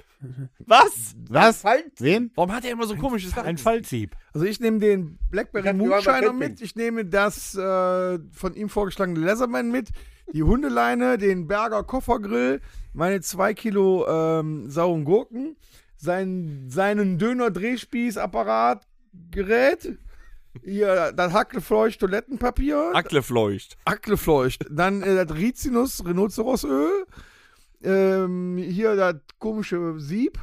[SPEAKER 2] Was?
[SPEAKER 6] Was?
[SPEAKER 4] Faltsieb.
[SPEAKER 6] Wen?
[SPEAKER 2] Warum hat er immer so komisches
[SPEAKER 3] Ein
[SPEAKER 2] Lachen?
[SPEAKER 3] Fallsieb.
[SPEAKER 5] Also ich nehme den
[SPEAKER 4] Ich
[SPEAKER 5] Blackberry
[SPEAKER 4] hab überall
[SPEAKER 5] Moonshiner
[SPEAKER 4] Paket
[SPEAKER 5] mit, ich nehme das äh, von ihm vorgeschlagene Leatherman mit, die Hundeleine, den Berger Koffergrill, meine zwei Kilo ähm, sauren Gurken, sein, seinen Döner-Drehspießapparat-Gerät, hier das Hacklefleucht Toilettenpapier,
[SPEAKER 2] Akle fleucht.
[SPEAKER 5] Hacklefleucht, dann äh, das Rizinus, Rhinocerosöl, ähm, hier das komische Sieb,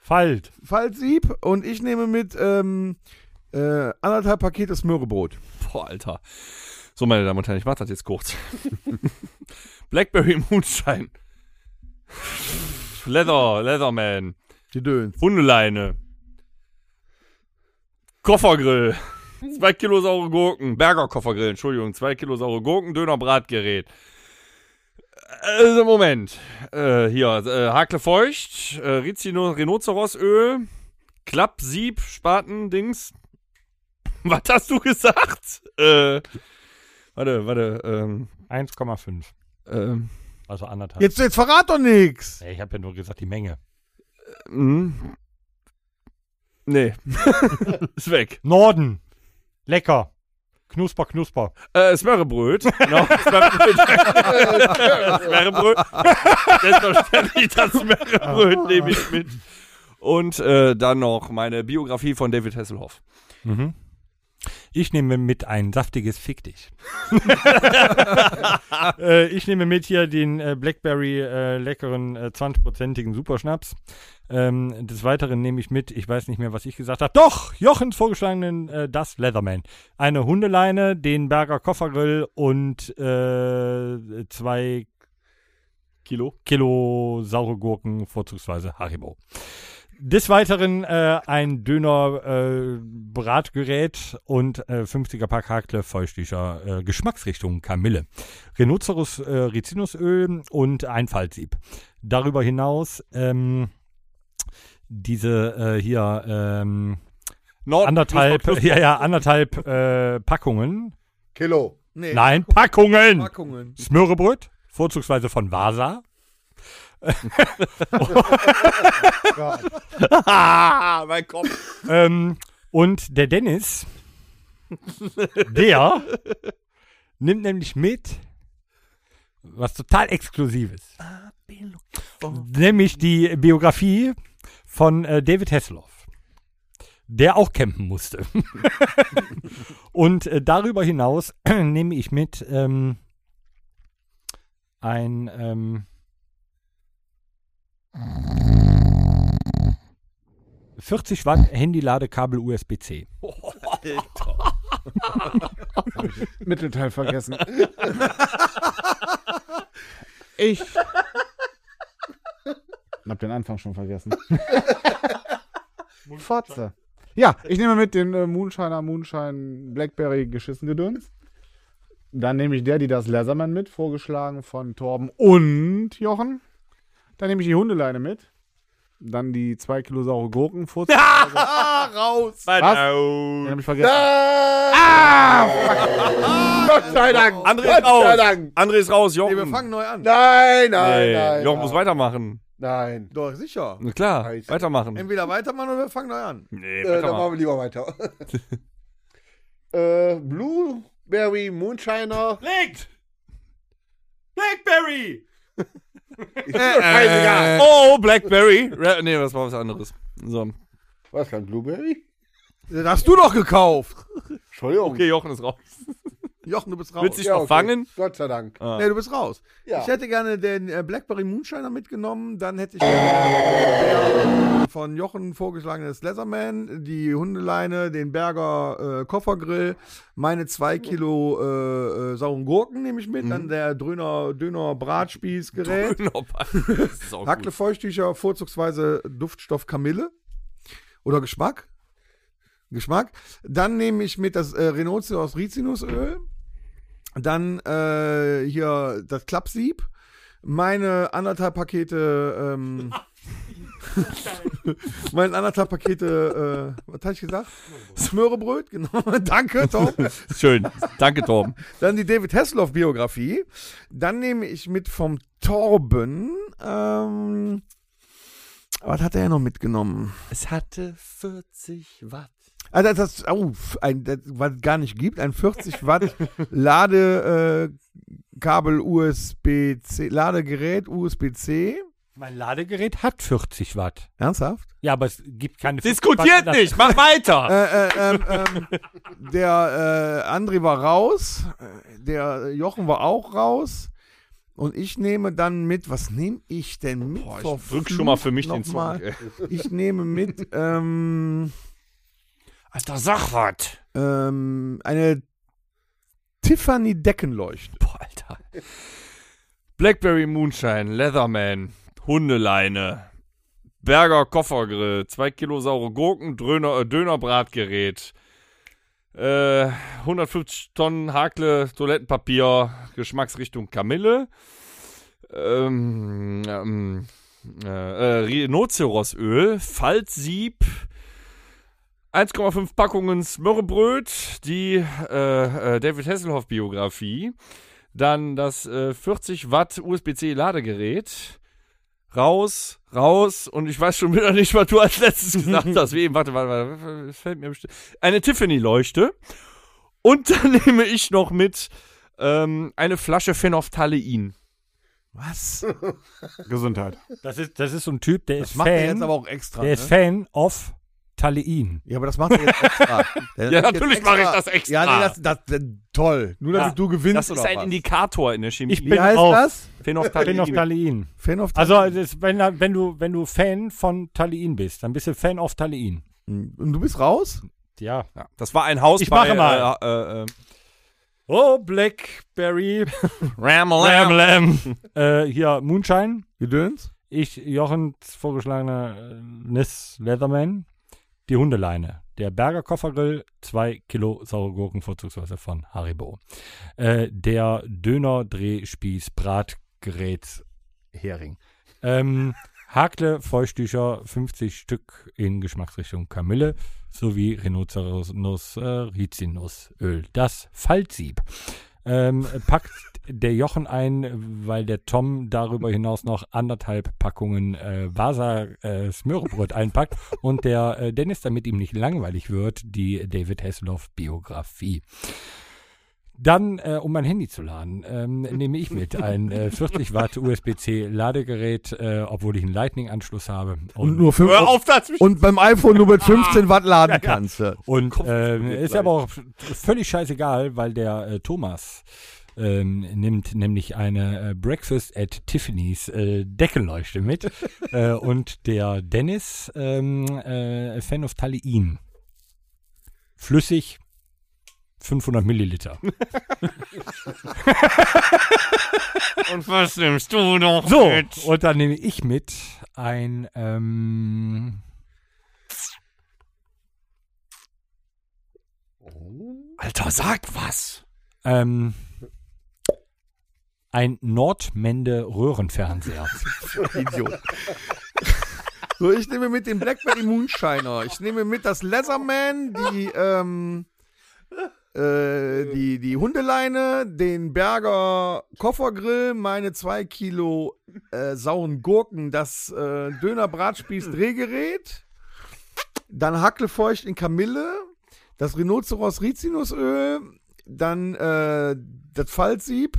[SPEAKER 3] Falt.
[SPEAKER 5] Faltsieb und ich nehme mit ähm, äh, anderthalb Pakete Smörrebrot.
[SPEAKER 2] Boah, Alter. So, meine Damen und Herren, ich mach das jetzt kurz. Blackberry Moonshine. Leather, Leatherman.
[SPEAKER 5] Die Dölen.
[SPEAKER 2] Hundeleine. Koffergrill. Zwei Kilo saure Gurken. Berger Koffergrill, Entschuldigung. Zwei Kilo saure Gurken, Döner Bratgerät. Also Moment. Äh, hier, äh, Hakle feucht, äh, Rizino, Rhinocerosöl, Klapp, Sieb, Spaten, Dings. Was hast du gesagt? Äh, warte, warte. Ähm,
[SPEAKER 3] 1,5.
[SPEAKER 2] ähm,
[SPEAKER 3] Also anderthalb.
[SPEAKER 5] Jetzt, jetzt verrat doch nix.
[SPEAKER 3] Ja, Ich habe ja nur gesagt, die Menge.
[SPEAKER 2] mh. hm. Nee. Ist weg.
[SPEAKER 3] Norden. Lecker. Knusper, knusper.
[SPEAKER 2] Äh, Smörrebröt. Genau. Smörrebröt. Smörrebröt. Selbstverständlich das Smörrebröt nehme ich mit. Und äh, dann noch meine Biografie von David Hasselhoff.
[SPEAKER 3] Ich nehme mit ein saftiges Fick dich. äh, ich nehme mit hier den äh, Blackberry äh, leckeren äh, 20-prozentigen Superschnaps. Ähm, des Weiteren nehme ich mit, ich weiß nicht mehr, was ich gesagt habe. Doch, Jochens vorgeschlagenen äh, Das Leatherman. Eine Hundeleine, den Berger Koffergrill und äh, zwei Kilo? Kilo saure Gurken, vorzugsweise Haribo. Des Weiteren äh, ein Döner-Bratgerät und äh, 50er Pack Hakle feuchtlicher äh, Geschmacksrichtung Kamille. Rhinoceros äh, Rizinusöl und ein Fallsieb. Darüber hinaus ähm, diese äh, hier ähm,
[SPEAKER 2] Nord
[SPEAKER 3] anderthalb, ja, ja, anderthalb äh, Packungen.
[SPEAKER 4] Kilo.
[SPEAKER 5] Nee.
[SPEAKER 3] Nein, Packungen!
[SPEAKER 5] Packungen.
[SPEAKER 3] Smörebröt, vorzugsweise von Vasa.
[SPEAKER 2] Ah, mein Kopf.
[SPEAKER 3] Ähm, und der Dennis, der nimmt nämlich mit was total Exklusives. Nämlich die Biografie von äh, David Hasselhoff, der auch campen musste. und äh, darüber hinaus nehme ich mit ähm, ein ähm, hm. 40 Watt Handy-Ladekabel USB-C.
[SPEAKER 6] Mittelteil vergessen. ich hab den Anfang schon vergessen. Fotze. Ja, ich nehme mit den äh, Moonshiner Moonshine Blackberry geschissen gedöns. Dann nehme ich der, die das Leatherman mit, vorgeschlagen von Torben und Jochen. Dann nehme ich die Hundeleine mit. Dann die 2 Kilo saure Gurken. Furz. Den habe ich vergessen.
[SPEAKER 4] Gott sei Dank.
[SPEAKER 2] André
[SPEAKER 4] Gott
[SPEAKER 2] ist
[SPEAKER 4] sei
[SPEAKER 2] raus.
[SPEAKER 4] Dank.
[SPEAKER 2] André ist raus,
[SPEAKER 5] Nee, wir
[SPEAKER 2] Jochen.
[SPEAKER 5] fangen neu an.
[SPEAKER 4] Nein, nein,
[SPEAKER 2] Nee,
[SPEAKER 4] nein.
[SPEAKER 2] Jochen
[SPEAKER 4] nein.
[SPEAKER 2] muss weitermachen.
[SPEAKER 4] Nein.
[SPEAKER 5] Doch, sicher.
[SPEAKER 2] Na klar,
[SPEAKER 4] Scheiße.
[SPEAKER 2] weitermachen.
[SPEAKER 5] Entweder weitermachen oder wir fangen neu an.
[SPEAKER 2] Nee,
[SPEAKER 4] Äh, dann machen wir lieber weiter. äh, Blueberry Moonshiner.
[SPEAKER 2] Legt! Blackberry!
[SPEAKER 4] Ich bin doch Äh, scheißegal.
[SPEAKER 2] Oh, Blackberry! Re nee, das war was anderes. So.
[SPEAKER 4] Was kann Blueberry?
[SPEAKER 5] Das hast du doch gekauft.
[SPEAKER 4] Entschuldigung.
[SPEAKER 2] Okay, Jochen ist raus.
[SPEAKER 5] Jochen, du bist raus.
[SPEAKER 2] Willst du dich noch fangen?
[SPEAKER 4] Gott sei Dank.
[SPEAKER 2] Ah.
[SPEAKER 5] Nee, du bist raus.
[SPEAKER 4] Ja.
[SPEAKER 5] Ich hätte gerne den äh, Blackberry Moonshiner mitgenommen. Dann hätte ich gerne der von Jochen vorgeschlagenes Leatherman, die Hundeleine, den Berger äh, Koffergrill, meine zwei Kilo äh, äh, sauren Gurken nehme ich mit,
[SPEAKER 2] Mhm.
[SPEAKER 5] dann der Dröner, Döner Bratspießgerät,
[SPEAKER 2] Das ist auch gut.
[SPEAKER 5] Hackle Feuchttücher, vorzugsweise Duftstoff Kamille oder Geschmack. Geschmack. Dann nehme ich mit das äh, Rhinoceros Rizinusöl. Dann äh, hier das Klappsieb. Meine anderthalb Pakete. Ähm, meine anderthalb Pakete. Äh, was hatte ich gesagt? Smörebröt, genau. Danke, Tom.
[SPEAKER 2] Schön. Danke, Torben.
[SPEAKER 5] Dann die David Hasselhoff-Biografie. Dann nehme ich mit vom Torben. Ähm, was hat er noch mitgenommen?
[SPEAKER 2] Es hatte 40 Watt.
[SPEAKER 5] Also das, das, oh, ein, das, was es gar nicht gibt, ein 40 Watt Ladekabel äh, Kabel USB-C, Ladegerät USB-C.
[SPEAKER 3] Mein Ladegerät hat 40 Watt.
[SPEAKER 5] Ernsthaft?
[SPEAKER 3] Ja, aber es gibt keine.
[SPEAKER 2] Diskutiert
[SPEAKER 3] Das-
[SPEAKER 2] nicht, mach
[SPEAKER 5] Äh,
[SPEAKER 2] weiter.
[SPEAKER 5] äh, ähm, ähm, der äh, André war raus, äh, der Jochen war auch raus. Und ich nehme dann mit, was nehme ich denn mit? Boah,
[SPEAKER 2] Drück schon mal für mich den Song.
[SPEAKER 5] Mal. Ich nehme mit ähm,
[SPEAKER 2] Alter, sag was.
[SPEAKER 5] ähm, eine Tiffany Deckenleuchte.
[SPEAKER 2] Boah, Alter. Blackberry Moonshine, Leatherman, Hundeleine, Berger Koffergrill, 2 Kilo saure Gurken, Dröner, äh, Dönerbratgerät, äh, 150 Tonnen Hakle, Toilettenpapier, Geschmacksrichtung Kamille, ähm, ähm, äh, äh, Rhinocerosöl, Faltsieb, 1,5 Packungen Smörrebröt, die äh, äh, David Hasselhoff Biografie, dann das äh, 40 Watt USB-C Ladegerät, raus, raus und ich weiß schon wieder nicht, was du als letztes gesagt hast. Wie eben, warte, warte, warte, es fällt mir bestimmt. Eine Tiffany-Leuchte und dann nehme ich noch mit ähm, eine Flasche Phenophthalein.
[SPEAKER 5] Was?
[SPEAKER 6] Gesundheit.
[SPEAKER 3] Das ist, das ist so ein Typ, der
[SPEAKER 5] Das
[SPEAKER 3] ist
[SPEAKER 5] macht er
[SPEAKER 3] Fan.
[SPEAKER 5] jetzt aber auch extra.
[SPEAKER 3] der
[SPEAKER 5] ne?
[SPEAKER 3] ist Fan of Talein.
[SPEAKER 5] Ja, aber das macht er jetzt extra. Der
[SPEAKER 2] Ja,
[SPEAKER 5] macht jetzt
[SPEAKER 2] natürlich mache ich das extra.
[SPEAKER 5] Ja, nee, das, das, das, äh, toll. Nur damit
[SPEAKER 3] Ja.
[SPEAKER 5] du gewinnst
[SPEAKER 2] Das ist
[SPEAKER 5] oder
[SPEAKER 2] ein
[SPEAKER 5] was?
[SPEAKER 2] Indikator in der Chemie.
[SPEAKER 3] Ich bin
[SPEAKER 5] Wie heißt
[SPEAKER 3] auf
[SPEAKER 5] das?
[SPEAKER 2] Phenophthalein.
[SPEAKER 3] Phenophthalein.
[SPEAKER 5] Fan of
[SPEAKER 3] Also, es ist, wenn, da- wenn, du, wenn du Fan von Talein bist, dann bist du Fan of Talein.
[SPEAKER 5] Und du bist raus?
[SPEAKER 3] Ja.
[SPEAKER 2] Ja, das war ein Haus
[SPEAKER 3] Ich
[SPEAKER 2] bei,
[SPEAKER 3] mache mal.
[SPEAKER 2] Äh, äh, äh,
[SPEAKER 3] Oh, Blackberry.
[SPEAKER 2] Ram, Lam.
[SPEAKER 3] Lam, Lam. äh, hier, Moonshine.
[SPEAKER 5] Gedöns?
[SPEAKER 3] Ich, Jochens vorgeschlagener äh, Nis Leatherman. Die Hundeleine. Der Berger Koffergrill. Zwei Kilo saure Gurken, vorzugsweise von Haribo. Äh, der Döner Drehspieß Bratgerät Hering. Ähm, Hakle Feuchttücher, 50 Stück in Geschmacksrichtung Kamille sowie Rhinoceros äh, Rizinusöl. Das Faltsieb. Ähm, packt der Jochen ein, weil der Tom darüber hinaus noch anderthalb Packungen äh, Vasa äh, Smörrebrot einpackt und der äh, Dennis, damit ihm nicht langweilig wird, die David Hasselhoff Biografie. Dann, äh, um mein Handy zu laden, ähm, nehme ich mit ein äh, 40 Watt USB-C Ladegerät, äh, obwohl ich einen Lightning-Anschluss habe.
[SPEAKER 5] Und nur 5
[SPEAKER 2] Hör auf das.
[SPEAKER 5] Und beim iPhone nur mit 15 Watt laden kannst du.
[SPEAKER 3] Und ähm, ist aber auch völlig scheißegal, weil der äh, Thomas ähm, nimmt nämlich eine äh, Breakfast at Tiffany's äh, Deckenleuchte mit äh, und der Dennis ähm, äh, Fan of Talein. Flüssig 500 Milliliter.
[SPEAKER 2] Und was nimmst du noch
[SPEAKER 3] So,
[SPEAKER 2] mit?
[SPEAKER 3] und dann nehme ich mit ein ähm,
[SPEAKER 2] Alter, sag was.
[SPEAKER 3] ähm, ein Nordmende Röhrenfernseher.
[SPEAKER 5] Idiot. So, ich nehme mit den Blackberry Moonshiner. Ich nehme mit das Leatherman, die, ähm, äh, die, die Hundeleine, den Berger Koffergrill, meine 2 Kilo äh, sauren Gurken, das äh, Döner-Bratspieß-Drehgerät, dann Hackelfeucht in Kamille, das Rhinoceros-Rizinusöl, dann äh, das Faltsieb,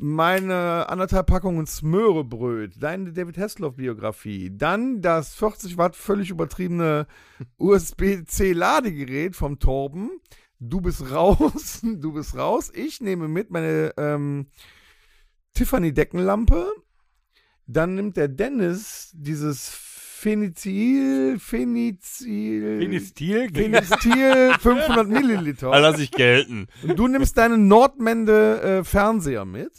[SPEAKER 5] meine anderthalb Packungen Smörebröt, deine David Hasselhoff-Biografie, dann das 40 Watt völlig übertriebene USB-C-Ladegerät vom Torben. Du bist raus, du bist raus. Ich nehme mit meine ähm, Tiffany-Deckenlampe. Dann nimmt der Dennis dieses Phenizil, Phenizil,
[SPEAKER 3] Penistil
[SPEAKER 5] Phenistil 500 Milliliter.
[SPEAKER 2] Alter, lass ich gelten.
[SPEAKER 5] Und du nimmst deinen Nordmende äh, Fernseher mit.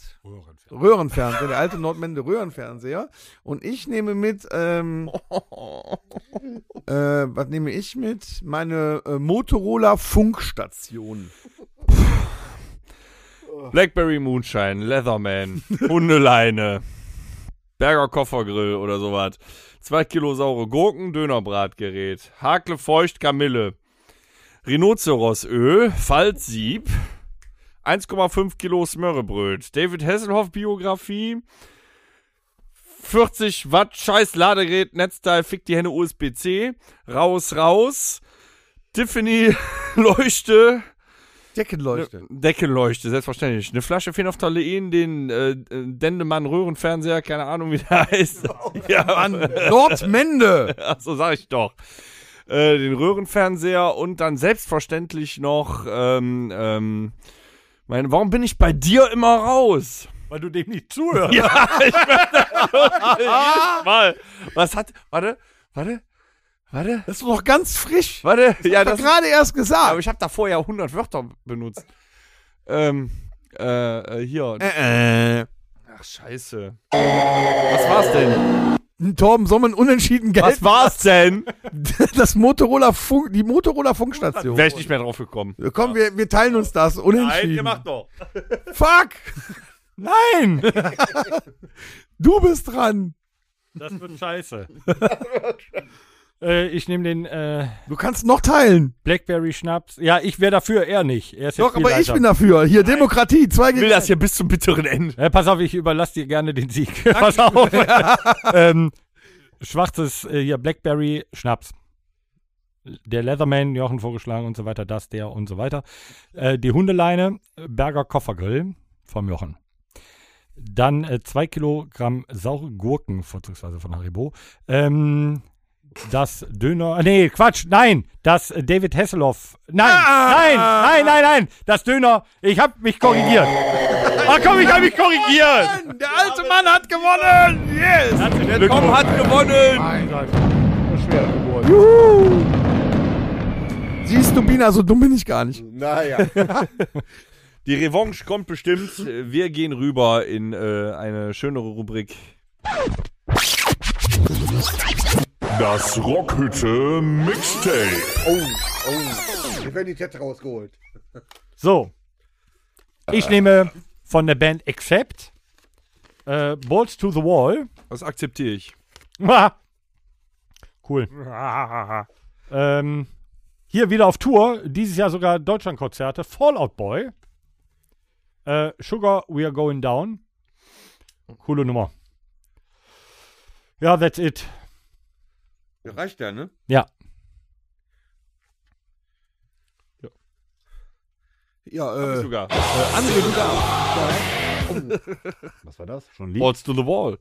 [SPEAKER 5] Röhrenfernseher, der alte Nordmende Röhrenfernseher. Und ich nehme mit, ähm, äh, was nehme ich mit? Meine äh, Motorola Funkstation.
[SPEAKER 2] Blackberry Moonshine, Leatherman, Hundeleine, Berger Koffergrill oder sowas. Zwei Kilo saure Gurken, Dönerbratgerät, Hakle feucht Kamille, Rhinocerosöl, Faltsieb, 1,5 Kilo Smörrebröt, David Hasselhoff Biografie, 40 Watt Scheiß Ladegerät, Netzteil, fick die Hände USB-C, raus, raus, Tiffany Leuchte,
[SPEAKER 5] Deckenleuchte.
[SPEAKER 2] Ne- Deckenleuchte, selbstverständlich. Eine Flasche Phenophthalein, den äh, Dendemann Röhrenfernseher, keine Ahnung, wie der heißt. ja,
[SPEAKER 5] Mann, Nordmende!
[SPEAKER 2] so sag ich doch. Äh, den Röhrenfernseher und dann selbstverständlich noch, ähm, ähm, meine, warum bin ich bei dir immer raus?
[SPEAKER 3] Weil du dem nicht zuhörst.
[SPEAKER 2] Jedes Mal. Was hat, warte, warte, warte,
[SPEAKER 5] Das ist doch ganz frisch.
[SPEAKER 2] warte. ja,
[SPEAKER 5] Hat er
[SPEAKER 2] das,
[SPEAKER 5] gerade erst gesagt.
[SPEAKER 2] aber ich habe da vorher 100 Wörter benutzt. Ähm, äh, äh, hier.
[SPEAKER 5] Äh, äh.
[SPEAKER 2] Ach, scheiße. Was war's denn?
[SPEAKER 5] Hm, Torben Sommen unentschieden Geld.
[SPEAKER 2] Was war's denn?
[SPEAKER 5] Das Motorola Funk, die Motorola Funkstation.
[SPEAKER 2] Wäre ich nicht mehr drauf gekommen.
[SPEAKER 5] Komm, wir, wir teilen uns das. Unentschieden.
[SPEAKER 2] doch.
[SPEAKER 5] Fuck!
[SPEAKER 3] Nein!
[SPEAKER 5] Du bist dran.
[SPEAKER 3] Das wird scheiße. äh, ich nehme den äh,
[SPEAKER 5] Du kannst noch teilen.
[SPEAKER 3] Blackberry-Schnaps. Ja, ich wäre dafür, er nicht. Er ist
[SPEAKER 5] Doch, aber ich bin dafür. Hier, Demokratie. Zwei
[SPEAKER 2] Ich will
[SPEAKER 5] gegen
[SPEAKER 2] das hier bis zum bitteren Ende.
[SPEAKER 3] Äh, pass auf, ich überlasse dir gerne den Sieg. pass auf. ähm, schwarzes, äh, hier, Blackberry, Schnaps. Der Leatherman, Jochen vorgeschlagen und so weiter, das, der und so weiter. Äh, die Hundeleine, Berger Koffergrill vom Jochen. Dann äh, zwei Kilogramm saure Gurken, vorzugsweise von Haribo. Ähm, das Döner. Nee, Quatsch, nein! Das äh, David Hasselhoff. Nein,
[SPEAKER 5] Ah!
[SPEAKER 3] nein, nein, nein, nein! Das Döner. Ich hab mich korrigiert. Ah, komm, ich hab mich korrigiert!
[SPEAKER 5] Der alte Mann hat gewonnen. Yes.
[SPEAKER 2] Der Tom hat gewonnen.
[SPEAKER 6] Mein Gott. Eine schwere Geburt.
[SPEAKER 5] Siehst du, Bina, so dumm bin ich gar nicht.
[SPEAKER 4] Naja.
[SPEAKER 2] Die Revanche kommt bestimmt. Wir gehen rüber in äh, eine schönere Rubrik.
[SPEAKER 1] Das Rockhütte Mixtape.
[SPEAKER 4] Oh, oh. Hier werden die Tette rausgeholt.
[SPEAKER 3] So. Ich
[SPEAKER 2] Äh.
[SPEAKER 3] nehme von der Band Accept äh, Balls to the Wall.
[SPEAKER 2] Das akzeptiere ich.
[SPEAKER 3] cool. ähm, hier wieder auf Tour. Dieses Jahr sogar Deutschlandkonzerte. Fallout Boy. Äh, Sugar, We Are Going Down. Coole Nummer. Ja, that's it.
[SPEAKER 5] Reicht ja, ne?
[SPEAKER 3] Ja.
[SPEAKER 5] Ja, äh,
[SPEAKER 2] Sogar.
[SPEAKER 5] ne?
[SPEAKER 6] Was war das? Schon ein Lied?
[SPEAKER 2] Balls to the wall.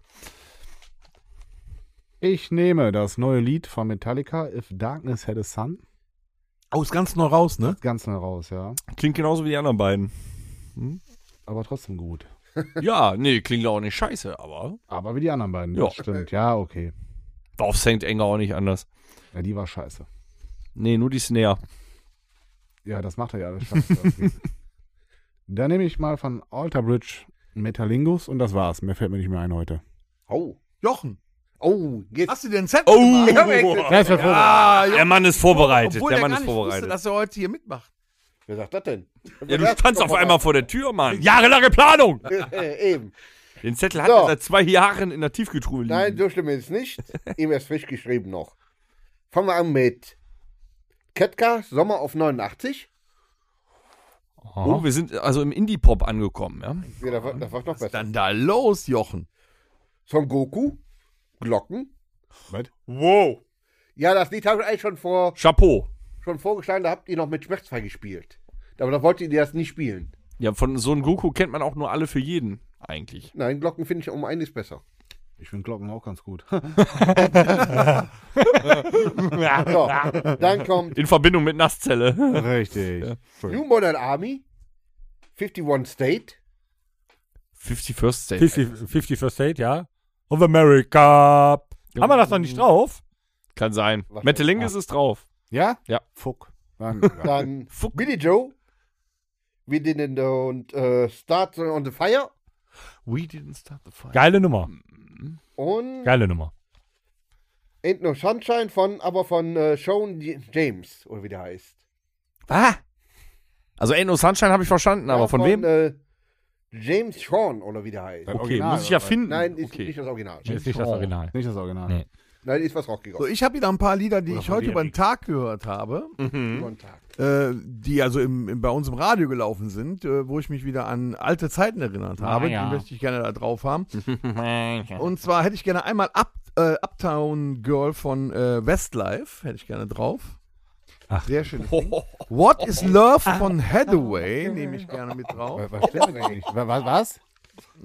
[SPEAKER 6] Ich nehme das neue Lied von Metallica, If Darkness Had a Sun.
[SPEAKER 5] aus ganz neu raus, ne?
[SPEAKER 6] Ganz neu raus, ja.
[SPEAKER 2] Klingt genauso wie die anderen beiden.
[SPEAKER 6] Aber trotzdem gut.
[SPEAKER 2] Ja, nee, klingt auch nicht scheiße, aber
[SPEAKER 6] Aber wie die anderen beiden.
[SPEAKER 2] Ja.
[SPEAKER 6] das Stimmt, ja, okay.
[SPEAKER 2] auf St. Enger auch nicht anders.
[SPEAKER 6] Ja, die war scheiße.
[SPEAKER 2] Nee, nur die Snare.
[SPEAKER 6] Ja, das macht er ja. Das schafft er irgendwie. Dann nehme ich mal von Alter Bridge Metalingus und das war's. Mehr fällt mir nicht mehr ein heute.
[SPEAKER 4] Oh.
[SPEAKER 5] Jochen,
[SPEAKER 4] Oh, geht's.
[SPEAKER 5] hast du den Zettel
[SPEAKER 2] Oh!
[SPEAKER 5] gemacht?
[SPEAKER 6] Ja, ist mir vorbereitet.
[SPEAKER 5] Ah, Jochen,
[SPEAKER 2] Der Mann ist vorbereitet.
[SPEAKER 5] obwohl
[SPEAKER 2] der Mann
[SPEAKER 5] gar
[SPEAKER 2] ist
[SPEAKER 5] nicht
[SPEAKER 2] vorbereitet.
[SPEAKER 5] wusste, dass er heute hier mitmacht.
[SPEAKER 4] Wer sagt das denn?
[SPEAKER 2] ja, du standst auf einmal vor der Tür, Mann. Jahrelange Planung!
[SPEAKER 4] Äh, Eben.
[SPEAKER 2] Den Zettel hat
[SPEAKER 4] So.
[SPEAKER 2] er seit zwei Jahren in der Tiefkühltruhe liegen.
[SPEAKER 4] Nein, so schlimm ist es nicht. Ihm ist frisch geschrieben noch. Fangen wir an mit Ketka, Sommer auf 89.
[SPEAKER 2] Oh, wir sind also im Indie-Pop angekommen, ja?
[SPEAKER 4] Ja, das, war, das war noch besser.
[SPEAKER 5] Dann da los, Jochen.
[SPEAKER 4] Son Goku, Glocken.
[SPEAKER 2] Wow!
[SPEAKER 4] Ja, das Lied habe ich eigentlich schon, vor,
[SPEAKER 2] Chapeau.
[SPEAKER 4] schon vorgeschlagen, da habt ihr noch mit Schmerzfrei gespielt. Aber da wolltet ihr das nicht spielen.
[SPEAKER 2] Ja, von so einem Goku kennt man auch nur alle für jeden, eigentlich.
[SPEAKER 4] Nein, Glocken finde ich um einiges besser.
[SPEAKER 6] Ich finde Glocken auch ganz gut.
[SPEAKER 4] So, dann kommt
[SPEAKER 2] In Verbindung mit Nasszelle.
[SPEAKER 6] Richtig.
[SPEAKER 4] New Modern Army, 51 State.
[SPEAKER 2] 51st State.
[SPEAKER 3] 50, 50 First State, ja. Of America. Haben wir das noch nicht
[SPEAKER 2] Oh,
[SPEAKER 3] drauf?
[SPEAKER 2] Kann sein.
[SPEAKER 4] Was-
[SPEAKER 2] Metalingis ist drauf.
[SPEAKER 6] Ja?
[SPEAKER 2] Ja.
[SPEAKER 6] Fuck. Dann,
[SPEAKER 4] Dann Billy Joe. We didn't don't, äh, start on the fire.
[SPEAKER 2] We didn't start the fire.
[SPEAKER 3] Geile Nummer.
[SPEAKER 4] Und
[SPEAKER 3] Geile Nummer.
[SPEAKER 4] Ain't No Sunshine von, aber von äh, Sean J- James, oder wie der heißt.
[SPEAKER 2] Ah! Also Ain't No Sunshine habe ich verstanden, aber
[SPEAKER 4] Ja,
[SPEAKER 2] von, wem?
[SPEAKER 4] Äh, James Sean, oder wie der heißt.
[SPEAKER 2] okay,
[SPEAKER 6] Original,
[SPEAKER 2] muss ich ja
[SPEAKER 6] oder was?
[SPEAKER 2] finden.
[SPEAKER 4] Nein, ist
[SPEAKER 2] okay.
[SPEAKER 4] nicht das Original.
[SPEAKER 3] Ist nicht das Original.
[SPEAKER 6] nicht das Original.
[SPEAKER 3] Nee.
[SPEAKER 4] Nein, ist was Rockiger.
[SPEAKER 5] So, ich habe wieder ein paar Lieder, die
[SPEAKER 2] Oder
[SPEAKER 5] ich
[SPEAKER 2] von
[SPEAKER 5] heute
[SPEAKER 2] dir,
[SPEAKER 5] über den
[SPEAKER 2] Rick.
[SPEAKER 5] Tag gehört habe,
[SPEAKER 4] Guten Tag.
[SPEAKER 5] äh, die also im, im, bei uns im Radio gelaufen sind, äh, wo ich mich wieder an alte Zeiten erinnert habe.
[SPEAKER 3] ja.
[SPEAKER 5] Die möchte ich gerne da drauf haben. Und zwar hätte ich gerne einmal Up, äh, Uptown Girl von äh, Westlife, hätte ich gerne drauf.
[SPEAKER 3] Ach.
[SPEAKER 5] Sehr schön. What is Love von Hathaway nehme ich gerne mit drauf.
[SPEAKER 6] Was, was stimmt denn eigentlich? Wa- wa- Was?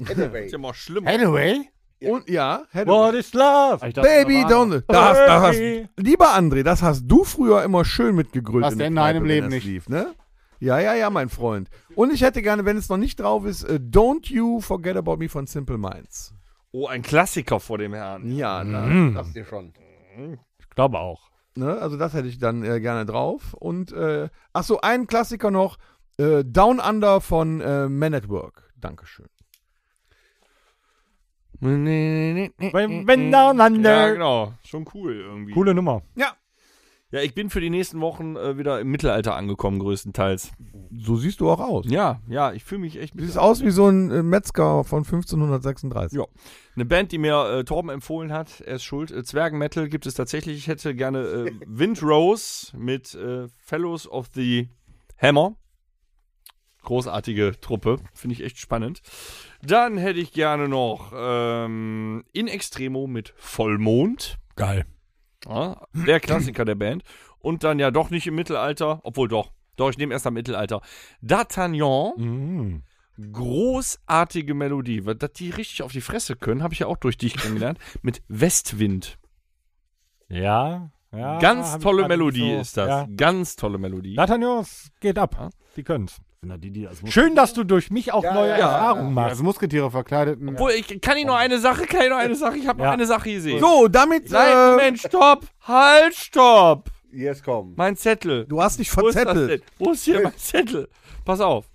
[SPEAKER 4] Anyway,
[SPEAKER 2] mal schlimm.
[SPEAKER 6] Anyway?
[SPEAKER 5] Und ja, Hathaway.
[SPEAKER 3] What is love?
[SPEAKER 5] Baby Donald. Da hast, da hast,
[SPEAKER 3] Baby.
[SPEAKER 5] lieber André, das hast du früher immer schön mitgegrölt.
[SPEAKER 6] Was
[SPEAKER 5] in der
[SPEAKER 6] denn?
[SPEAKER 5] Kneipe,
[SPEAKER 6] Nein, im
[SPEAKER 5] wenn
[SPEAKER 6] Leben
[SPEAKER 5] das
[SPEAKER 6] nicht.
[SPEAKER 5] Lief, ne? Ja, ja, ja, mein Freund. Und ich hätte gerne, wenn es noch nicht drauf ist, äh, Don't You Forget About Me von Simple Minds.
[SPEAKER 2] Oh, ein Klassiker vor dem Herrn.
[SPEAKER 5] Ja, da,
[SPEAKER 4] das ist dir schon.
[SPEAKER 3] Ich glaube auch.
[SPEAKER 5] ne? also das hätte ich dann äh, gerne drauf. Und, äh, ach so, einen Klassiker noch, äh, Down Under von äh, Man at Work. Dankeschön.
[SPEAKER 3] Wenn- wenn miteinander.
[SPEAKER 2] Ja, genau. Schon cool irgendwie.
[SPEAKER 3] Coole Nummer.
[SPEAKER 2] Ja, ich bin für die nächsten Wochen äh, wieder im Mittelalter angekommen, größtenteils.
[SPEAKER 5] So siehst du auch aus.
[SPEAKER 2] Ja, ja, ich fühle mich echt
[SPEAKER 5] Du siehst aus wie so ein äh, Metzger von 1536.
[SPEAKER 2] Ja. Eine Band, die mir äh, Torben empfohlen hat, er ist schuld. Äh, Zwergenmetal gibt es tatsächlich. Ich hätte gerne äh, Windrose mit äh, Fellows of the Hammer. Großartige Truppe, finde ich echt spannend. Dann hätte ich gerne noch ähm, In Extremo mit Vollmond.
[SPEAKER 7] Geil.
[SPEAKER 2] Ja, der Klassiker der Band. Und dann ja doch nicht im Mittelalter, obwohl doch. Doch, ich nehme erst am Mittelalter. D'Artagnan
[SPEAKER 3] Mm.
[SPEAKER 2] großartige Melodie, weil dass die richtig auf die Fresse können, habe ich ja auch durch dich kennengelernt, mit Westwind.
[SPEAKER 3] Ja, ja. Ah, hab
[SPEAKER 2] Ganz
[SPEAKER 3] ich
[SPEAKER 2] tolle
[SPEAKER 3] grad nicht
[SPEAKER 2] Melodie
[SPEAKER 3] so-
[SPEAKER 2] ist das.
[SPEAKER 3] Ja.
[SPEAKER 2] Ganz tolle Melodie.
[SPEAKER 3] Nathanios, geht ab. Die können's.
[SPEAKER 6] die, die als
[SPEAKER 3] Schön, dass du durch mich auch neue Erfahrungen machst.
[SPEAKER 6] als Musketiere verkleideten.
[SPEAKER 2] Obwohl, ich kann ich noch eine Sache, kann ich noch eine Sache, ich habe
[SPEAKER 3] Ja. ähm.
[SPEAKER 2] noch eine Sache gesehen.
[SPEAKER 5] So, damit.
[SPEAKER 2] Nein,
[SPEAKER 5] Äh,
[SPEAKER 2] Mensch, stopp! Halt, stopp!
[SPEAKER 4] Yes, komm.
[SPEAKER 2] Mein Zettel.
[SPEAKER 5] du hast dich
[SPEAKER 2] Wo ist das denn?
[SPEAKER 5] verzettelt.
[SPEAKER 2] Wo ist hier mein Zettel? Pass auf.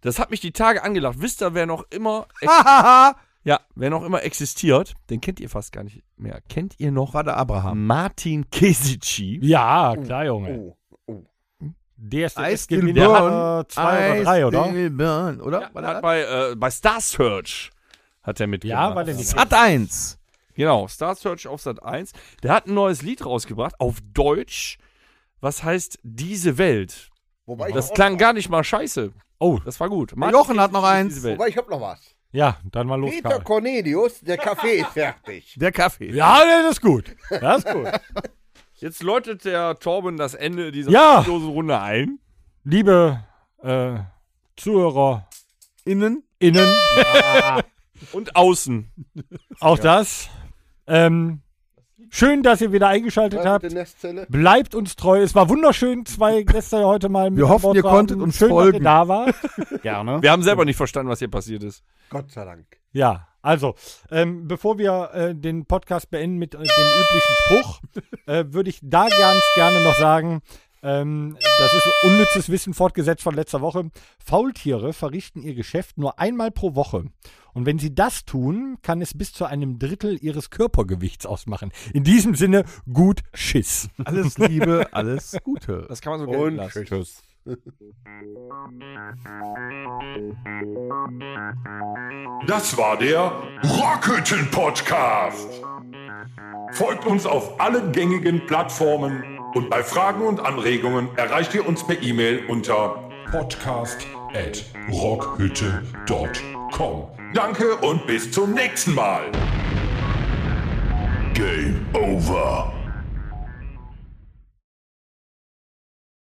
[SPEAKER 2] Das hat mich die Tage angelacht. Wisst ihr, wer noch immer
[SPEAKER 5] Hahaha.
[SPEAKER 2] ja, wer noch immer existiert, den kennt ihr fast gar nicht mehr. Kennt ihr noch
[SPEAKER 5] War der Abraham.
[SPEAKER 2] Martin Kesici?
[SPEAKER 3] Ja, klar, Junge.
[SPEAKER 4] Oh.
[SPEAKER 3] Der ist
[SPEAKER 5] I
[SPEAKER 3] der
[SPEAKER 5] still
[SPEAKER 3] SGB, der
[SPEAKER 5] burn.
[SPEAKER 3] hat, äh, zwei
[SPEAKER 5] I
[SPEAKER 3] oder drei, oder?
[SPEAKER 5] still Burn, oder?
[SPEAKER 2] Ja,
[SPEAKER 5] War
[SPEAKER 2] hat
[SPEAKER 5] der das?
[SPEAKER 2] bei, äh, bei Star Search hat er mitgemacht.
[SPEAKER 3] Ja, war der nicht.
[SPEAKER 5] Hat eins.
[SPEAKER 2] Genau, Star Search auf Sat 1. Der hat ein neues Lied rausgebracht, auf Deutsch. Was heißt diese Welt?
[SPEAKER 4] Wobei ich,
[SPEAKER 2] Das
[SPEAKER 4] auch-
[SPEAKER 2] klang gar nicht mal scheiße.
[SPEAKER 3] Oh.
[SPEAKER 2] Das war gut.
[SPEAKER 5] Jochen hat noch
[SPEAKER 2] Diese
[SPEAKER 5] eins.
[SPEAKER 2] Welt.
[SPEAKER 4] wobei ich hab noch was.
[SPEAKER 3] Ja, dann mal los,
[SPEAKER 4] Peter
[SPEAKER 3] Karl.
[SPEAKER 4] Cornelius, der Kaffee ist fertig.
[SPEAKER 5] Der Kaffee.
[SPEAKER 3] Ja, das ist gut. Das ist gut.
[SPEAKER 2] Jetzt läutet der Torben das Ende dieser
[SPEAKER 3] Ja.
[SPEAKER 2] sinnlosen Runde ein.
[SPEAKER 3] Liebe äh, Zuhörer,
[SPEAKER 5] Innen.
[SPEAKER 3] innen,
[SPEAKER 2] Und außen.
[SPEAKER 3] auch das. Ähm, schön, dass ihr wieder eingeschaltet
[SPEAKER 4] Was mit
[SPEAKER 3] habt.
[SPEAKER 4] der Nestzelle?
[SPEAKER 3] Bleibt uns treu. Es war wunderschön, zwei Gäste heute mal mit
[SPEAKER 5] Wir
[SPEAKER 3] an
[SPEAKER 5] hoffen,
[SPEAKER 3] Bord
[SPEAKER 5] ihr
[SPEAKER 3] zu haben.
[SPEAKER 5] konntet uns
[SPEAKER 3] schön, Dass
[SPEAKER 5] folgen.
[SPEAKER 3] ihr da war.
[SPEAKER 6] Gerne.
[SPEAKER 2] Wir haben selber nicht verstanden, was hier passiert ist.
[SPEAKER 4] Gott sei Dank.
[SPEAKER 3] Ja, also, ähm, bevor wir äh, den Podcast beenden mit äh, dem üblichen Spruch, äh, würde ich da ganz gerne noch sagen, ähm, das ist unnützes Wissen fortgesetzt von letzter Woche. Faultiere verrichten ihr Geschäft nur einmal pro Woche. Und wenn sie das tun, kann es bis zu einem Drittel ihres Körpergewichts ausmachen. In diesem Sinne, gut Schiss.
[SPEAKER 5] Alles Liebe, alles Gute.
[SPEAKER 2] Das kann man so
[SPEAKER 4] Und
[SPEAKER 2] gelten lassen.
[SPEAKER 4] tschüss.
[SPEAKER 1] Das war der Rockhütten Podcast. Folgt uns auf allen gängigen Plattformen und bei Fragen und Anregungen erreicht ihr uns per E-Mail unter podcast@rockhütte.com. Danke und bis zum nächsten Mal. Game over.